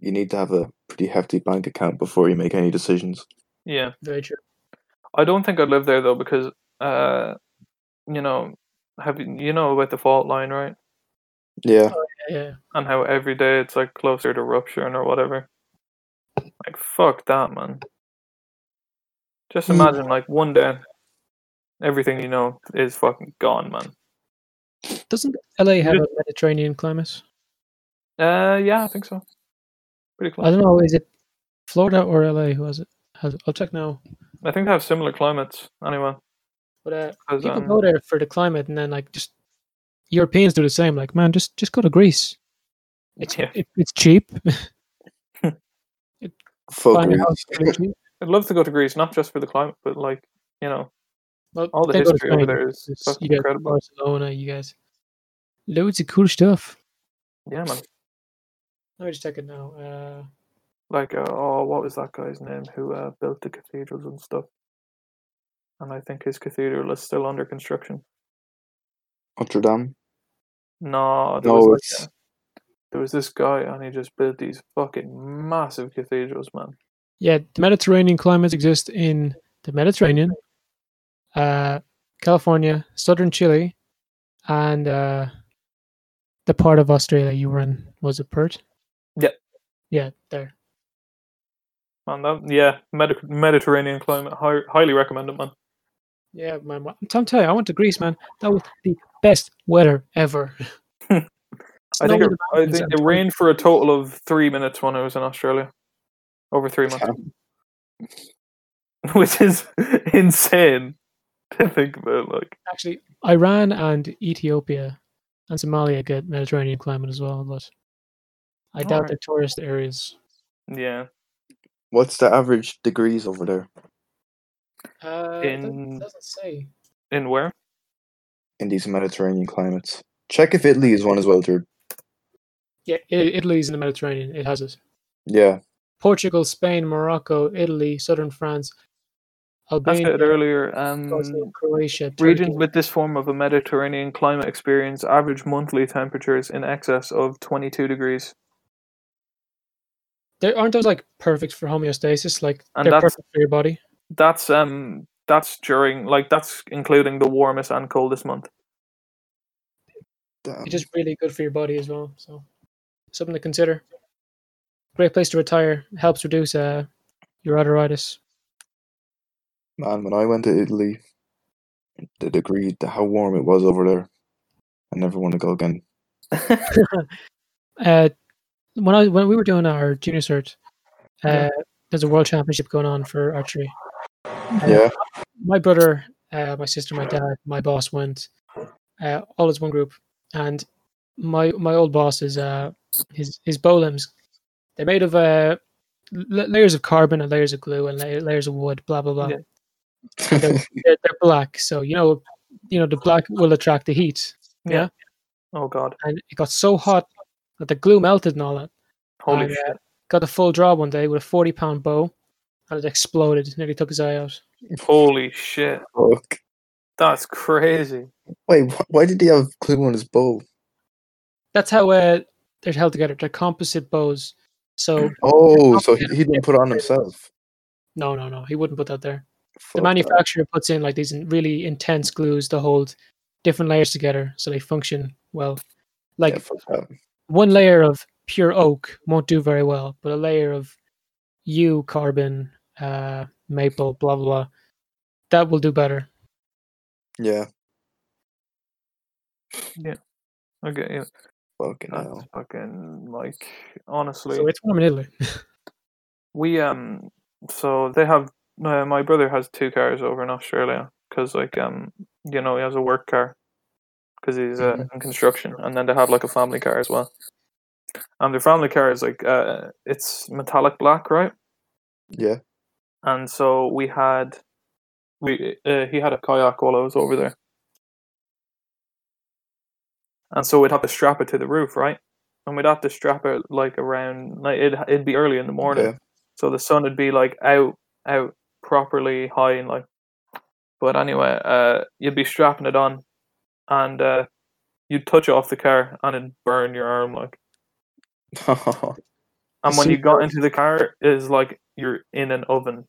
S3: you need to have a pretty hefty bank account before you make any decisions.
S2: Yeah,
S1: Very true.
S2: I don't think I'd live there though because uh, you know, have you, you know about the fault line, right?
S3: Yeah,
S2: Uh,
S1: Yeah.
S2: And how every day it's like closer to rupturing or whatever. Like fuck that, man. Just
S3: Mm.
S2: imagine like one day, everything you know is fucking gone, man.
S1: Doesn't LA have a Mediterranean climate?
S2: Uh, yeah, I think so. Pretty close.
S1: I don't know. Is it Florida or LA? Who has it? Has I'll check now.
S2: I think they have similar climates anyway.
S1: But uh,
S2: 'cause,
S1: people
S2: um,
S1: go there for the climate, and then like just Europeans do the same. Like, man, just just go to Greece. It's
S2: yeah.
S1: it, it's cheap.
S3: fuck
S1: Find a
S3: Greece.
S1: house very cheap.
S2: I'd love to go to Greece, not just for the climate, but like you know,
S1: Well,
S2: all the
S1: they go to
S2: history over
S1: Spain.
S2: there is
S1: It's-
S2: fucking
S1: you guys,
S2: incredible.
S1: Barcelona, you guys, loads of cool stuff.
S2: Yeah, man.
S1: Let me just check it now. Uh,
S2: like uh, oh what was that guy's name who uh, built the cathedrals and stuff and i think his cathedral is still under construction
S3: Notre Dame.
S2: no there,
S3: No,
S2: was,
S3: it's
S2: like, uh, there was this guy and he just built these fucking massive cathedrals man
S1: yeah, the Mediterranean climates exist in the Mediterranean, uh, California, southern Chile, and uh, the part of Australia you were in was it Perth?
S2: Yeah.
S1: yeah, there.
S2: man that yeah Medi- mediterranean climate hi- highly recommend it man
S1: Yeah, man. wha- I'm telling you, I went to Greece, man. That was the best weather ever.
S2: i think
S1: Snow
S2: it,
S1: in the
S2: I
S1: mountains
S2: think
S1: and-
S2: it rained for a total of three minutes when i was in australia over three months which is insane to think about like
S1: actually Iran and Ethiopia and Somalia get Mediterranean climate as well, but I doubt
S2: Alright.
S1: the tourist areas.
S2: yeah
S3: What's the average degrees over there
S1: Uh,
S2: it doesn't- In-
S1: doesn't say.
S2: in where
S3: in these Mediterranean climates? Check if Italy is one as well, Drew.
S1: Yeah, I- Italy's in the Mediterranean. It has it.
S3: Yeah,
S1: Portugal, Spain, Morocco, Italy, southern France,
S2: i said
S1: Albania,
S2: earlier um
S1: Bosnia, Croatia, Turkey.
S2: Regions with this form of a Mediterranean climate experience average monthly temperatures in excess of 22 degrees.
S1: There aren't those like perfect for homeostasis. Like
S2: And
S1: they're
S2: that's-
S1: perfect for your body.
S2: That's um that's during like that's including the warmest and coldest month.
S3: damn.
S1: It's just really good for your body as well. So something to consider. Great place to retire. Helps reduce uh, your arthritis.
S3: man. When I went to Italy, the degree, the, how warm it was over there, I never want to go again.
S1: uh, when I when we were doing our junior cert, uh,
S2: Yeah.
S1: there's a world championship going on for archery,
S3: Yeah.
S1: my brother, uh, my sister, my dad, my boss went. Uh, all as one group, and my my old boss is uh his his bolems. They're made of uh l- layers of carbon and layers of glue and la- layers of wood. Blah blah blah.
S2: Yeah.
S1: They're, they're black, so you know you know the black will attract the heat,
S2: Oh god.
S1: and it got so hot that the glue melted and all that.
S2: Holy
S1: And, uh,
S2: shit.
S1: Got a full draw one day with a forty pound bow, and it exploded. Nearly took his eye out.
S2: Holy shit.
S3: Fuck.
S2: That's crazy.
S3: Wait, wh- why did he have glue on his bow?
S1: That's how uh, they're held together. They're composite bows. So
S3: Oh, so he, he didn't put it on himself.
S1: no, no, no. He wouldn't put that there.
S3: Fuck
S1: the manufacturer puts in like these in- really intense glues to hold different layers together so they function well.
S3: that.
S1: Like
S3: Yeah, fuck that.
S1: one layer of pure oak won't do very well, but a layer of yew, carbon, uh, maple, blah blah, blah that will do better.
S3: Yeah,
S2: Okay, yeah.
S3: fucking
S2: That's
S3: hell.
S2: fucking like honestly.
S1: So it's warm in Italy.
S2: we um so they have uh, my brother has two cars over in australia because like um you know he has a work car because he's uh, in construction and then they have like a family car as well and their family car is like uh it's metallic black right
S3: Yeah.
S2: and so we had we uh, he had a kayak while i was over there and so we'd have to strap it to the roof right and we'd have to strap it like around like it'd, it'd be early in the morning
S3: Yeah.
S2: so the sun would be like out out properly high and like but anyway uh you'd be strapping it on and uh you'd touch off the car and it'd burn your arm like and when you
S1: See-
S2: got into the car it is like you're in an oven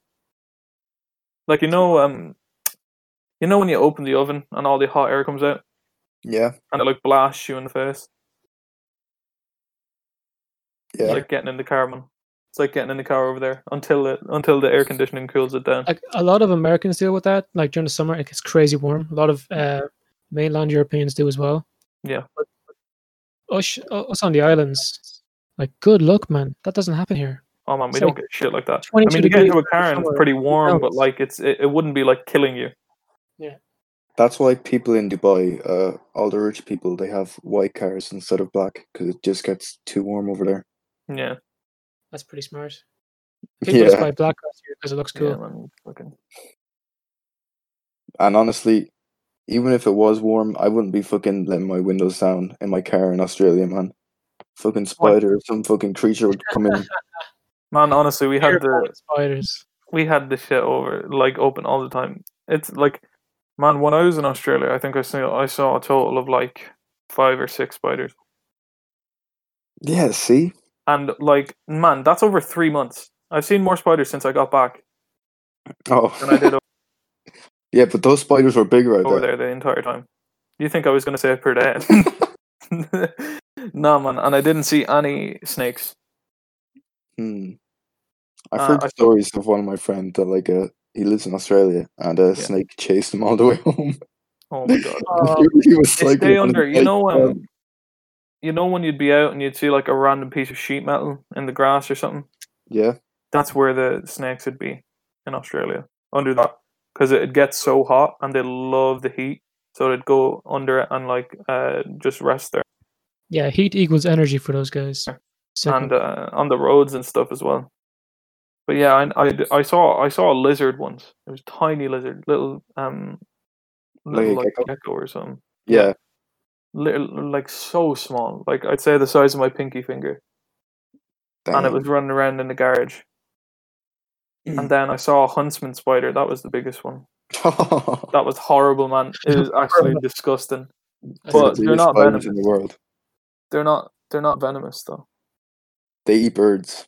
S2: like you know um you know when you open the oven and all the hot air comes out
S3: yeah.
S2: and it like blasts you in the face
S3: Yeah.
S2: it's like getting in the car man it's like getting in the car over there until it until the air conditioning cools it down
S1: Like a lot of Americans deal with that. Like during the summer, it gets crazy warm. A lot of uh, mainland Europeans do as well.
S2: Yeah.
S1: But us, us on the islands, like good luck, man. That doesn't happen here.
S2: Oh man, we
S1: It's
S2: don't
S1: like
S2: get shit like that. I
S1: 22
S2: mean, to get into a
S1: degrees
S2: car and it's
S1: somewhere.
S2: pretty warm, but
S1: knows?
S2: like it's it, it wouldn't be like killing you.
S3: That's why people in Dubai, uh, all the rich people, they have white cars instead of black because it just gets too warm over there.
S2: Yeah,
S1: That's pretty smart. People just
S3: Yeah.
S1: buy black cars here because it looks cool.
S2: yeah, man, fucking-
S3: And honestly, even if it was warm, I wouldn't be fucking letting my windows down in my car in Australia, man. Fucking spider, or some fucking creature would come in.
S2: man. Honestly, we had
S1: Terrifying
S2: the
S1: spiders.
S2: we had the shit over like open all the time. It's like, man, when I was in Australia, I think I saw I saw a total of like five or six spiders,
S3: yeah, see,
S2: and like, man, that's over three months. I've seen more spiders since I got back than I
S3: oh,
S2: did
S3: yeah, but those spiders were big right
S2: over
S3: there.
S2: there the entire time. You think I was gonna say per day? no, man, and I didn't see any snakes.
S3: Hmm. I've
S2: Uh,
S3: heard
S2: I-
S3: stories of one of my friends that like uh, he lives in Australia and a snake chased him all the way home.
S2: Oh my god.
S1: Oh,
S3: he was
S2: They
S3: cycling
S2: stay
S3: on his
S2: under. You
S3: bike,
S2: know,
S3: um,
S2: um, you know when you'd be out and you'd see like a random piece of sheet metal in the grass or something.
S3: yeah,
S2: That's where the snakes would be in Australia under that because it'd get so hot and they love the heat, so they'd go under it and like uh just rest there
S1: yeah, heat equals energy for those guys. Simple.
S2: and uh, on the roads and stuff as well. But yeah, I, I, I saw I saw a lizard once. It was a tiny lizard, little um,
S3: Like a
S2: little like
S3: gecko?
S2: gecko or something.
S3: yeah,
S2: little, like so small. Like I'd say the size of my pinky finger, and it
S3: damn.
S2: was running around in the garage.
S1: Mm.
S2: And then I saw a huntsman spider. That was the biggest one. That was horrible, man. It was actually disgusting.
S1: That's
S2: But
S1: it.
S2: they're not venomous.
S3: spiders in the world.
S2: They're not. They're not venomous though.
S3: They eat birds.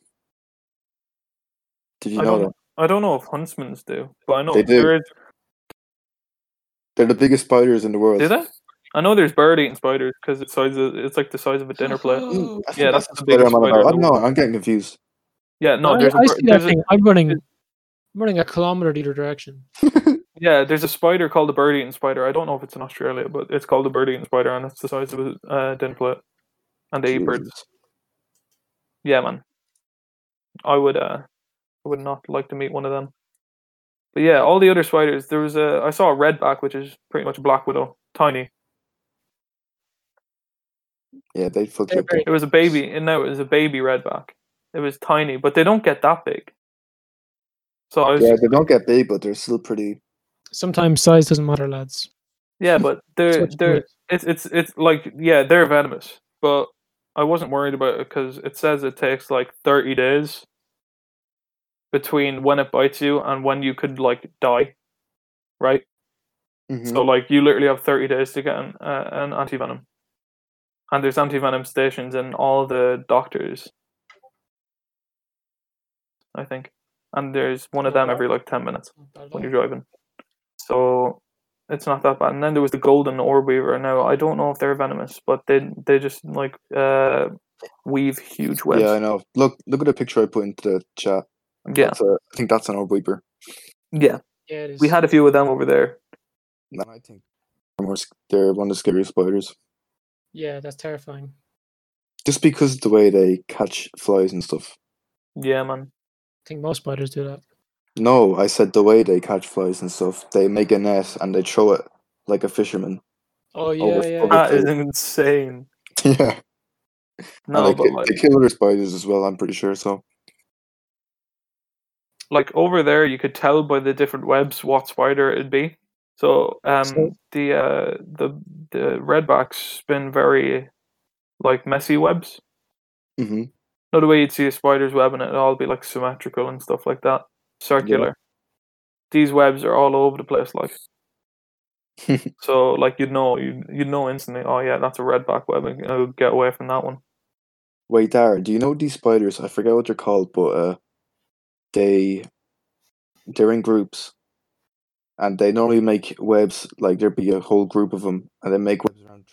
S3: Did you
S2: I
S3: know
S2: don't.
S3: that?
S2: I don't know if huntsmans do, but I know
S3: They do.
S2: birds.
S3: They're the biggest spiders in the world.
S2: Do they? I know there's bird eating spiders because it's size. Of, it's like the size of a dinner plate.
S3: Mm, I think
S2: Yeah, that's the
S3: spider
S2: biggest
S3: I'm on
S2: spider.
S3: about. I
S2: in
S3: don't
S2: the
S3: know.
S2: world.
S3: I'm getting confused.
S2: Yeah, no,
S1: I-
S2: there's a
S1: I,
S2: bir-
S1: see that
S2: there's a-
S1: thing. I'm running, I'm running a kilometer the other direction.
S2: Yeah, there's a spider called the bird eating spider. I don't know if it's in Australia, but it's called the bird eating spider, and it's the size of a uh, dinner plate. And they eat birds.
S3: Jesus.
S2: Yeah, man. I would, uh, I would not like to meet one of them. But yeah, all the other spiders. There was a I saw a redback, which is pretty much a black widow, tiny.
S3: Yeah, they fucked
S1: They're
S3: up.
S1: very-
S2: It was a baby, and now it was a baby redback. It was tiny, but they don't get that big. So I was,
S3: Yeah, they don't get big, but they're still pretty.
S1: Sometimes size doesn't matter, lads.
S2: yeah, but
S1: That's
S2: they're
S1: what you
S2: they're
S1: need.
S2: it's it's it's like yeah they're venomous but i wasn't worried about it because it says it takes like 30 days between when it bites you and when you could like die right
S3: Mhm.
S2: so like you literally have 30 days to get an, uh, an anti-venom and there's anti-venom stations in all the doctors i think and there's one of them every like 10 minutes when you're driving. So it's not that bad. And then there was the golden orb weaver. Now I don't know if they're venomous, but they they just like uh, weave huge webs.
S3: Yeah, I
S2: Yeah,
S3: know. Look, look at the picture I put into the chat.
S2: yeah,
S3: That's a- I think that's an orb weeper.
S1: Yeah, it is.
S2: We had a few of them over there.
S3: And I think they're, more, sc- they're one of the scariest spiders.
S1: yeah, that's terrifying.
S3: Just because of the way they catch flies and stuff.
S2: Yeah, man.
S1: I think most spiders do that.
S3: No, I said the way they catch flies and stuff. They make a net and they throw it like a fisherman.
S1: Oh yeah,
S3: with-
S1: yeah.
S3: oh, with-
S2: That is insane.
S3: yeah.
S2: No,
S3: and they,
S2: but
S3: ki-
S2: like,
S3: they kill other spiders as well, I'm pretty sure. So,
S2: like over there, you could tell by the different webs what spider it'd be. So um,
S1: So-
S2: the uh, the the redbacks spin very like messy webs.
S3: hmm
S2: Not the way you'd see a spider's web and it'd all be like symmetrical and stuff like that. Circular. These webs are all over the place like so like you'd know you you'd know instantly, oh yeah, that's a red back web and I'll get away from that one.
S3: wait, Dara, do you know these spiders? I forget what they're called, but uh, they they're in groups, and they normally make webs. Like there'd be a whole group of them, and they make webs around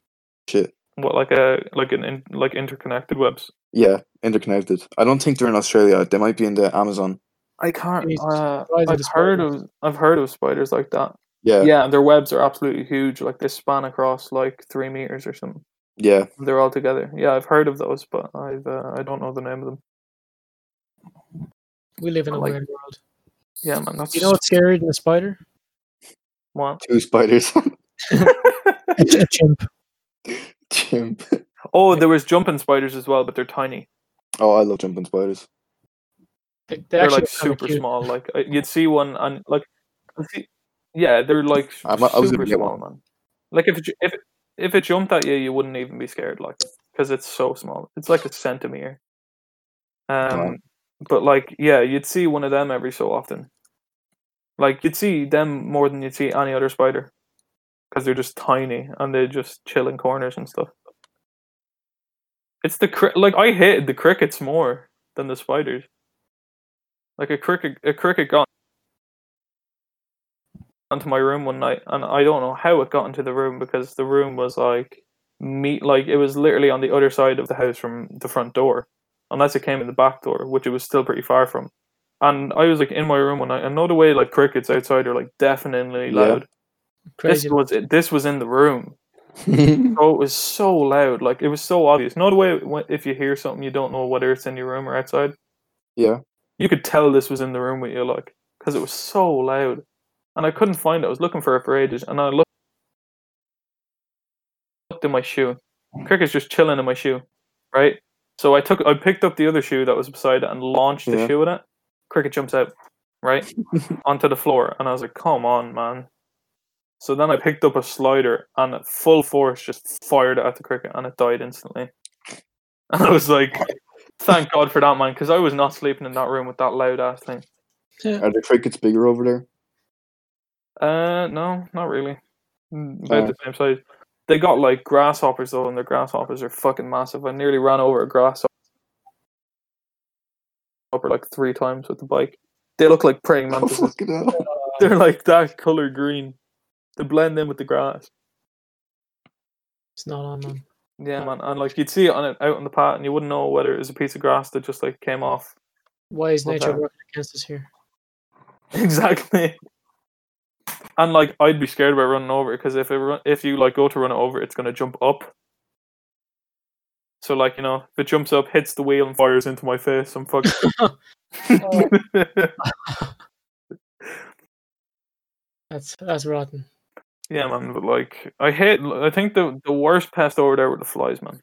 S3: shit.
S2: What like a like an in, like interconnected webs.
S3: Yeah, interconnected. I don't think they're in Australia. They might be in the Amazon.
S2: I can't
S1: Jesus
S2: uh,
S1: Christ,
S2: I've
S1: the
S2: heard
S1: spiders.
S2: of I've heard of spiders like that.
S3: Yeah, yeah,
S2: Yeah, and their webs are absolutely huge, like they span across like three meters or something.
S3: yeah.
S2: They're all together. Yeah, I've heard of those, but I've uh, I don't know the name of them.
S1: We live in a
S2: I like-
S1: weird world.
S2: Yeah, man, that's
S1: You know what's scarier than a spider?
S2: one.
S3: Two spiders.
S1: a ch- a chimp.
S3: Chimp.
S2: Oh, there was jumping spiders as well, but they're tiny.
S3: Oh, I love jumping spiders.
S1: They, they
S2: They're
S1: actually
S2: like
S1: look kinda
S2: super
S1: cute.
S2: small. Like I- you'd see one and like, I'd see- yeah, they're like s-
S3: I mu- I was
S2: super
S3: gonna get
S2: small, man. Like if it, ju- if it- if it jumped at you, you wouldn't even be scared, like because it's so small. It's like a centimeter. Um, but like yeah, you'd see one of them every so often. Like you'd see them more than you'd see any other spider, because they're just tiny and they just chill in corners and stuff. It's the cri- like I hated the crickets more than the spiders. Like a cricket, a cricket got onto my room one night, and I don't know how it got into the room because the room was like meet, like it was literally on the other side of the house from the front door, unless it came in the back door, which it was still pretty far from. And I was like in my room one night, and not the way like crickets outside are like definitely
S3: Yeah.
S2: loud.
S1: Crazy.
S2: This was it. This was in the room.
S3: Mm-hmm.
S2: Oh, it was so loud. Like it was so obvious. Not the way when- if you hear something, you don't know whether it's in your room or outside
S3: yeah.
S2: you could tell this was in the room with you, like, because it was so loud, and I couldn't find it. I was looking for it for ages, and I looked, looked in my shoe. Cricket's just chilling in my shoe, right? So I took, I picked up the other shoe that was beside it and launched the
S3: Yeah.
S2: shoe at it. Cricket jumps out, right, onto the floor, and I was like, "Come on, man!" So then I picked up a slider and at full force just fired it at the cricket, and it died instantly. And I was like, "Thank God for that, man," because I was not sleeping in that room with that loud ass thing.
S3: Are the crickets bigger over there?
S2: Uh, no, not really. Mm, About
S3: Oh.
S2: the same size. They got like grasshoppers though, and their grasshoppers are fucking massive. I nearly ran over a grasshopper like three times with the bike. They look like praying
S3: Oh,
S2: mantises.
S3: fucking hell.
S1: Uh,
S2: They're like that color green. They blend in with the grass.
S1: It's not on man.
S2: Yeah, man. And like you'd see it on it out on the path, and you wouldn't know whether it was a piece of grass that just like came off.
S1: Why is
S2: Well
S1: nature
S2: done.
S1: working against us here?
S2: exactly. And like I'd be scared about running over it because if it run, if you like go to run it over, it's gonna jump up. So like you know, if it jumps up, hits the wheel, and fires into my face, I'm fucking.
S1: That's that's rotten.
S2: Yeah, man. But like, I hate. I think the the worst pest over there were the flies, man.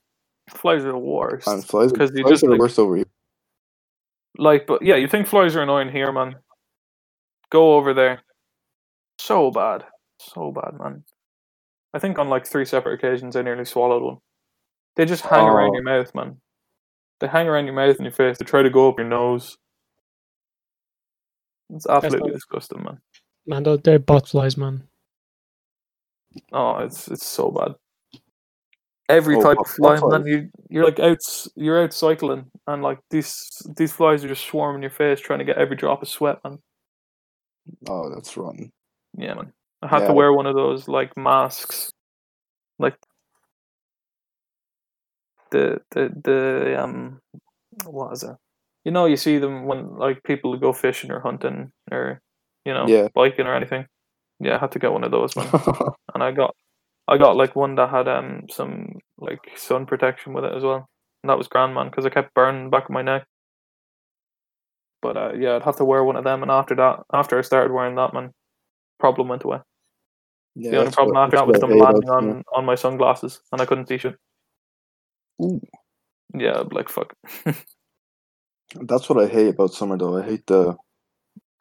S2: Flies are the worst.
S3: And flies,
S2: Because
S3: flies
S2: you
S3: are
S2: just,
S3: the
S2: like-
S3: worst over here.
S2: Like, but yeah, you think flies are annoying here, man? Go over there. So bad, so bad, man. I think on like three separate occasions, I nearly swallowed one. They just hang around
S3: Oh.
S2: your mouth, man. They hang around your mouth and your face. They try to go up your nose. It's absolutely
S1: not-
S2: disgusting, man.
S1: Man, tho- they're butterflies, man.
S2: Oh, it's it's so bad. Every
S3: Oh,
S2: type
S3: what-
S2: of fly,
S3: what
S2: man. You you're like out you're out cycling, and like these these flies are just swarming your face, trying to get every drop of sweat, man.
S3: Oh, that's rotten.
S2: Yeah, man. I had
S3: Yeah.
S2: to wear one of those like masks, like the the the um what is it? You know, you see them when like people go fishing or hunting or you know
S3: Yeah.
S2: biking or anything. Yeah, I had to get one of those, man. and I got I got like one that had um some like sun protection with it as well, and that was grand, man, because I kept burning the back of my neck. But uh, yeah, I'd have to wear one of them, and after that, after I started wearing that, man, problem went away.
S3: yeah,
S2: the only
S3: that's
S2: problem
S3: what-
S2: after that
S3: that's
S2: was
S3: what
S2: them
S3: I hate
S2: landing
S3: out
S2: on
S3: here.
S2: on my sunglasses, and I couldn't see shit.
S3: Ooh.
S2: Yeah, I'd be like fuck.
S3: That's what I hate about summer, though. I hate the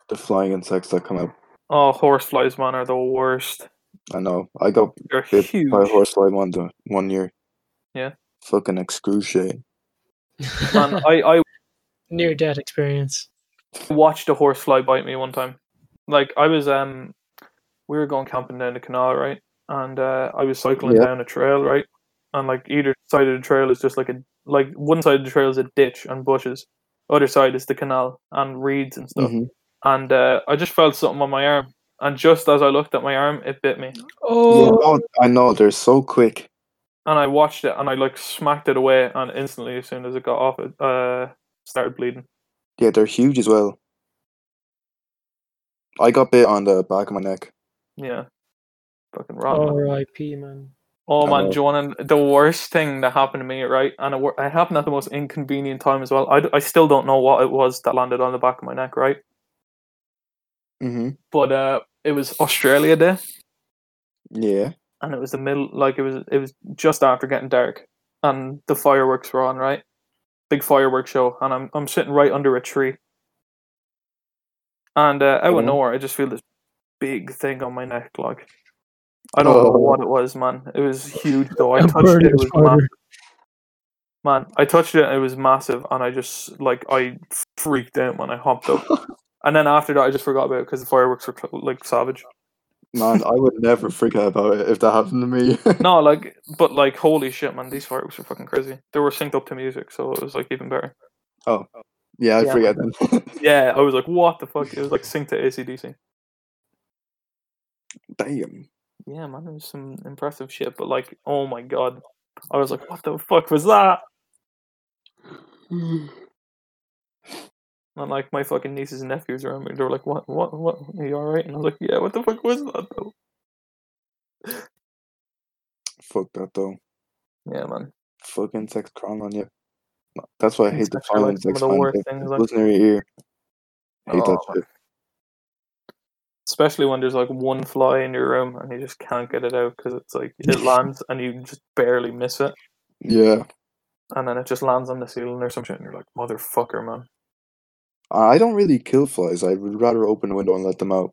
S3: the flying insects that come out.
S2: Oh, horseflies, man, are the worst.
S3: I know. I got
S2: They're
S3: bit
S2: huge.
S3: by a horsefly one the- one year.
S2: Yeah.
S3: Fucking excruciating.
S2: Man, uh, I I
S1: Near death experience.
S2: watched a horsefly bite me one time. Like I was um we were going camping down the canal, right? And uh I was cycling
S3: Yeah.
S2: down a trail, right? And like either side of the trail is just like a like one side of the trail is a ditch and bushes. Other side is the canal and reeds and stuff.
S3: Mhm.
S2: And uh I just felt something on my arm. And just as I looked at my arm, it bit me.
S3: Yeah,
S1: Oh,
S3: oh, I know. They're so quick.
S2: And I watched it and I like smacked it away and instantly as soon as it got off it uh started bleeding.
S3: Yeah, they're huge as well. I got bit on the back of my neck.
S2: Yeah. Fucking
S1: Oh.
S2: rotten.
S1: R.I.P. Man.
S2: Oh
S3: I
S2: man,
S3: know.
S2: Joanna, the worst thing that happened to me, right? And it, wor- it happened at the most inconvenient time as well. I, d- I still don't know what it was that landed on the back of my neck, right?
S3: Mm-hmm.
S2: But uh, it was Australia Day,
S3: Yeah.
S2: and it was the middle, like it was it was just after getting dark, and the fireworks were on, right? Big fireworks show, and I'm I'm sitting right under a tree, and uh, out
S3: Mhm.
S2: of nowhere, I just feel this big thing on my neck, like I don't know
S3: Oh.
S2: what it was, man. It was huge though. I
S1: A
S2: touched
S1: bird
S2: it, it
S1: is
S2: was
S1: harder.
S2: massive. Man, I touched it and it was massive, and I just like I freaked out when I hopped up. and then after that, I just forgot about it because the fireworks were cl- like savage.
S3: Man, I would never freak out about it if that happened to me.
S2: No, like, but like, holy shit, man, these fireworks were fucking crazy. They were synced up to music, so it was like even better.
S3: yeah, I
S2: Yeah.
S3: freak out then.
S2: Yeah, I was like, what the fuck? It was like synced to ACDC.
S3: Damn.
S2: Yeah, man, it was some impressive shit, but like, oh my god, I was like, what the fuck was that?
S1: Mm.
S2: And like, my fucking nieces and nephews around me, they were like, what, what, what? Are you all right? And I was like, yeah, what the fuck was that though?
S3: Fuck that though.
S2: Yeah, man.
S3: Fuck insects crawling on you. No, That's why I hate the
S2: Insects are,
S3: flying
S2: like, some of the
S3: insects. man.
S2: worst
S3: It-
S2: things,
S3: it
S2: like-
S3: goes near your ear. Hate that
S2: Oh,
S3: shit.
S2: Especially when there's like one fly in your room and you just can't get it out because it's like it lands and you just barely miss it,
S3: Yeah.
S2: and then it just lands on the ceiling or some shit, and you're like, motherfucker, man.
S3: I don't really kill flies. I would rather open a window and let them out.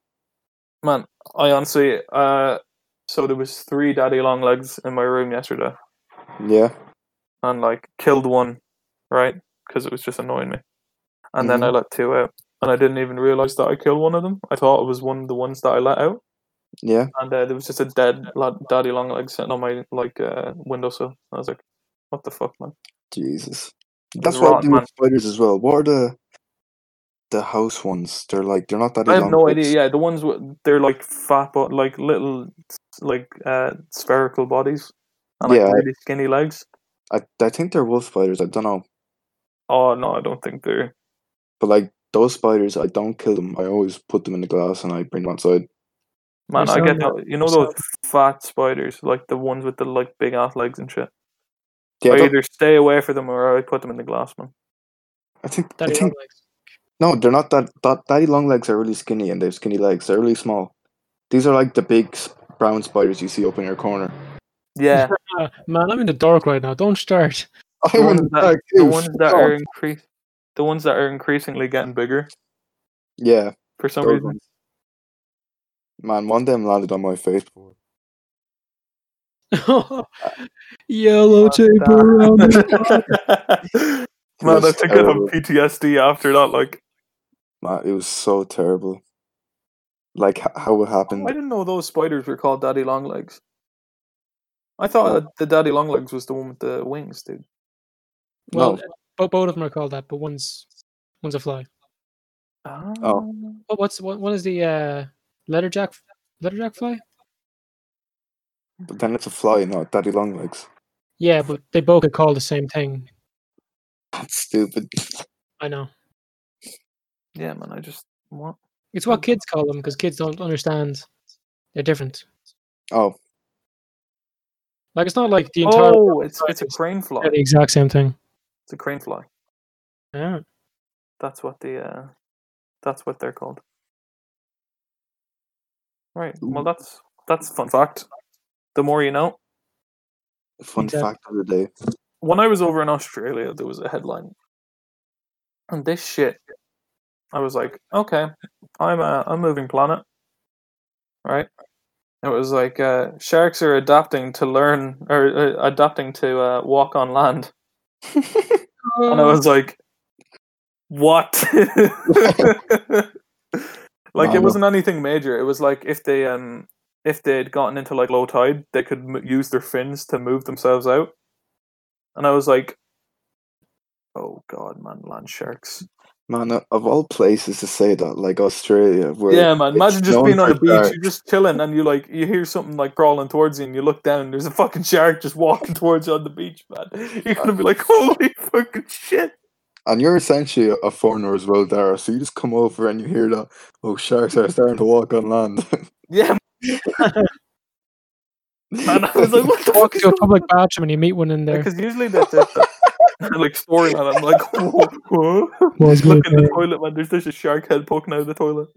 S2: Man, I honestly, uh, so there was three daddy long legs in my room yesterday,
S3: Yeah.
S2: and like killed one, right? Because it was just annoying me, and then I let two out, and I didn't even realize that I killed one of them. I thought it was one of the ones that I let out,
S3: Yeah.
S2: and uh, there was just a dead lad, daddy long leg sitting on my like uh, windowsill. I was like, "What the fuck, man?"
S3: Jesus.
S2: It
S3: That's
S2: was
S3: what I
S2: rotten,
S3: do
S2: man.
S3: with spiders as well. What are the the house ones? They're like they're not that.
S2: I have no
S3: elongated.
S2: idea. Yeah, the ones with they're like fat, but like little, like uh, spherical bodies and like
S3: Yeah.
S2: really skinny legs.
S3: I I think they're wolf spiders. I don't know,
S2: Oh no, I don't think they're.
S3: but like those spiders, I don't kill them. I always put them in the glass and I bring them outside.
S2: Man, I
S1: sound
S2: get
S1: like-
S2: that. You know
S1: sound-
S2: those fat spiders, like the ones with the like big ass legs and shit.
S3: Yeah. I,
S2: I
S3: don't-
S2: either stay away from them or I put them in the glass, man.
S3: I think I
S1: Daddy
S3: think
S1: long legs.
S3: no, they're not that. that daddy long legs are really skinny and they have skinny legs. They're really small. These are like the big s- brown spiders you see up in your corner.
S2: Yeah,
S1: Uh, man, I'm in the dark right now. Don't start.
S3: I
S2: the ones
S3: wouldn't
S2: that,
S3: like
S2: the
S3: oof,
S2: ones that
S3: fuck
S2: are
S3: off.
S2: increase, the ones that are increasingly getting bigger
S3: yeah,
S2: for some
S3: those
S2: reason.
S3: ones. Man, one of them landed on my face before.
S1: Yellow
S2: What's
S1: tape
S2: that?
S1: around the
S3: It
S2: Man, I
S3: was
S2: think I have
S3: terrible.
S2: PTSD after that. Like,
S3: Man, it was so terrible. Like h- how it
S2: I
S3: happened.
S2: didn't know those spiders were called daddy long legs. I thought
S1: Oh.
S2: that the daddy long legs was the one with the wings, dude.
S1: Well,
S3: No.
S1: bo- both of them are called that, but one's one's a fly.
S2: Oh,
S1: What what's what, what is the uh, letterjack letterjack fly?
S3: But then it's a fly, not daddy long legs.
S1: Yeah, but they both get called the same thing.
S3: That's stupid.
S1: I know.
S2: yeah, man. I just what?
S1: It's what kids call them because kids don't understand. They're different.
S3: Oh,
S1: Like it's not like the entire
S2: Oh, it's it's a crane fly.
S1: they're the exact same thing.
S2: It's a crane fly.
S1: Yeah.
S2: That's what the uh, that's what they're called. Right. Well,
S1: Mm.
S2: that's that's fun fact. The more you know.
S3: fun
S1: Exactly.
S3: fact of the day.
S2: when I was over in Australia, there was a headline, and this shit, I was like, okay, I'm a I'm moving planet, right? It was like uh, sharks are adapting to learn or uh, adapting to uh, walk on land, and I Oh, was like, what? like
S3: Wow.
S2: it wasn't anything major. It was like if they um if they'd gotten into like low tide, they could m- use their fins to move themselves out, and I was like, oh god, man, land sharks.
S3: Man, o- of all places to say that, like Australia, where
S2: yeah, man.
S3: it's
S2: Imagine just
S3: known
S2: being on
S3: for
S2: the beach,
S3: sharks.
S2: you're just chilling, and you like you hear something like crawling towards you, and you look down. There's a fucking shark just walking towards you on the beach, man. You're gonna be like, holy fucking shit.
S3: and you're essentially a foreigner as well, Dara. So you just come over and you hear that, oh, sharks are starting to walk on land.
S2: Yeah, man. I was like, what the
S1: Walk
S2: fuck is
S1: to
S2: going
S1: a public bathroom and you meet one in there.
S2: Because usually that's the, the, like storyline. I'm like, whoa, whoa.
S1: Was
S2: Look in the
S1: good.
S2: toilet, man. There's just a shark head poking out of the toilet.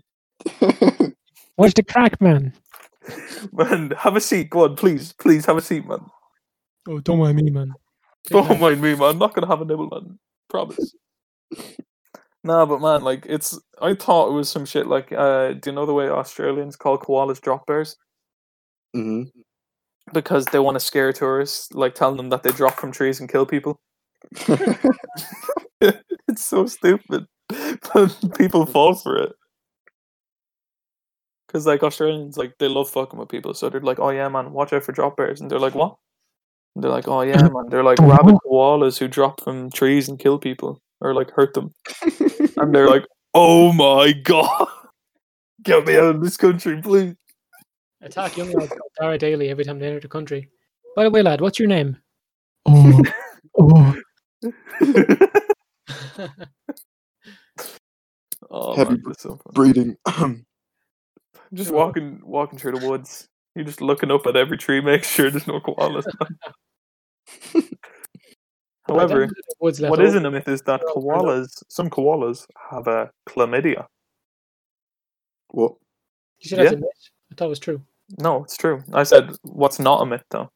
S1: Where's the crack, man?
S2: Man, have a seat. Go on, please, please have a seat, man.
S1: Oh, don't mind me, man.
S2: Don't mind me, man. I'm not gonna have a nibble, man. Promise. nah, but man, like it's. I thought it was some shit. Like, uh, do you know the way Australians call koalas drop bears
S3: hmm
S2: because they want to scare tourists, like telling them that they drop from trees and kill people.
S3: Mm-hmm.
S2: It's so stupid, but people fall for it. Cause like Australians, like they love fucking with people, so they're like, "Oh yeah, man, watch out for drop bears," and they're like, "What?" And they're like, "Oh yeah, man," they're like rabid koalas who drop from trees and kill people or like hurt them. and they're like, "Oh my god, get me out of this country, please!"
S1: Attack young lads called Dara Daly every time they enter the country. By the way, lad, what's your name? Oh, oh.
S2: oh,
S3: Heavy
S2: man,
S3: br-
S2: that's so funny.
S3: Breeding. um,
S2: Just walking, walking through the woods. You're just looking up at every tree, make sure there's no koalas.
S1: By then,
S2: However,
S1: the woods left
S2: what
S1: over.
S2: isn't a myth is that
S1: Well, fair enough.
S2: koalas, some koalas have a chlamydia.
S3: what?
S1: You said that's
S2: Yeah.
S1: a myth. I thought it was true.
S2: No, it's true. I said what's not a myth though.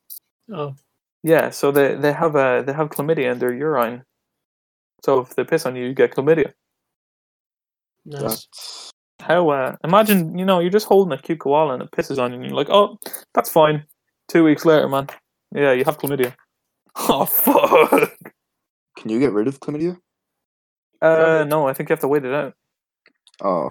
S1: Oh,
S2: Yeah, so they they have a they have chlamydia in their urine. So if they piss on you, you get chlamydia.
S3: uh,
S1: nice.
S2: How uh, imagine you know you're just holding a cute koala and it pisses on you and you're like, oh, that's fine. Two weeks later, man, yeah, you have chlamydia. Oh fuck.
S3: Can you get rid of chlamydia?
S2: Uh, no, I think you have to wait it out.
S3: Oh,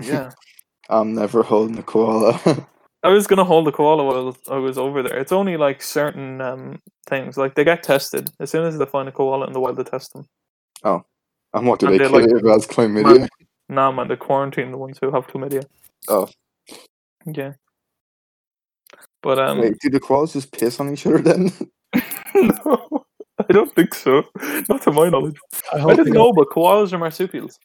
S2: Yeah,
S3: I'm never holding a koala.
S2: I was gonna hold the koala while I was over there. It's only like certain um things like they get tested as soon as they find a koala in the wild. They test them.
S3: and what do
S2: And
S3: they
S2: they're
S3: kill
S2: like-
S3: it as chlamydia?
S2: Nah, man, they quarantine the ones who have chlamydia.
S3: Oh.
S2: Yeah. But um,
S3: Wait, do the koalas just piss on each other then?
S2: no, I don't think so. Not to my knowledge.
S1: I
S2: I
S1: hope
S2: didn't
S1: they don't-
S2: know, but koalas are marsupials.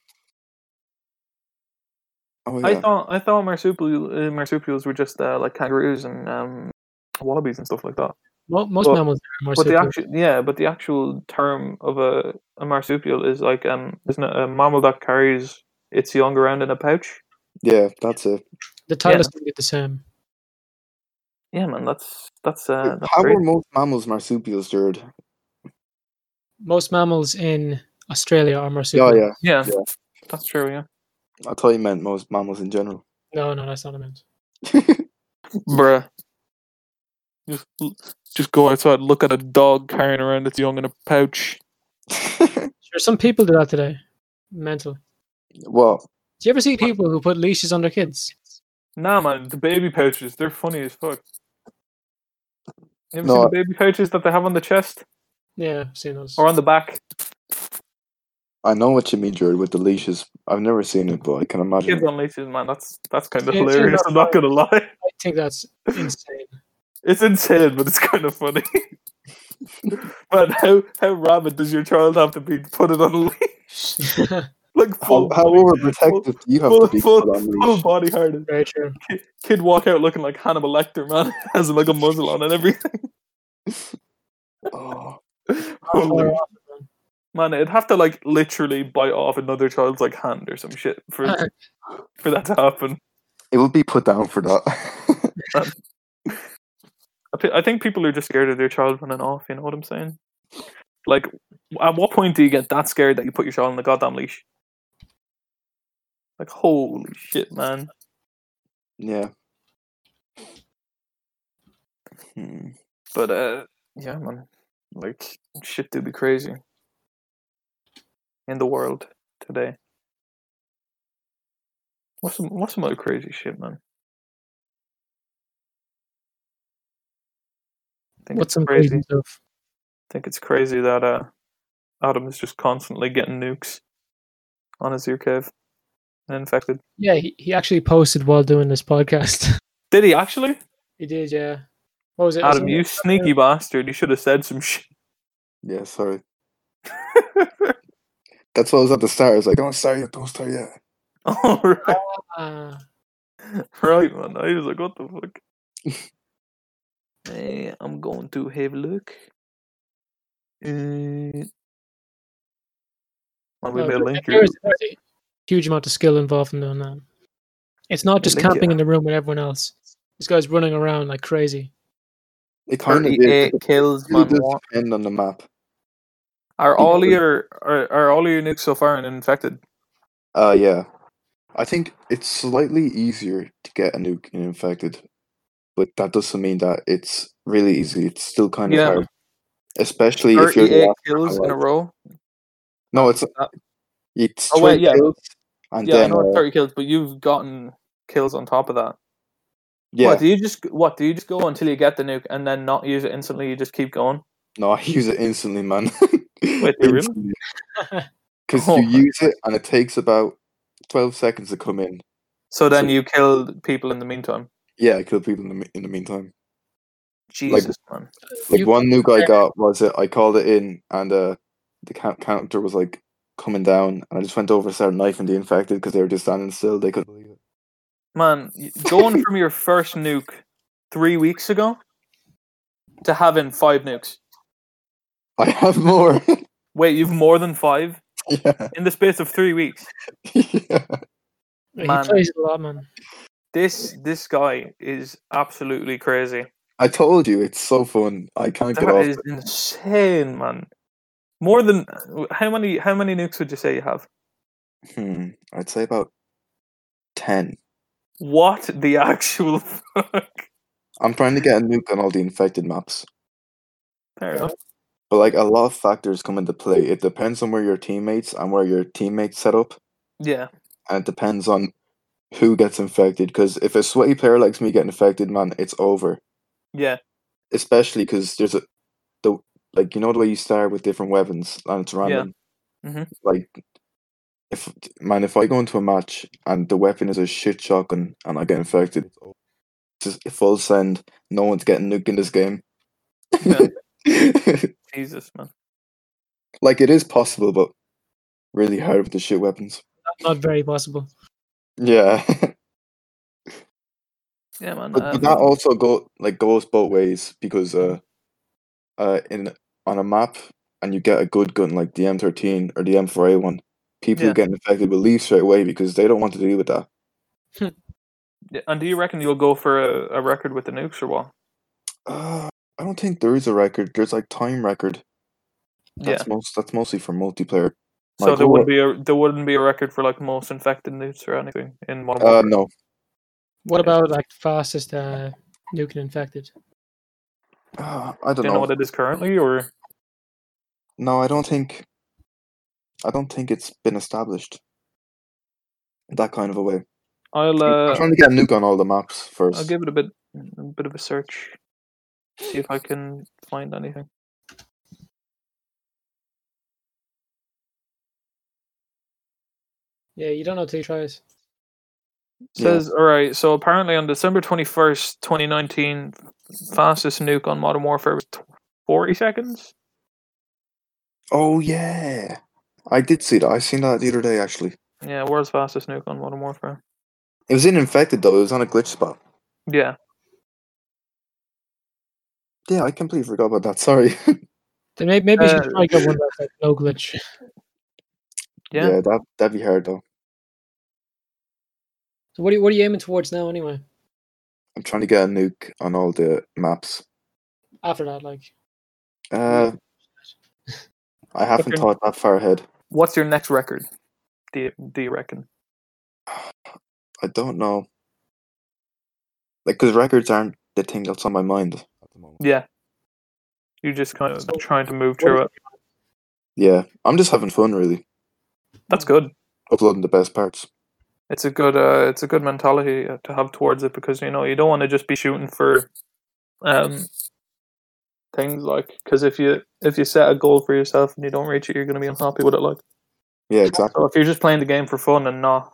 S3: Oh
S2: I
S3: yeah.
S2: thought I thought marsupial, uh, marsupials were just uh, like kangaroos and um, wallabies and stuff like that.
S1: Mo- most
S2: Well,
S1: mammals are more
S2: But the
S1: simple.
S2: actual yeah, but the actual term of a, a marsupial is like um, isn't it a mammal that carries its young around in a pouch?
S3: Yeah, that's it.
S1: The title's gonna be the same.
S2: Yeah, man, that's that's uh, that's
S3: How
S2: great.
S3: are most mammals marsupials, Jared?
S1: Most mammals in Australia are marsupial.
S3: Oh yeah,
S2: Yeah,
S3: Yeah.
S2: that's true. Yeah,
S3: I thought you meant most mammals in general.
S1: No, no, that's not what I meant.
S2: bruh. Just l- just go outside, look at a dog carrying around its young in a pouch.
S1: Sure, some people do that today. Mental.
S3: well,
S1: Do you ever see people who put leashes on their kids?
S2: Nah, man, the baby pouches, they're funny as fuck. You ever
S3: No,
S2: seen
S3: I-
S2: the baby pouches that they have on the chest
S1: Yeah, I've seen those.
S2: or on the back?
S3: I know what you mean, Jared, with the leashes. I've never seen it, but I can imagine.
S2: Kids on leashes, man, that's that's kind of
S1: Yeah, it's
S2: hilarious.
S1: not
S2: I'm not gonna lie.
S1: I think that's insane.
S2: It's insane, but it's kind of funny. man, how how rabid does your child have to be to put it on a leash? like
S3: How,
S2: full
S3: how
S2: body-
S3: overprotective do you have
S2: full,
S3: to be?
S2: full,
S3: for that
S2: full
S3: leash?
S2: body hardened.
S1: Very true.
S2: Kid walk out looking like Hannibal Lecter, man, has like a muzzle on and everything.
S3: Oh,
S2: Holy
S1: Or-
S2: Man, it'd have to like literally bite off another child's like hand or some shit for for that to happen.
S3: it will be put down for that.
S2: I, thi- I think people are just scared of their child running off. You know what I'm saying? Like, at what point do you get that scared that you put your child on the goddamn leash? Like, holy shit, man!
S3: yeah. Hmm.
S2: But uh, yeah, man, like shit do be crazy in the world today. What's some what's some other crazy shit, man? Think
S1: What's
S2: it's
S1: some crazy stuff?
S2: think it's crazy that uh, Adam is just constantly getting nukes on his ear cave and infected.
S1: Yeah, he, he actually posted while doing this podcast.
S2: Did he actually?
S1: he did, yeah. What was it?
S2: Adam,
S1: Some-
S2: you sneaky bastard! You should have said some shit.
S3: Yeah, sorry. That's what I was at the start. I was like, don't start yet, don't start yet.
S2: All right,
S1: Ah,
S2: right, man. I was like, what the fuck? Eh, I'm going to have a look. Uh, I'll be
S1: no,
S2: a
S1: there-
S2: link
S1: there
S2: here.
S1: is- there's a huge amount of skill involved in doing that. It's not just
S2: Link,
S1: camping
S2: yeah.
S1: in the room with everyone else. This guy's running around like crazy.
S3: It kind of is. It
S2: kills,
S3: really does depend on the map.
S2: Are all
S3: people.
S2: your are, are all your nukes so far infected?
S3: Uh, yeah. I think it's slightly easier to get a nuke in infected, but that doesn't mean that it's really easy. It's still kind of
S2: Yeah.
S3: hard, especially if you're the
S2: 38
S3: last-
S2: kills in a
S3: alive.
S2: row.
S3: no. It's
S2: Uh,
S3: it's
S2: oh, wait,
S3: 12
S2: yeah.
S3: kills, and
S2: Yeah, I
S3: then
S2: know it's
S3: uh,
S2: 30 kills, but you've gotten kills on top of that.
S3: yeah.
S2: What do you just what do you just go until you get the nuke and then not use it instantly? You just keep going.
S3: No, I use it instantly, man.
S2: Wait, do you really?
S3: Because
S2: Oh,
S3: you
S2: man.
S3: use it and it takes about twelve seconds to come in.
S2: So then
S3: So-
S2: you kill people in the meantime.
S3: Yeah, I kill people in the me- in the meantime.
S2: Jesus man,
S3: Like
S1: You-
S3: one nuke I got was it I called it in and uh the count- counter was like coming down and I just went over and started knifing the infected because they were just standing still. They couldn't believe it.
S2: man, y- going from your first nuke three weeks ago to having five nukes.
S3: I have more.
S2: Wait, you've more than five
S3: yeah.
S2: in the space of three weeks.
S3: yeah.
S1: He
S2: man.
S1: plays a lot, man.
S2: This this guy is absolutely crazy.
S3: I told you it's so fun. I can't get
S2: That
S3: off.
S2: is insane, man. More than how many how many nukes would you say you have?
S3: it. Hmm. I'd say about ten.
S2: What the actual fuck?
S3: I'm trying to get a nuke on all the infected maps.
S2: Fair
S1: Yeah.
S2: enough.
S3: But like a lot of factors come into play. It depends on where your teammates and where your teammates set up,
S2: Yeah.
S3: and it depends on who gets infected. Because if a sweaty player likes me getting infected, man, it's over.
S2: Yeah.
S3: Especially because there's a the like you know the way you start with different weapons and it's random.
S2: Mhm.
S3: Like if man, if I go into a match and the weapon is a shit shotgun and I get infected, it's over. just full send. No one's getting nuked in this game.
S2: Jesus, man.
S3: like it is possible, but really hard with the shit weapons.
S1: Not very possible.
S3: Yeah, but,
S2: Yeah, man. Um,
S3: but that also go like goes both ways because uh, uh, in on a map and you get a good gun like the M13 or the M4A one, people
S2: Yeah.
S3: who get infected will leave straight away because they don't want to deal with that.
S2: Yeah, And do you reckon you'll go for a, a record with the nukes or what?
S3: Uh, I don't think there is a record. There's like time record. That's
S2: yeah.
S3: most. That's mostly for multiplayer.
S2: So
S3: Like,
S2: there
S3: what-
S2: would be a there wouldn't be a record for like most infected nukes or anything in Modern
S3: Uh,
S2: Warfare.
S3: no.
S1: What about like fastest uh, nuke and infected?
S3: Uh, I don't
S2: do you know.
S3: know.
S2: what it is currently or
S3: No, I don't think. I don't think it's been established. in That kind of a way.
S2: I'll
S3: I'm
S2: uh,
S3: trying to get a nuke on all the maps first.
S2: I'll give it a bit a bit of a search. See if I can find anything.
S1: Yeah, you don't know till you try it.
S3: Yeah.
S2: Says all right. So apparently on December twenty first, twenty nineteen, fastest nuke on Modern Warfare was tw- forty seconds.
S3: Oh yeah, I did see that. I seen that the other day actually.
S2: Yeah, world's fastest nuke on Modern Warfare.
S3: It was in infected though. It was on a glitch spot.
S2: Yeah,
S3: Yeah, I completely forgot about that. Sorry.
S1: Then maybe, maybe you
S2: Uh,
S1: should try get one that's like no glitch.
S2: yeah.
S3: that that'd be hard though.
S1: So what are you, what are you aiming towards now anyway?
S3: I'm trying to get a nuke on all the maps.
S1: After that, like
S2: Hmm.
S3: Uh, I haven't
S2: Okay.
S3: thought that far ahead.
S2: What's your next record? Do you, do you reckon?
S3: I don't know. Like, because records aren't the thing that's on my mind.
S4: at the moment.
S2: Yeah. You're just kind of
S1: So-
S2: trying to move through it.
S3: Yeah, I'm just having fun, really.
S2: That's good.
S3: Uploading the best parts.
S2: It's a good uh, it's a good mentality uh, to have towards it because you know you don't want to just be shooting for um things like because if you if you set a goal for yourself and you don't reach it you're going to be unhappy with it like
S3: Yeah, exactly.
S2: so if you're just playing the game for fun and not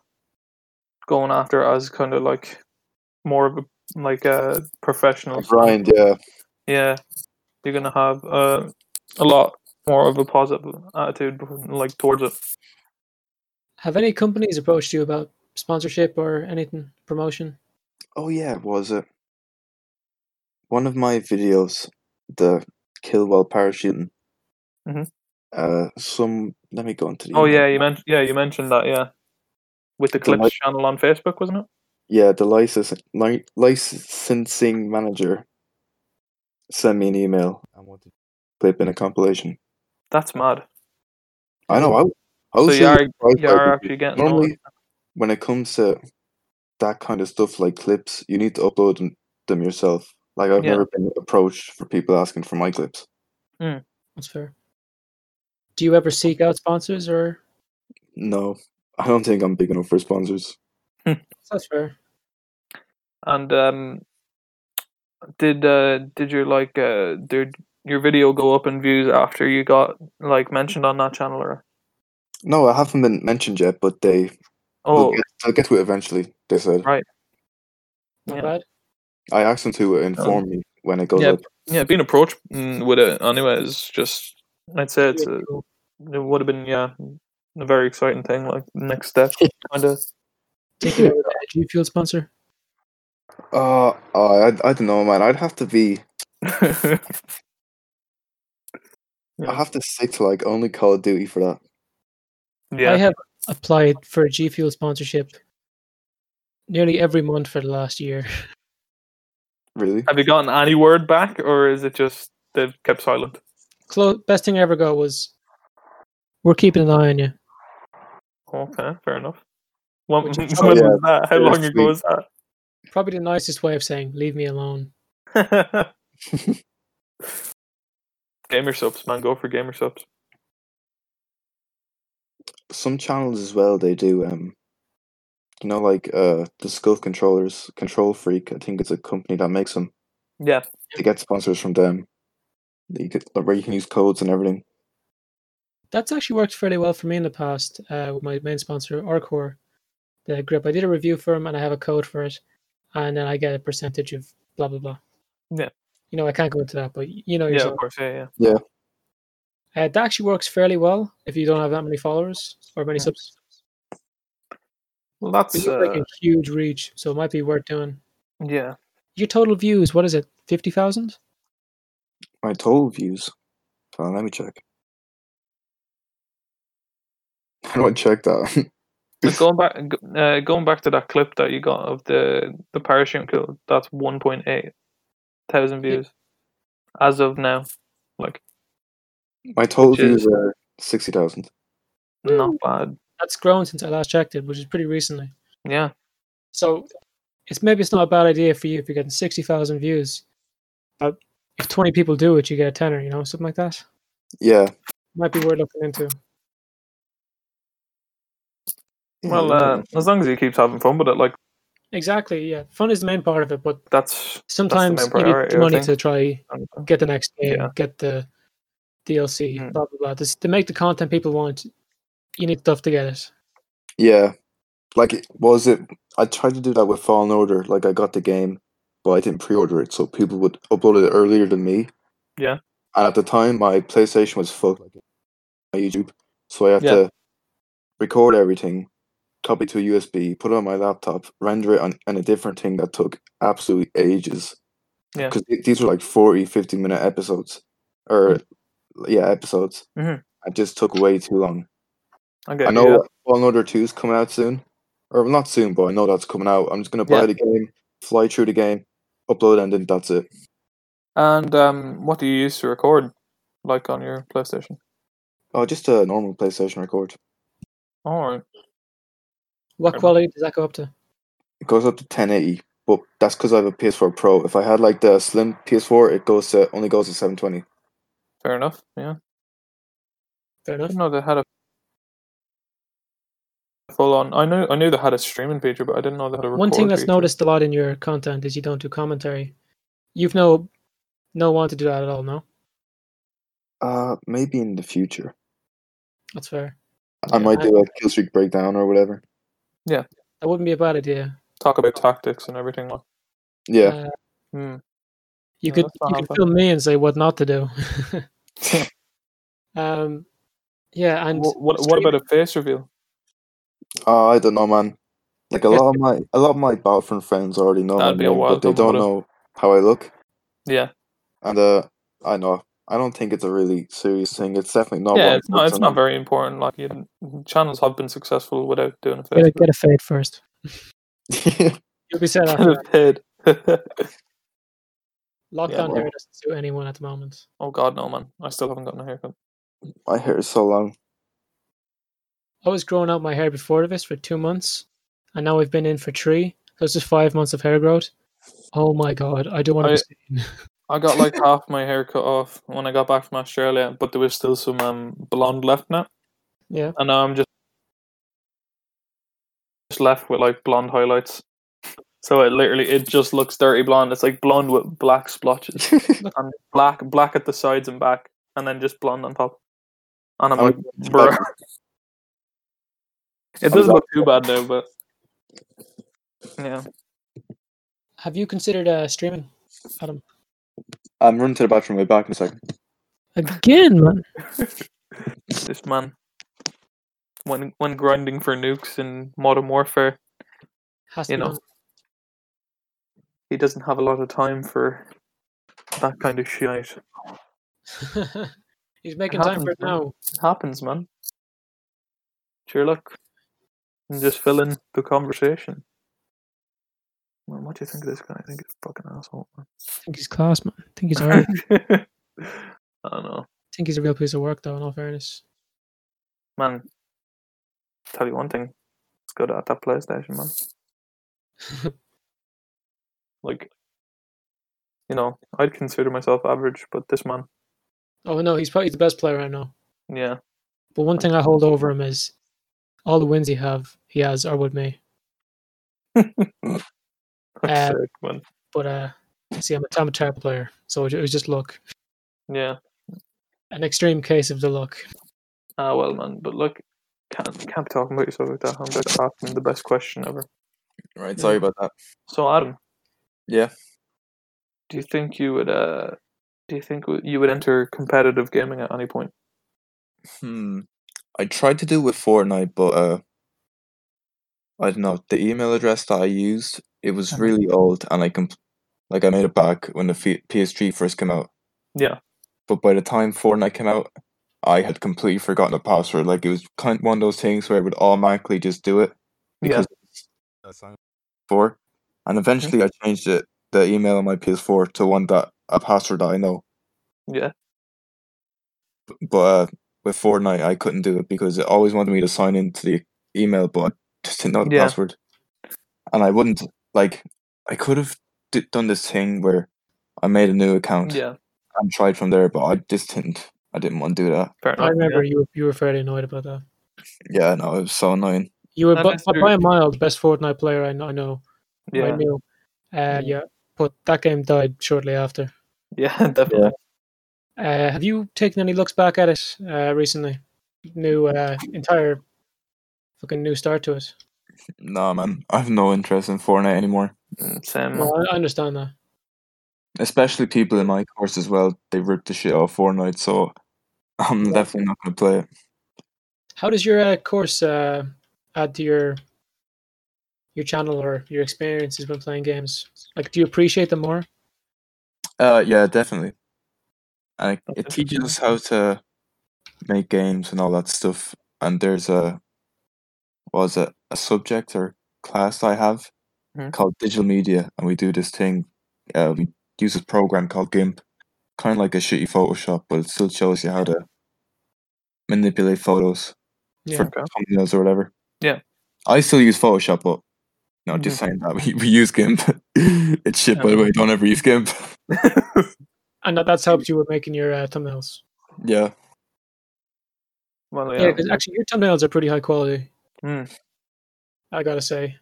S2: going after it as kind of like more of a like a professional
S3: Grind, yeah.
S2: yeah, you're gonna have uh, a lot more of a positive attitude like towards it.
S1: have any companies approached you about sponsorship or anything promotion?
S3: Oh, yeah, was it? One of my videos, the kill while parachuting.
S2: Mhm.
S3: Uh, some. Let me go into the.
S2: Oh
S3: email.
S2: yeah, you mentioned yeah you mentioned that yeah, with the
S3: The
S2: clips
S3: light-
S2: channel on Facebook, wasn't it?
S3: Yeah, the license, li- licensing manager sent me an email
S4: And what did
S3: clip in a compilation.
S2: That's mad.
S3: I know. I, I
S2: So
S3: was
S2: you
S3: really
S2: are
S3: surprised
S2: you
S3: by
S2: are
S3: it because
S2: actually getting
S3: normally
S2: normally,
S3: when it comes to that kind of stuff like clips, you need to upload them, them yourself. Like I've
S2: Yeah.
S3: never been approached for people asking for my clips.
S1: That's fair. Do you ever seek out sponsors or?
S3: No, I don't think I'm big enough for sponsors.
S1: That's fair.
S2: and um, did uh did your like uh did your video go up in views after you got like mentioned on that channel or
S3: No, I haven't been mentioned yet, but they will
S2: oh
S3: get, they'll get to it eventually. They said.
S2: Right.
S1: Not
S2: Yeah.
S1: bad.
S3: I asked them to inform me when it goes
S2: Yeah.
S3: up.
S2: yeah being approached mm, with it anyway is just I'd say it's a,
S1: Cool.
S2: it would have been yeah a very exciting thing like next step kind of
S1: Thinking about a G Fuel sponsor.
S3: Uh, I I don't know, man. I'd have to be. I
S2: Yeah.
S3: have to stick to like only Call of Duty for that.
S1: I
S2: yeah
S1: have applied for a G Fuel sponsorship nearly every month for the last year.
S3: Really?
S2: have you gotten any word back or is it just they've kept silent
S1: Clo- best thing I ever got was, we're keeping an eye on you.
S2: okay fair enough when,
S1: Which
S2: when
S1: is-
S3: Oh, yeah,
S2: was that? how
S3: yeah,
S2: long ago
S3: sweet.
S2: was
S1: Probably the nicest way of saying leave me alone.
S2: that gamer subs man go for gamer subs
S3: some channels as well they do um you know like uh the skull controllers control freak i think it's a company that makes them
S2: yeah
S3: they get sponsors from them you get, where you can use codes and everything
S1: That's actually worked fairly well for me in the past uh, with my main sponsor, Arcor, the grip. I did a review for them and I have a code for it, and then I get a percentage of blah blah blah.
S2: Yeah.
S1: You know, I can't go into that, but y- you know
S2: yeah
S1: yourself.
S2: of course yeah yeah
S1: Uh, that actually works fairly well if you don't have that many followers or many
S2: Yeah.
S1: subs. But
S2: well that's
S1: you have, like
S2: uh,
S1: a huge reach, so it might be worth doing.
S2: yeah
S1: Your total views, what is it? Fifty thousand?
S3: my total views well let me check how do i check that
S2: But going back, g- uh, going back to that clip that you got of the the parachute kill, that's one point eight thousand
S1: Yeah.
S2: views as of now. Like,
S3: My total
S2: Which is-
S3: views are sixty thousand.
S1: Hmm.
S2: not bad.
S1: That's grown since I last checked it, which is pretty recently.
S2: Yeah,
S1: So it's maybe it's not a bad idea for you if you're getting sixty thousand views. But if twenty people do it, you get a tenner, you know, something like that.
S3: Yeah.
S1: Might be worth looking into.
S3: Yeah,
S2: Well,
S3: I
S2: uh,
S3: dunno.
S2: as long as he keeps having fun with it, like
S1: Exactly, yeah. Fun is the main part of it, but
S2: that's
S1: sometimes you need
S2: priority,
S1: the
S2: I
S1: money
S2: think.
S1: to try get the next game,
S2: Yeah.
S1: get the DLC,
S2: Mm.
S1: blah blah blah. This, to make the content people want, you need stuff to get it.
S3: yeah. Like, it- was it? I tried to do that with Fallen Order. Like, I got the game, but I didn't pre-order it, so people would upload it earlier than me.
S2: Yeah.
S3: And at the time, my PlayStation was fucked. Like, my YouTube, so I had
S2: Yeah.
S3: to record everything, copy to a USB, put it on my laptop, render it on, on a different thing that took absolutely ages.
S2: Yeah.
S3: Because these were like 40, 50 minute episodes, or
S2: Mm.
S3: yeah, episodes.
S2: Mhm.
S3: It just took way too long.
S2: I get
S3: I
S2: you,
S3: know
S2: yeah.
S3: Fallen Order 2 is coming out soon. Or not soon, but I know that's coming out. I'm just going to buy
S2: Yeah.
S3: the game, fly through the game, upload, and then that's it.
S2: And um, what do you use to record, like on your PlayStation?
S3: Oh, just a normal PlayStation record.
S2: All right.
S1: What
S2: Um,
S1: quality does that go up to?
S3: It goes up to 1080, but that's because I have a PS4 Pro. If I had like the slim PS4, it goes to only goes to 720.
S2: Fair enough. Yeah.
S1: Fair
S2: I
S1: enough.
S2: didn't know they had a full on. I knew I knew they had a streaming feature, but I didn't know they had a record
S1: One thing that's
S2: feature.
S1: noticed a lot in your content is you don't do commentary. You've no no want to do that at all, no?
S3: Uh, maybe in the future.
S1: That's fair.
S2: Yeah.
S3: I might do a Killstreak Breakdown or whatever.
S1: That wouldn't be a bad idea.
S2: Talk about tactics and everything. Like,
S3: Yeah.
S1: Uh,
S2: hmm.
S1: you
S2: Yeah,
S1: could
S2: that's not
S1: you
S2: half
S1: could
S2: bad.
S1: film me and say what not to do. um yeah, and
S2: What, what, what
S1: streaming-
S2: about a face reveal?
S3: Uh, I don't know, man. Like a
S1: Yeah.
S3: lot of my a lot of my Battlefront friends already know
S2: That'd
S3: my
S2: be a
S3: name, but
S2: wild
S3: they
S2: one,
S3: don't
S2: would've.
S3: know how I look.
S2: Yeah,
S3: And uh, I know I don't think it's a really serious thing. It's definitely not.
S2: yeah.
S3: what
S2: It's not.
S3: looks
S2: It's not
S3: on.
S2: very important. Like, you, channels have been successful without doing a face.
S1: get a,
S2: reveal.
S1: get a fade first. You'll be set
S2: Get
S1: after that.
S2: a fade.
S1: Lockdown
S3: well-
S1: hair doesn't suit anyone at the moment.
S2: oh God, no, man. I still haven't gotten a haircut.
S3: my hair is so long.
S1: I was growing out my hair before this for two months, and now I've been in for three. So it's just five months of hair growth. Oh my god, I don't want to.
S2: I-
S1: Be seen.
S2: I got like half my hair cut off when I got back from Australia, but there was still some um, blonde left now.
S1: Yeah.
S2: And now I'm just just left with like blonde highlights. So it literally it just looks dirty blonde. It's like blonde with black splotches and black black at the sides and back, and then just blonde on top. And I'm
S3: I'm
S2: like,
S3: It's
S2: bro,
S3: like-
S2: it doesn't look too bad now, but yeah,
S1: Have you considered uh, streaming, Adam?
S3: I'm running to the bathroom. I'll be back in a second.
S1: Again, man.
S2: this man. When when grinding for nukes in Modern Warfare,
S1: Has
S2: You
S1: be
S2: know.
S1: done.
S2: he doesn't have a lot of time for that kind of shit.
S1: He's making time for it
S2: happens, man.
S1: now.
S2: It happens, man. Sure, look, and just fill in the conversation. Man, what do you think of this guy? I think he's a fucking asshole.
S1: I think he's class, man. I think he's alright. I
S2: Man. I don't know,
S1: think he's a real piece of work, though. In all fairness,
S2: man. Tell you one thing, it's good at that PlayStation, man. Like, you know, I'd consider myself average, but this man,
S1: oh no, he's probably the best player I know.
S2: yeah,
S1: But one thing I hold over him is all the wins he have he has are with me.
S2: that's
S1: Uh,
S2: sick, man.
S1: But uh, see, I'm a, I'm a terrible player, so it was just luck.
S2: Yeah.
S1: An extreme case of the luck.
S2: Ah, well, man, but look, can't can't be talking about yourself like that. I'm just asking the best question ever.
S3: Right. Sorry about that.
S2: So, Adam.
S3: Yeah.
S2: Do you think you would uh? Do you think w- you would enter competitive gaming at any point?
S3: Hmm. I tried to do with Fortnite, but uh, I don't know. The email address that I used it was
S2: Mhm.
S3: really old, and I compl- like I made it back when the F- PS3 first came out.
S2: Yeah.
S3: But by the time Fortnite came out, I had completely forgotten the password. Like it was kind of one of those things where it would automatically just do it
S2: Yeah.
S3: because I signed up before. And eventually, I changed it the email on my PS4 to one that a password that I know.
S2: Yeah.
S3: But uh, with Fortnite, I couldn't do it because it always wanted me to sign into the email, but I just didn't know the
S2: Yeah.
S3: password. And I wouldn't like. I could have d- done this thing where I made a new account
S2: Yeah.
S3: and tried from there, but I just didn't. I didn't want to do that.
S2: Fair enough.
S1: I remember
S2: yeah.
S1: you were, you were fairly annoyed about that.
S3: Yeah, no, it was so annoying.
S1: You were
S2: That
S1: by,
S2: is
S1: by-
S2: true.
S1: by a mile the best Fortnite player I know. I, know, I
S2: Yeah. Mm-hmm.
S1: knew. Uh, yeah, but that game died shortly after.
S2: Yeah, definitely.
S1: Uh, have you taken any looks back at it uh, recently? New uh, entire fucking new start to it.
S3: No, man, I have no interest in Fortnite anymore.
S2: Mm, Same.
S1: No, I- I understand that.
S3: Especially people in my course as well. They ripped the shit off Fortnite, so I'm
S1: Yeah.
S3: definitely not gonna play it.
S1: How does your uh, course uh, add to your your channel or your experiences when playing games? Like, do you appreciate them more?
S3: Uh, yeah, definitely. And it, it
S2: Okay.
S3: teaches us how to make games and all that stuff. And there's a was it a subject or class I have
S2: Mhm.
S3: called digital media, and we do this thing. Uh, we use this program called GIMP, kind of like a shitty Photoshop, but it still shows you how to manipulate photos
S1: Yeah.
S3: for
S2: Okay.
S3: thumbnails or whatever.
S2: Yeah.
S3: I still use Photoshop, but no, just saying that we, we use GIMP. it's shit, by the way. Don't ever use GIMP.
S1: And that, that's helped you with making your uh, thumbnails.
S3: yeah.
S2: Well,
S1: Yeah,
S2: Oh, yeah.
S1: because actually your thumbnails are pretty high quality.
S2: Mm.
S1: I gotta say.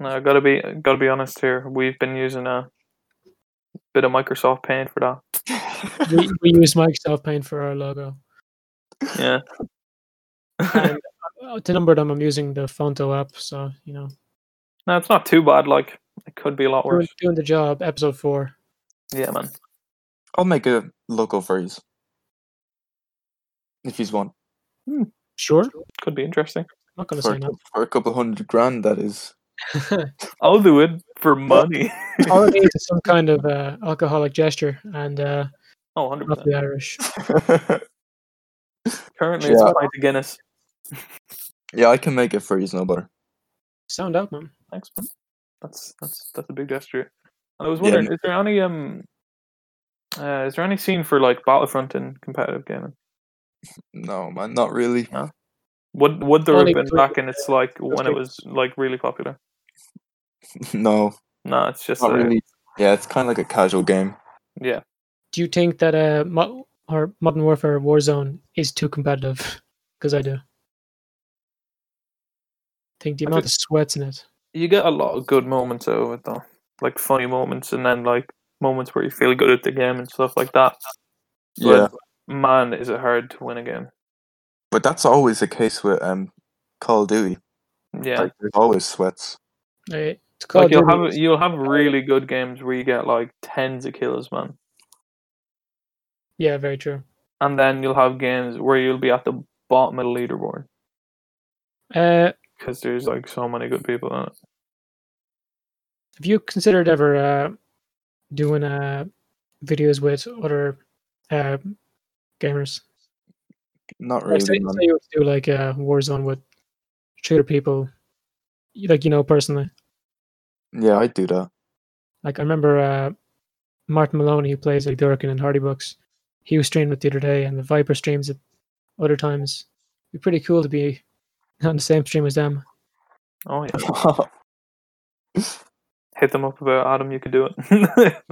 S2: No, I gotta be gotta be honest here. We've been using a bit of Microsoft Paint for that.
S1: we, we use Microsoft Paint for our logo.
S2: Yeah.
S1: And uh, to number them, I'm using the Fonto app. So, you know,
S2: no, it's not too bad. Like it could be a lot
S1: doing,
S2: worse.
S1: doing the job, episode four.
S2: Yeah, man.
S3: I'll make a local phrase. If he's one.
S1: Sure. I'm
S2: Could be interesting.
S1: not going to
S3: For,
S1: say
S3: a
S1: no.
S3: cou- for a couple hundred grand, that is.
S2: I'll do it for money.
S1: All it needs is some kind of uh, alcoholic gesture and uh,
S2: Oh, 100
S1: not
S2: percent.
S1: the Irish.
S2: Currently, it's
S3: Yeah.
S2: a pint of Guinness.
S3: yeah, I can make it for you, Snowbutter.
S1: Sound out, man.
S2: Thanks, man. That's that's that's a big gesture. And I was
S3: Yeah,
S2: wondering, is there any um, uh, is there any scene for like Battlefront in competitive gaming?
S3: No, man, not really.
S2: Would would there
S1: Only
S2: have been
S1: for-
S2: back in its like when it
S1: people.
S2: was like really popular?
S3: No,
S2: No, it's just
S3: not
S2: uh,
S3: really. Yeah, it's kind of like a casual game.
S2: yeah.
S1: Do you think that uh, Mo- or Modern Warfare Warzone is too competitive? Because I do. think the
S2: I
S1: amount of sweats in it.
S2: You get a lot of good moments out of it though, like funny moments, and then like moments where you feel good at the game and stuff like that.
S3: Yeah,
S2: But man, is it hard to win a game?
S3: but that's always the case with um, Call of Duty.
S2: Yeah,
S3: Like, there's always sweats.
S1: Right? It's called
S2: like you'll have you'll have really good games where you get like tens of kills, man.
S1: yeah, very true.
S2: and then you'll have games where you'll be at the bottom of the leaderboard
S1: Uh,
S2: because there's like so many good people in it.
S1: have you considered ever uh, doing uh, videos with other uh, gamers?
S3: Not
S1: Like, say,
S3: really. man.
S1: say you were to do like uh, Warzone with shooter people, you- like you know personally.
S3: Yeah, I'd do that.
S1: Like I remember uh, Martin Maloney, who plays like Durkin and Hardy Bucks, he was streamed it the other day, and the Viper streams it other times. It'd be pretty cool to be on the same stream as them.
S2: Oh yeah, hit them up about Adam. You could do it.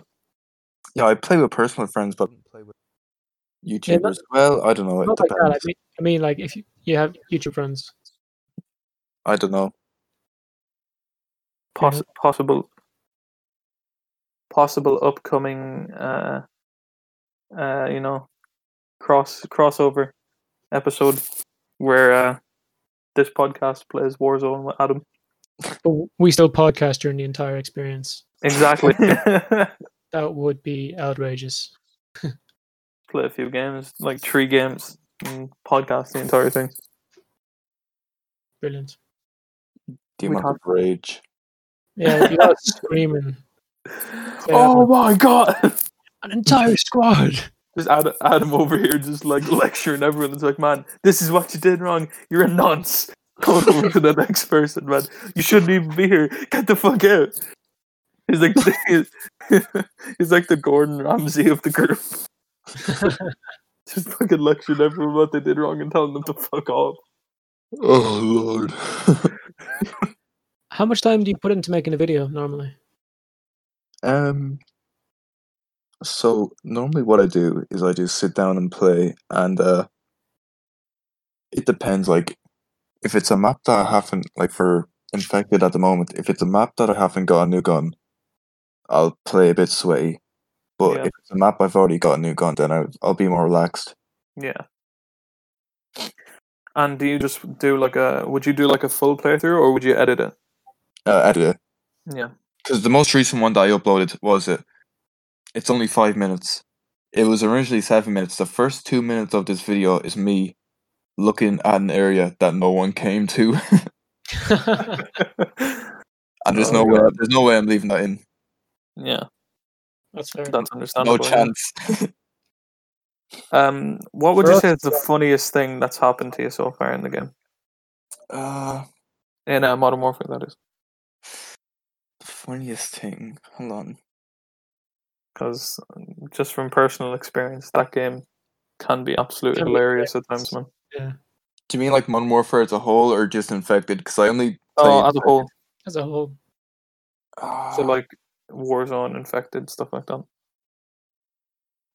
S3: yeah, I play with personal friends, but play with YouTubers. well, I don't know. It
S1: Not like
S3: depends.
S1: that. Oh I mean, I mean, like if you, you have YouTube friends,
S3: I don't know.
S2: Poss- possible, possible upcoming, uh, uh, you know, cross crossover episode where uh, this podcast plays Warzone with Adam.
S1: but we still podcast during the entire experience.
S2: Exactly.
S1: That would be outrageous.
S2: Play a few games, like three games, and podcast the entire thing.
S1: Brilliant.
S2: We
S3: The amount
S2: can't-
S3: of rage.
S1: Yeah, you know, screaming.
S2: oh my god!
S1: An entire squad.
S2: Just Ad- Adam over here, just like lecturing everyone. It's like, man, this is what you did wrong. You're a nonce. Go over to the next person, man. You shouldn't even be here. Get the fuck out. He's like, he's like the Gordon Ramsay of the group. just fucking lecturing everyone what they did wrong and telling them to fuck off.
S3: Oh lord.
S1: How much time do you put into making a video normally?
S3: um. So normally, what I do is I just sit down and play, and uh, it depends. Like, if it's a map that I haven't like for infected at the moment, if it's a map that I haven't got a new gun, I'll play a bit sweaty. But
S2: Yeah.
S3: if it's a map I've already got a new gun, then I'll, I'll be more relaxed.
S2: Yeah. And do you just do like a? Would you do like a full playthrough, or would you edit it?
S3: Uh, edit it.
S2: Yeah.
S3: because the most recent one that I uploaded was it. It's only five minutes. It was originally seven minutes. The first two minutes of this video is me looking at an area that no one came to, and there's
S2: Oh,
S3: no way. There's no way I'm leaving that in.
S2: Yeah,
S1: That's fair.
S2: that's
S3: No
S2: understandable. yeah.
S3: chance.
S2: Um, what would
S1: For
S2: you
S1: us,
S2: say is the funniest thing that's happened to you so far in the game?
S3: uh,
S2: In uh, Modern Warfare, that is,
S3: funniest thing. Hold on.
S2: because um, just from personal experience, that game can be absolutely
S1: Can be
S2: hilarious at
S1: hilarious.
S2: times, man.
S3: Do you mean like Modern Warfare as a whole, or just Infected? Because I only
S2: Oh,
S3: played,
S2: as a whole,
S1: As a whole,
S3: Ah,
S2: so like Warzone, Infected, stuff like that.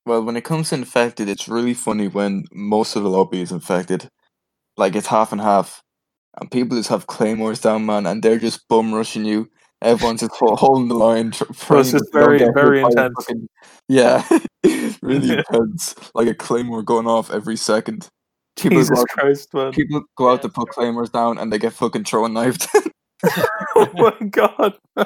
S3: Well, when it comes to infected, it's really funny when most of the lobby is infected. Like it's half and half. And people just have claymores down, man, and they're just bum rushing you. Everyone's just hol- holding the line. Tr- praying
S2: just
S3: that you don't
S2: very-
S3: get hit
S2: very
S3: by a
S2: intense.
S3: fucking- yeah, really
S2: Yeah.
S3: intense. Like a claymore going off every second. People
S2: Jesus
S3: go, out,
S2: Christ, man!
S3: people go out to put claymores down, and they get fucking thrown knifed.
S2: oh my God!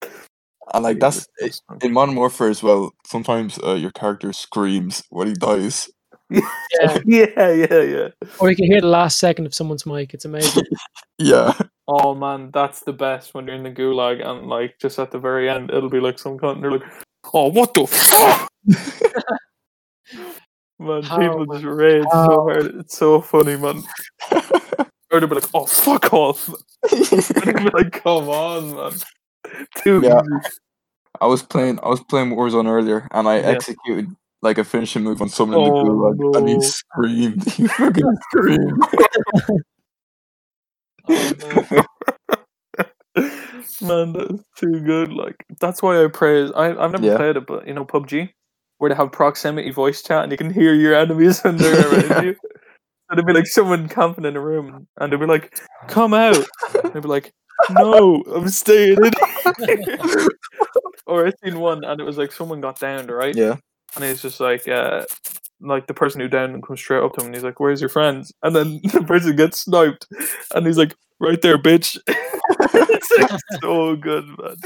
S3: and like that's
S2: Jesus Christ, man.
S3: in Modern Warfare as well. Sometimes uh, your character screams when he dies.
S1: yeah.
S2: yeah, yeah, yeah.
S1: Or you can hear the last second of someone's mic. It's amazing.
S3: Yeah.
S2: Oh man, that's the best when you're in the gulag and like just at the very end, it'll be like some kind. They're like, "Oh, what the fuck!" man,
S1: How,
S2: people
S1: man?
S2: just rage so
S1: How?
S2: hard. It's so funny, man. or they'll be like, "Oh, fuck off!" They'll be like, "Come on, man." Dude,
S3: Yeah. I was playing I was playing Warzone earlier and I
S2: Yeah.
S3: executed like a finishing move on someone in the
S2: Oh,
S3: gulag and he
S2: no.
S3: screamed. He fucking screamed.
S2: man, that's too good. Like that's why I praise. I I've never
S3: Yeah.
S2: played it, but you know PUBG, where they have proximity voice chat and you can hear your enemies when they're around you. And it'd be like someone camping in a room, and they'd be like, "Come out!" And they'd be like, "No, I'm staying in." here." or I seen one, and it was like someone got downed, right?
S3: yeah.
S2: and he's just like, uh, like the person who downed him comes straight up to him and he's like, "Where's your friends?" And then the person gets sniped, and he's like, "Right there, bitch." it's like, so good, man.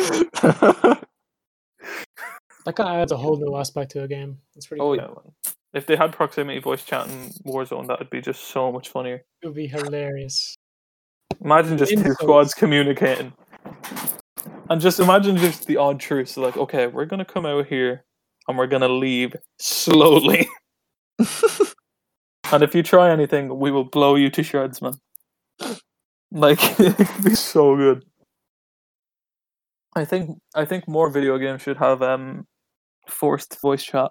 S1: that kind of adds a whole new aspect to a game. It's pretty.
S2: Oh
S1: cool.
S2: yeah, man. If they had proximity voice chat in Warzone, that would be just so much funnier.
S1: It would be hilarious.
S2: Imagine just two
S1: Insults.
S2: squads communicating, and just imagine just the odd truths. Like, okay, we're gonna come out here, and we're gonna leave slowly. And if you try anything, we will blow you to shreds, man. Like it'd be so good. I think I think more video games should have um forced voice chat,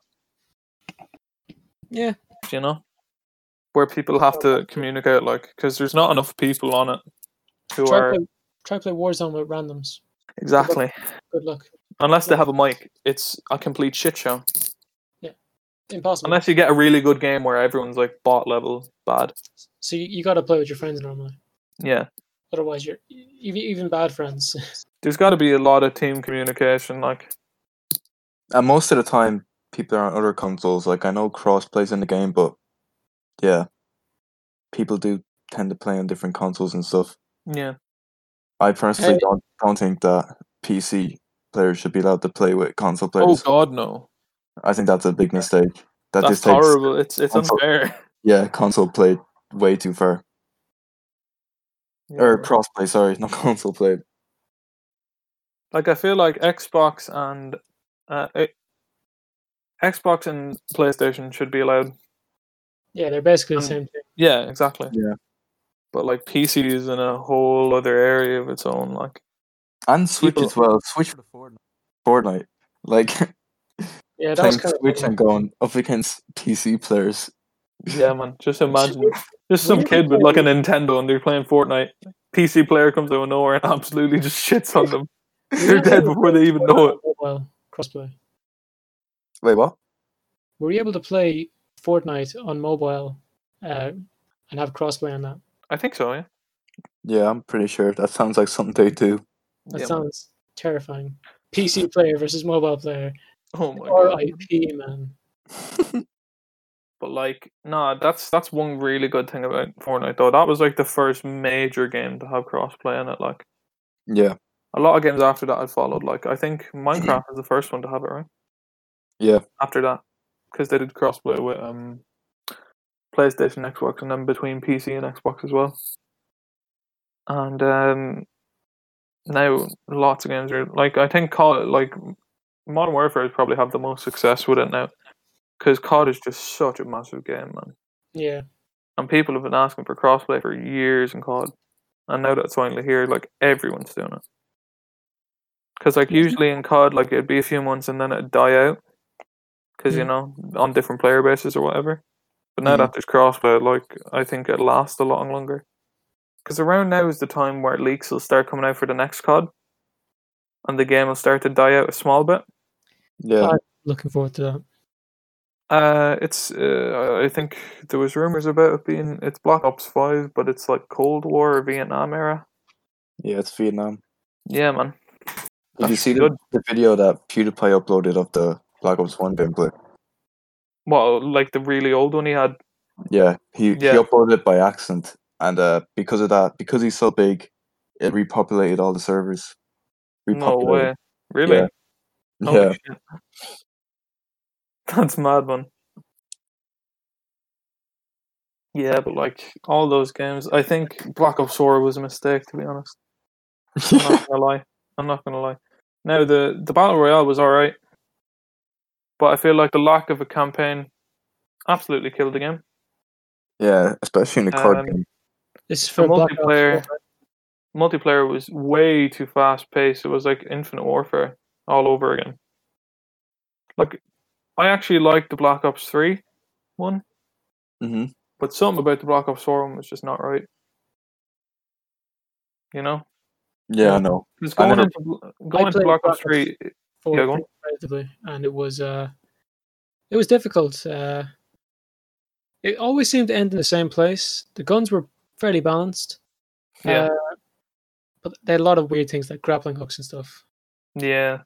S1: Yeah.
S2: you know? Where people have to communicate like cuz there's not enough people on it who
S1: Try
S2: are
S1: play, try play Warzone with randoms.
S2: exactly
S1: Good luck.
S2: unless they have a mic, it's a complete shit show.
S1: Impossible.
S2: Unless you get a really good game where everyone's like bot level bad.
S1: so you, you got to play with your friends normally.
S2: Yeah.
S1: Otherwise, you're e- even even bad friends.
S2: There's got to be a lot of team communication like
S3: and most of the time people are on other consoles. Like I know cross plays in the game, but yeah. People do tend to play on different consoles and stuff.
S2: yeah.
S3: I personally
S1: Hey.
S3: don't don't think that PC players should be allowed to play with console
S2: Oh
S3: players.
S2: god no.
S3: I think that's a big mistake. That
S2: That's
S3: just takes
S2: horrible. It's it's
S3: Console-
S2: unfair.
S3: yeah, console play way too far. Or cross play, sorry, not console play.
S2: like I feel like Xbox and uh, I- Xbox and PlayStation should be allowed.
S1: Yeah, they're basically the
S2: Um,
S1: same thing.
S2: Yeah, exactly.
S3: Yeah.
S2: But like PC is in a whole other area of its own. Like
S3: And Switch
S2: People-
S3: as well. Switch for Fortnite. Fortnite. Like
S1: Yeah, that was
S3: playing
S1: kind of
S3: Switch and going up against PC players.
S2: yeah, man. Just imagine just some
S1: Really?
S2: kid with like a Nintendo and they're playing Fortnite. PC player comes out of nowhere and absolutely just shits on them. They're dead before they even know it.
S1: Well, crossplay.
S3: Wait, what?
S1: Were you able to play Fortnite on mobile uh, and have crossplay on that?
S2: I think so. Yeah.
S3: Yeah, I'm pretty sure that sounds like something they do.
S1: That
S2: Yeah.
S1: sounds terrifying. PC player versus mobile player.
S2: Oh my god.
S1: RIP, man.
S2: But like, nah, that's that's one really good thing about Fortnite though. That was like the first major game to have crossplay in it. Like
S3: Yeah,
S2: a lot of games after that had followed. Like I think Minecraft was the first one to have it, right?
S3: Yeah.
S2: After that, because they did crossplay with um, PlayStation, Xbox, and then between PC and Xbox as well. And um, now lots of games are like I think COD, like Modern Warfare, has probably have the most success with it now, because COD is just such a massive game, man.
S1: Yeah.
S2: And people have been asking for crossplay for years in COD. And now that it's finally here, like everyone's doing it. Because like usually in COD, like it'd be a few months and then it'd die out. Because you
S1: Mm.
S2: know on different player bases or whatever. But now
S3: Mm.
S2: that there's crossplay, like I think it lasts a lot longer. Because around now is the time where leaks will start coming out for the next COD, and the game will start to die out a small bit.
S3: yeah.
S1: Uh, Looking forward to that.
S2: Uh, it's uh, I think there was rumors about it being it's Black Ops Five, but it's like Cold War or Vietnam era.
S3: Yeah, it's Vietnam.
S2: Yeah, man.
S3: Did you
S2: That's
S3: see the,
S2: good.
S3: the video that PewDiePie uploaded of the Black Ops 1 gameplay?
S2: Well, like the really old one he had.
S3: Yeah, he,
S2: Yeah.
S3: he uploaded it by accident. And uh, because of that, because he's so big, it repopulated all the servers.
S2: No way. Really?
S3: Yeah.
S2: Holy
S3: Yeah,
S2: shit. That's mad, man. Yeah, but like all those games, I think Black Ops Four was a mistake. To be honest, I'm not gonna lie. I'm not gonna lie. Now the the battle royale was all right, but I feel like the lack of a campaign absolutely killed the game.
S3: yeah, especially in a card
S2: Um,
S3: game.
S1: This is for Black Ops 4,
S2: multiplayer-
S1: right?
S2: multiplayer was way too fast paced. It was like Infinite Warfare all over again. Like, I actually liked the Black Ops 3 one,
S3: hmm
S2: but something about the Black Ops 4 one was just not right. You know?
S3: Yeah, I know.
S2: Because
S3: I
S2: going,
S3: never-
S2: into, bl- going into
S1: played
S2: Black
S1: Black
S2: Ops 3,
S1: Four
S2: Yeah, go on.
S1: comparatively, and it was uh, it was difficult. Uh, it always seemed to end in the same place. The guns were fairly balanced,
S2: yeah.
S1: uh, but they had a lot of weird things like grappling hooks and stuff.
S2: yeah.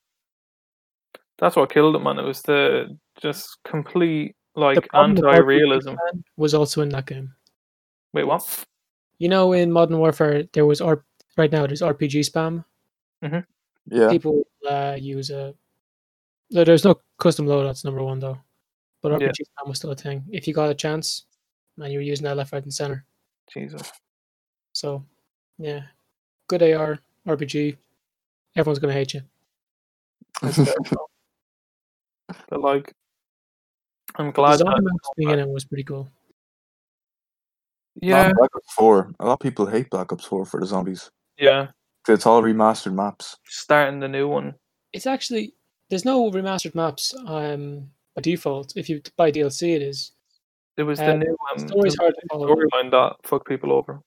S2: That's what killed it, man. It was the just complete, like,
S1: problem with
S2: anti realism.
S1: RPG Clan was also in that game.
S2: Wait, what?
S1: You know, in Modern Warfare, there was R- right now there's RPG spam.
S3: Yeah,
S1: People uh, use a. No, there's no custom loadouts. Number one though, but RPG
S2: Yeah.
S1: spam was still a thing. If you got a chance, and you were using that left, right, and center.
S2: Jesus.
S1: So, yeah, good AR RPG. Everyone's gonna hate you.
S2: But, like, I'm
S1: The
S2: glad
S1: zombie
S2: that.
S1: maps being in it was pretty cool.
S2: Yeah,
S3: Not Black Ops 4. A lot of people hate Black Ops 4 for the zombies.
S2: yeah.
S3: 'Cause It's all remastered maps.
S2: Starting the new one.
S1: It's actually there's no remastered maps um by default. If you t- buy DLC, it is.
S2: It was
S1: Uh,
S2: the new um,
S1: Story's
S2: the
S1: hard to follow.
S2: storyline that fucked people over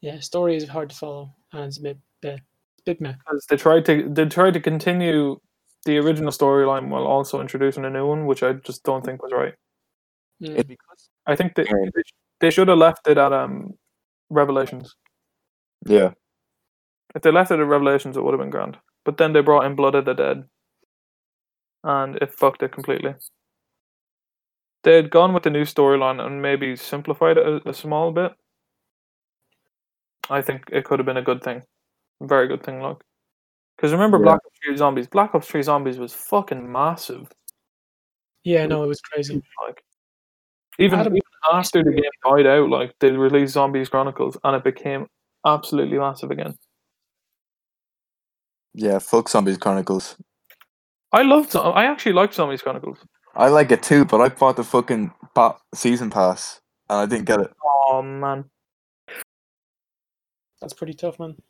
S1: Yeah, story is hard to follow, and it's a bit bit, bit meh.
S2: because they tried to they tried to continue the original storyline while also introducing a new one, which I just don't think was right.
S1: Mm.
S3: It-
S2: I think they
S3: Right.
S2: they sh- they should have left it at um Revelations.
S3: Yeah,
S2: If they left it at Revelations, it would have been grand. But then they brought in Blood of the Dead, and it fucked it completely. They had gone with the new storyline and maybe simplified it a, a small bit. I think it could have been a good thing, very good thing. Look, because remember
S3: Yeah.
S2: Black Ops Three Zombies. Black Ops Three Zombies was fucking massive.
S1: Yeah, no, it was crazy.
S2: Like, even
S1: Adam-
S2: even after the game died out, like they released Zombies Chronicles, and it became absolutely massive again.
S3: yeah, fuck Zombies Chronicles.
S2: I loved. I actually liked Zombies Chronicles.
S3: I like it too, but I bought the fucking pa- season pass and I didn't get it.
S2: Oh man,
S1: That's pretty tough, man.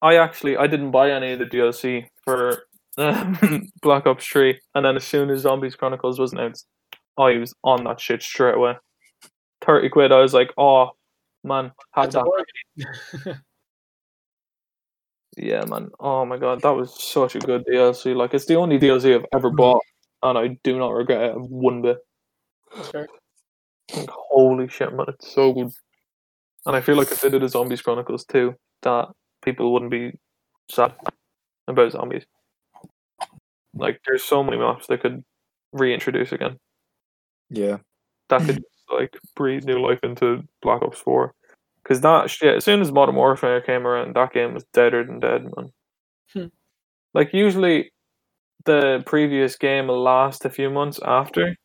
S2: I actually I didn't buy any of the DLC for um, Black Ops Three, and then as soon as Zombies Chronicles was announced, I was on that shit straight away. Thirty quid, I was like, oh man, had
S1: That's a
S2: that. Yeah, man. Oh my god, that was such a good DLC. Like, it's the only DLC I've ever bought, and I do not regret it one bit.
S1: Sure.
S2: Like, holy shit, man, it's so good. And I feel like if they did a Zombies Chronicles too, that people wouldn't be sad about zombies. Like, there's so many maps they could reintroduce again.
S3: Yeah.
S2: That could like breathe new life into Black Ops Four. Because that shit, as soon as Modern Warfare came around, that game was deader than dead, man.
S1: Hmm.
S2: Like usually, the previous game will last a few months after,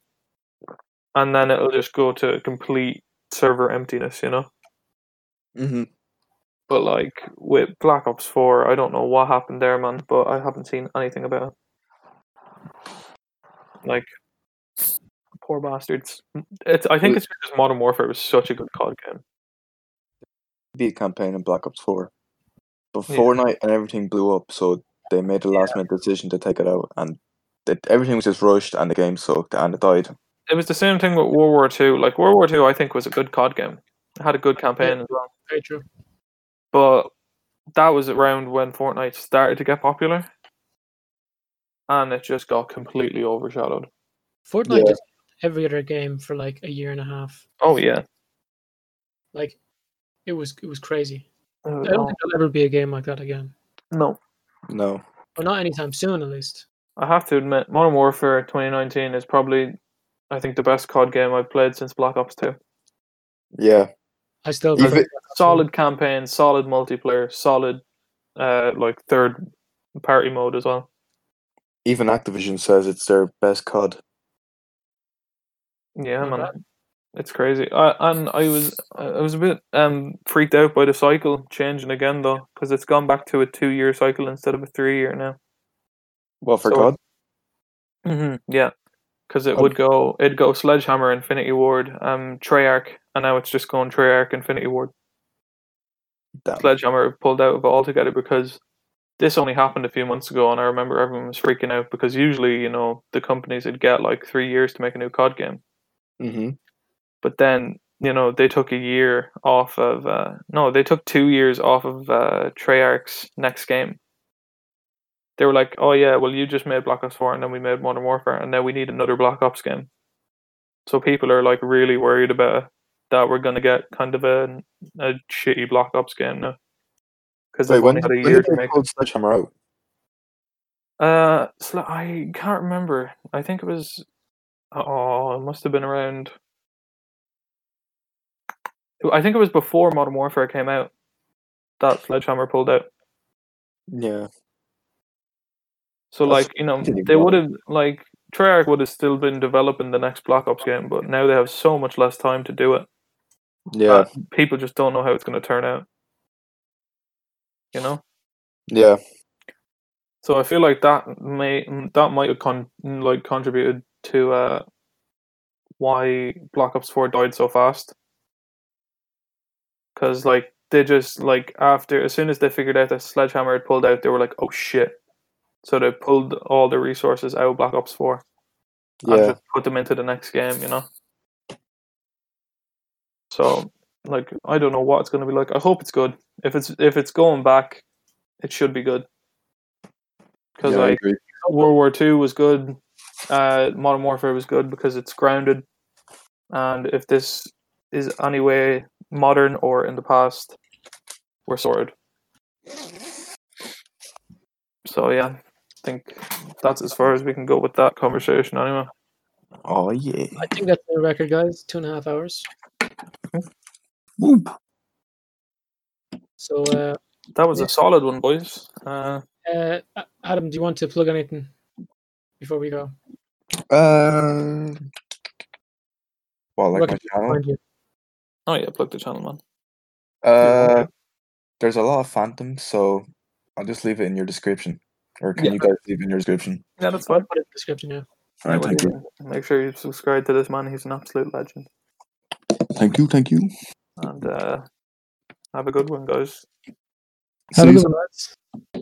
S2: and then it'll just go to complete server emptiness, you know.
S3: Mm-hmm.
S2: But like with Black Ops Four, I don't know what happened there, man. But I haven't seen anything about it. Like poor bastards. It's. I think
S3: Wait.
S2: it's because Modern Warfare was such a good COD game.
S3: Be a campaign in Black Ops 4. But
S2: Yeah.
S3: Fortnite and everything blew up, so they made the last minute decision to take it out and it, everything was just rushed and the game sucked and it died.
S2: It was the same thing with World War Two. Like World War Two, I think was a good COD game. It had a good campaign as well.
S1: Very true.
S2: but that was around when Fortnite started to get popular, and it just got completely overshadowed.
S1: Fortnite
S3: Yeah.
S1: is every other game for like a year and a half.
S2: Oh yeah,
S1: Like it was it was crazy. I don't think there'll ever be a game like that again.
S2: no.
S3: No.
S1: Well, not anytime soon, at least.
S2: I have to admit, Modern Warfare 2019 is probably, I think, the best COD game I've played since Black Ops 2.
S3: Yeah.
S1: I still
S3: If
S1: prefer
S3: it-
S2: Solid campaign, solid multiplayer, solid, uh, like third party mode as well.
S3: Even Activision says it's their best COD.
S2: Yeah,
S1: Not
S2: man,
S1: bad.
S2: it's crazy. I, and I was, I was a bit um freaked out by the cycle changing again though, because it's gone back to a two year cycle instead of a three year now.
S3: Well, for
S2: So-
S3: COD?
S2: hmm yeah, because it
S3: Um,
S2: would go, it'd go Sledgehammer, Infinity Ward, um, Treyarch, and now it's just going Treyarch, Infinity Ward.
S3: Damn.
S2: Sledgehammer pulled out of it altogether because this only happened a few months ago, and I remember everyone was freaking out because usually, you know, the companies would get like three years to make a new COD game,
S3: Mm-hmm.
S2: but then you know they took a year off of uh, no, they took two years off of uh, Treyarch's next game. They were like, "Oh yeah, well you just made Black Ops Four, and then we made Modern Warfare, and now we need another Black Ops game." So people are like really worried about that we're gonna get kind of a, a shitty Black Ops game now because
S3: Wait,
S2: they've
S3: when,
S2: only had
S3: did-
S2: a
S3: when
S2: year
S3: did
S2: to
S3: they
S2: make.
S3: pull Sledgehammer out?
S2: Uh, sl- I can't remember. I think it was. Oh, it must have been around. I think it was before Modern Warfare came out that Sledgehammer pulled out.
S3: Yeah.
S2: So,
S3: That's
S2: like you know,
S3: pretty
S2: they
S3: wild.
S2: would have like Treyarch would have still been developing the next Black Ops game, but now they have so much less time to do it.
S3: Yeah.
S2: Uh, People just don't know how it's going to turn out. You know.
S3: yeah.
S2: So I feel like that may mm, that might have con- mm, like contributed to uh why Black Ops Four died so fast. Cause like they just like after as soon as they figured out that Sledgehammer had pulled out, they were like, oh shit. So they pulled all the resources out of Black Ops Four and
S3: Yeah.
S2: just put them into the next game, you know. So like I don't know what it's gonna be like. I hope it's good. If it's if it's going back, it should be good. Because
S3: yeah, I
S2: like
S3: agree.
S2: World War Two was good. Uh, Modern Warfare was good because it's grounded, and if this is any way modern or in the past, we're sorted. So yeah, I think that's as far as we can go with that conversation. Anyway,
S3: Oh yeah.
S1: I think that's the record, guys. Two and a half hours.
S3: Whoop.
S1: So, uh,
S2: that was a solid one, boys. Uh,
S1: uh, A- Adam, do you want to plug anything before we go?
S3: Uh, well,
S1: Where
S3: like my
S1: can people
S3: channel.
S1: find you?
S2: oh yeah, plug the channel, man.
S3: Uh, there's a lot of phantoms, so I'll just leave it in your description, or can
S2: Yeah.
S3: you guys leave it in your description?
S2: Yeah, that's
S1: I'll
S2: fine.
S1: put it in the description. Yeah.
S3: All right, thank you.
S2: Make sure you subscribe to this man. He's an absolute legend.
S3: Thank you, thank you.
S2: And uh, have a good one, guys.
S1: Have a
S3: See you
S1: good one, lads.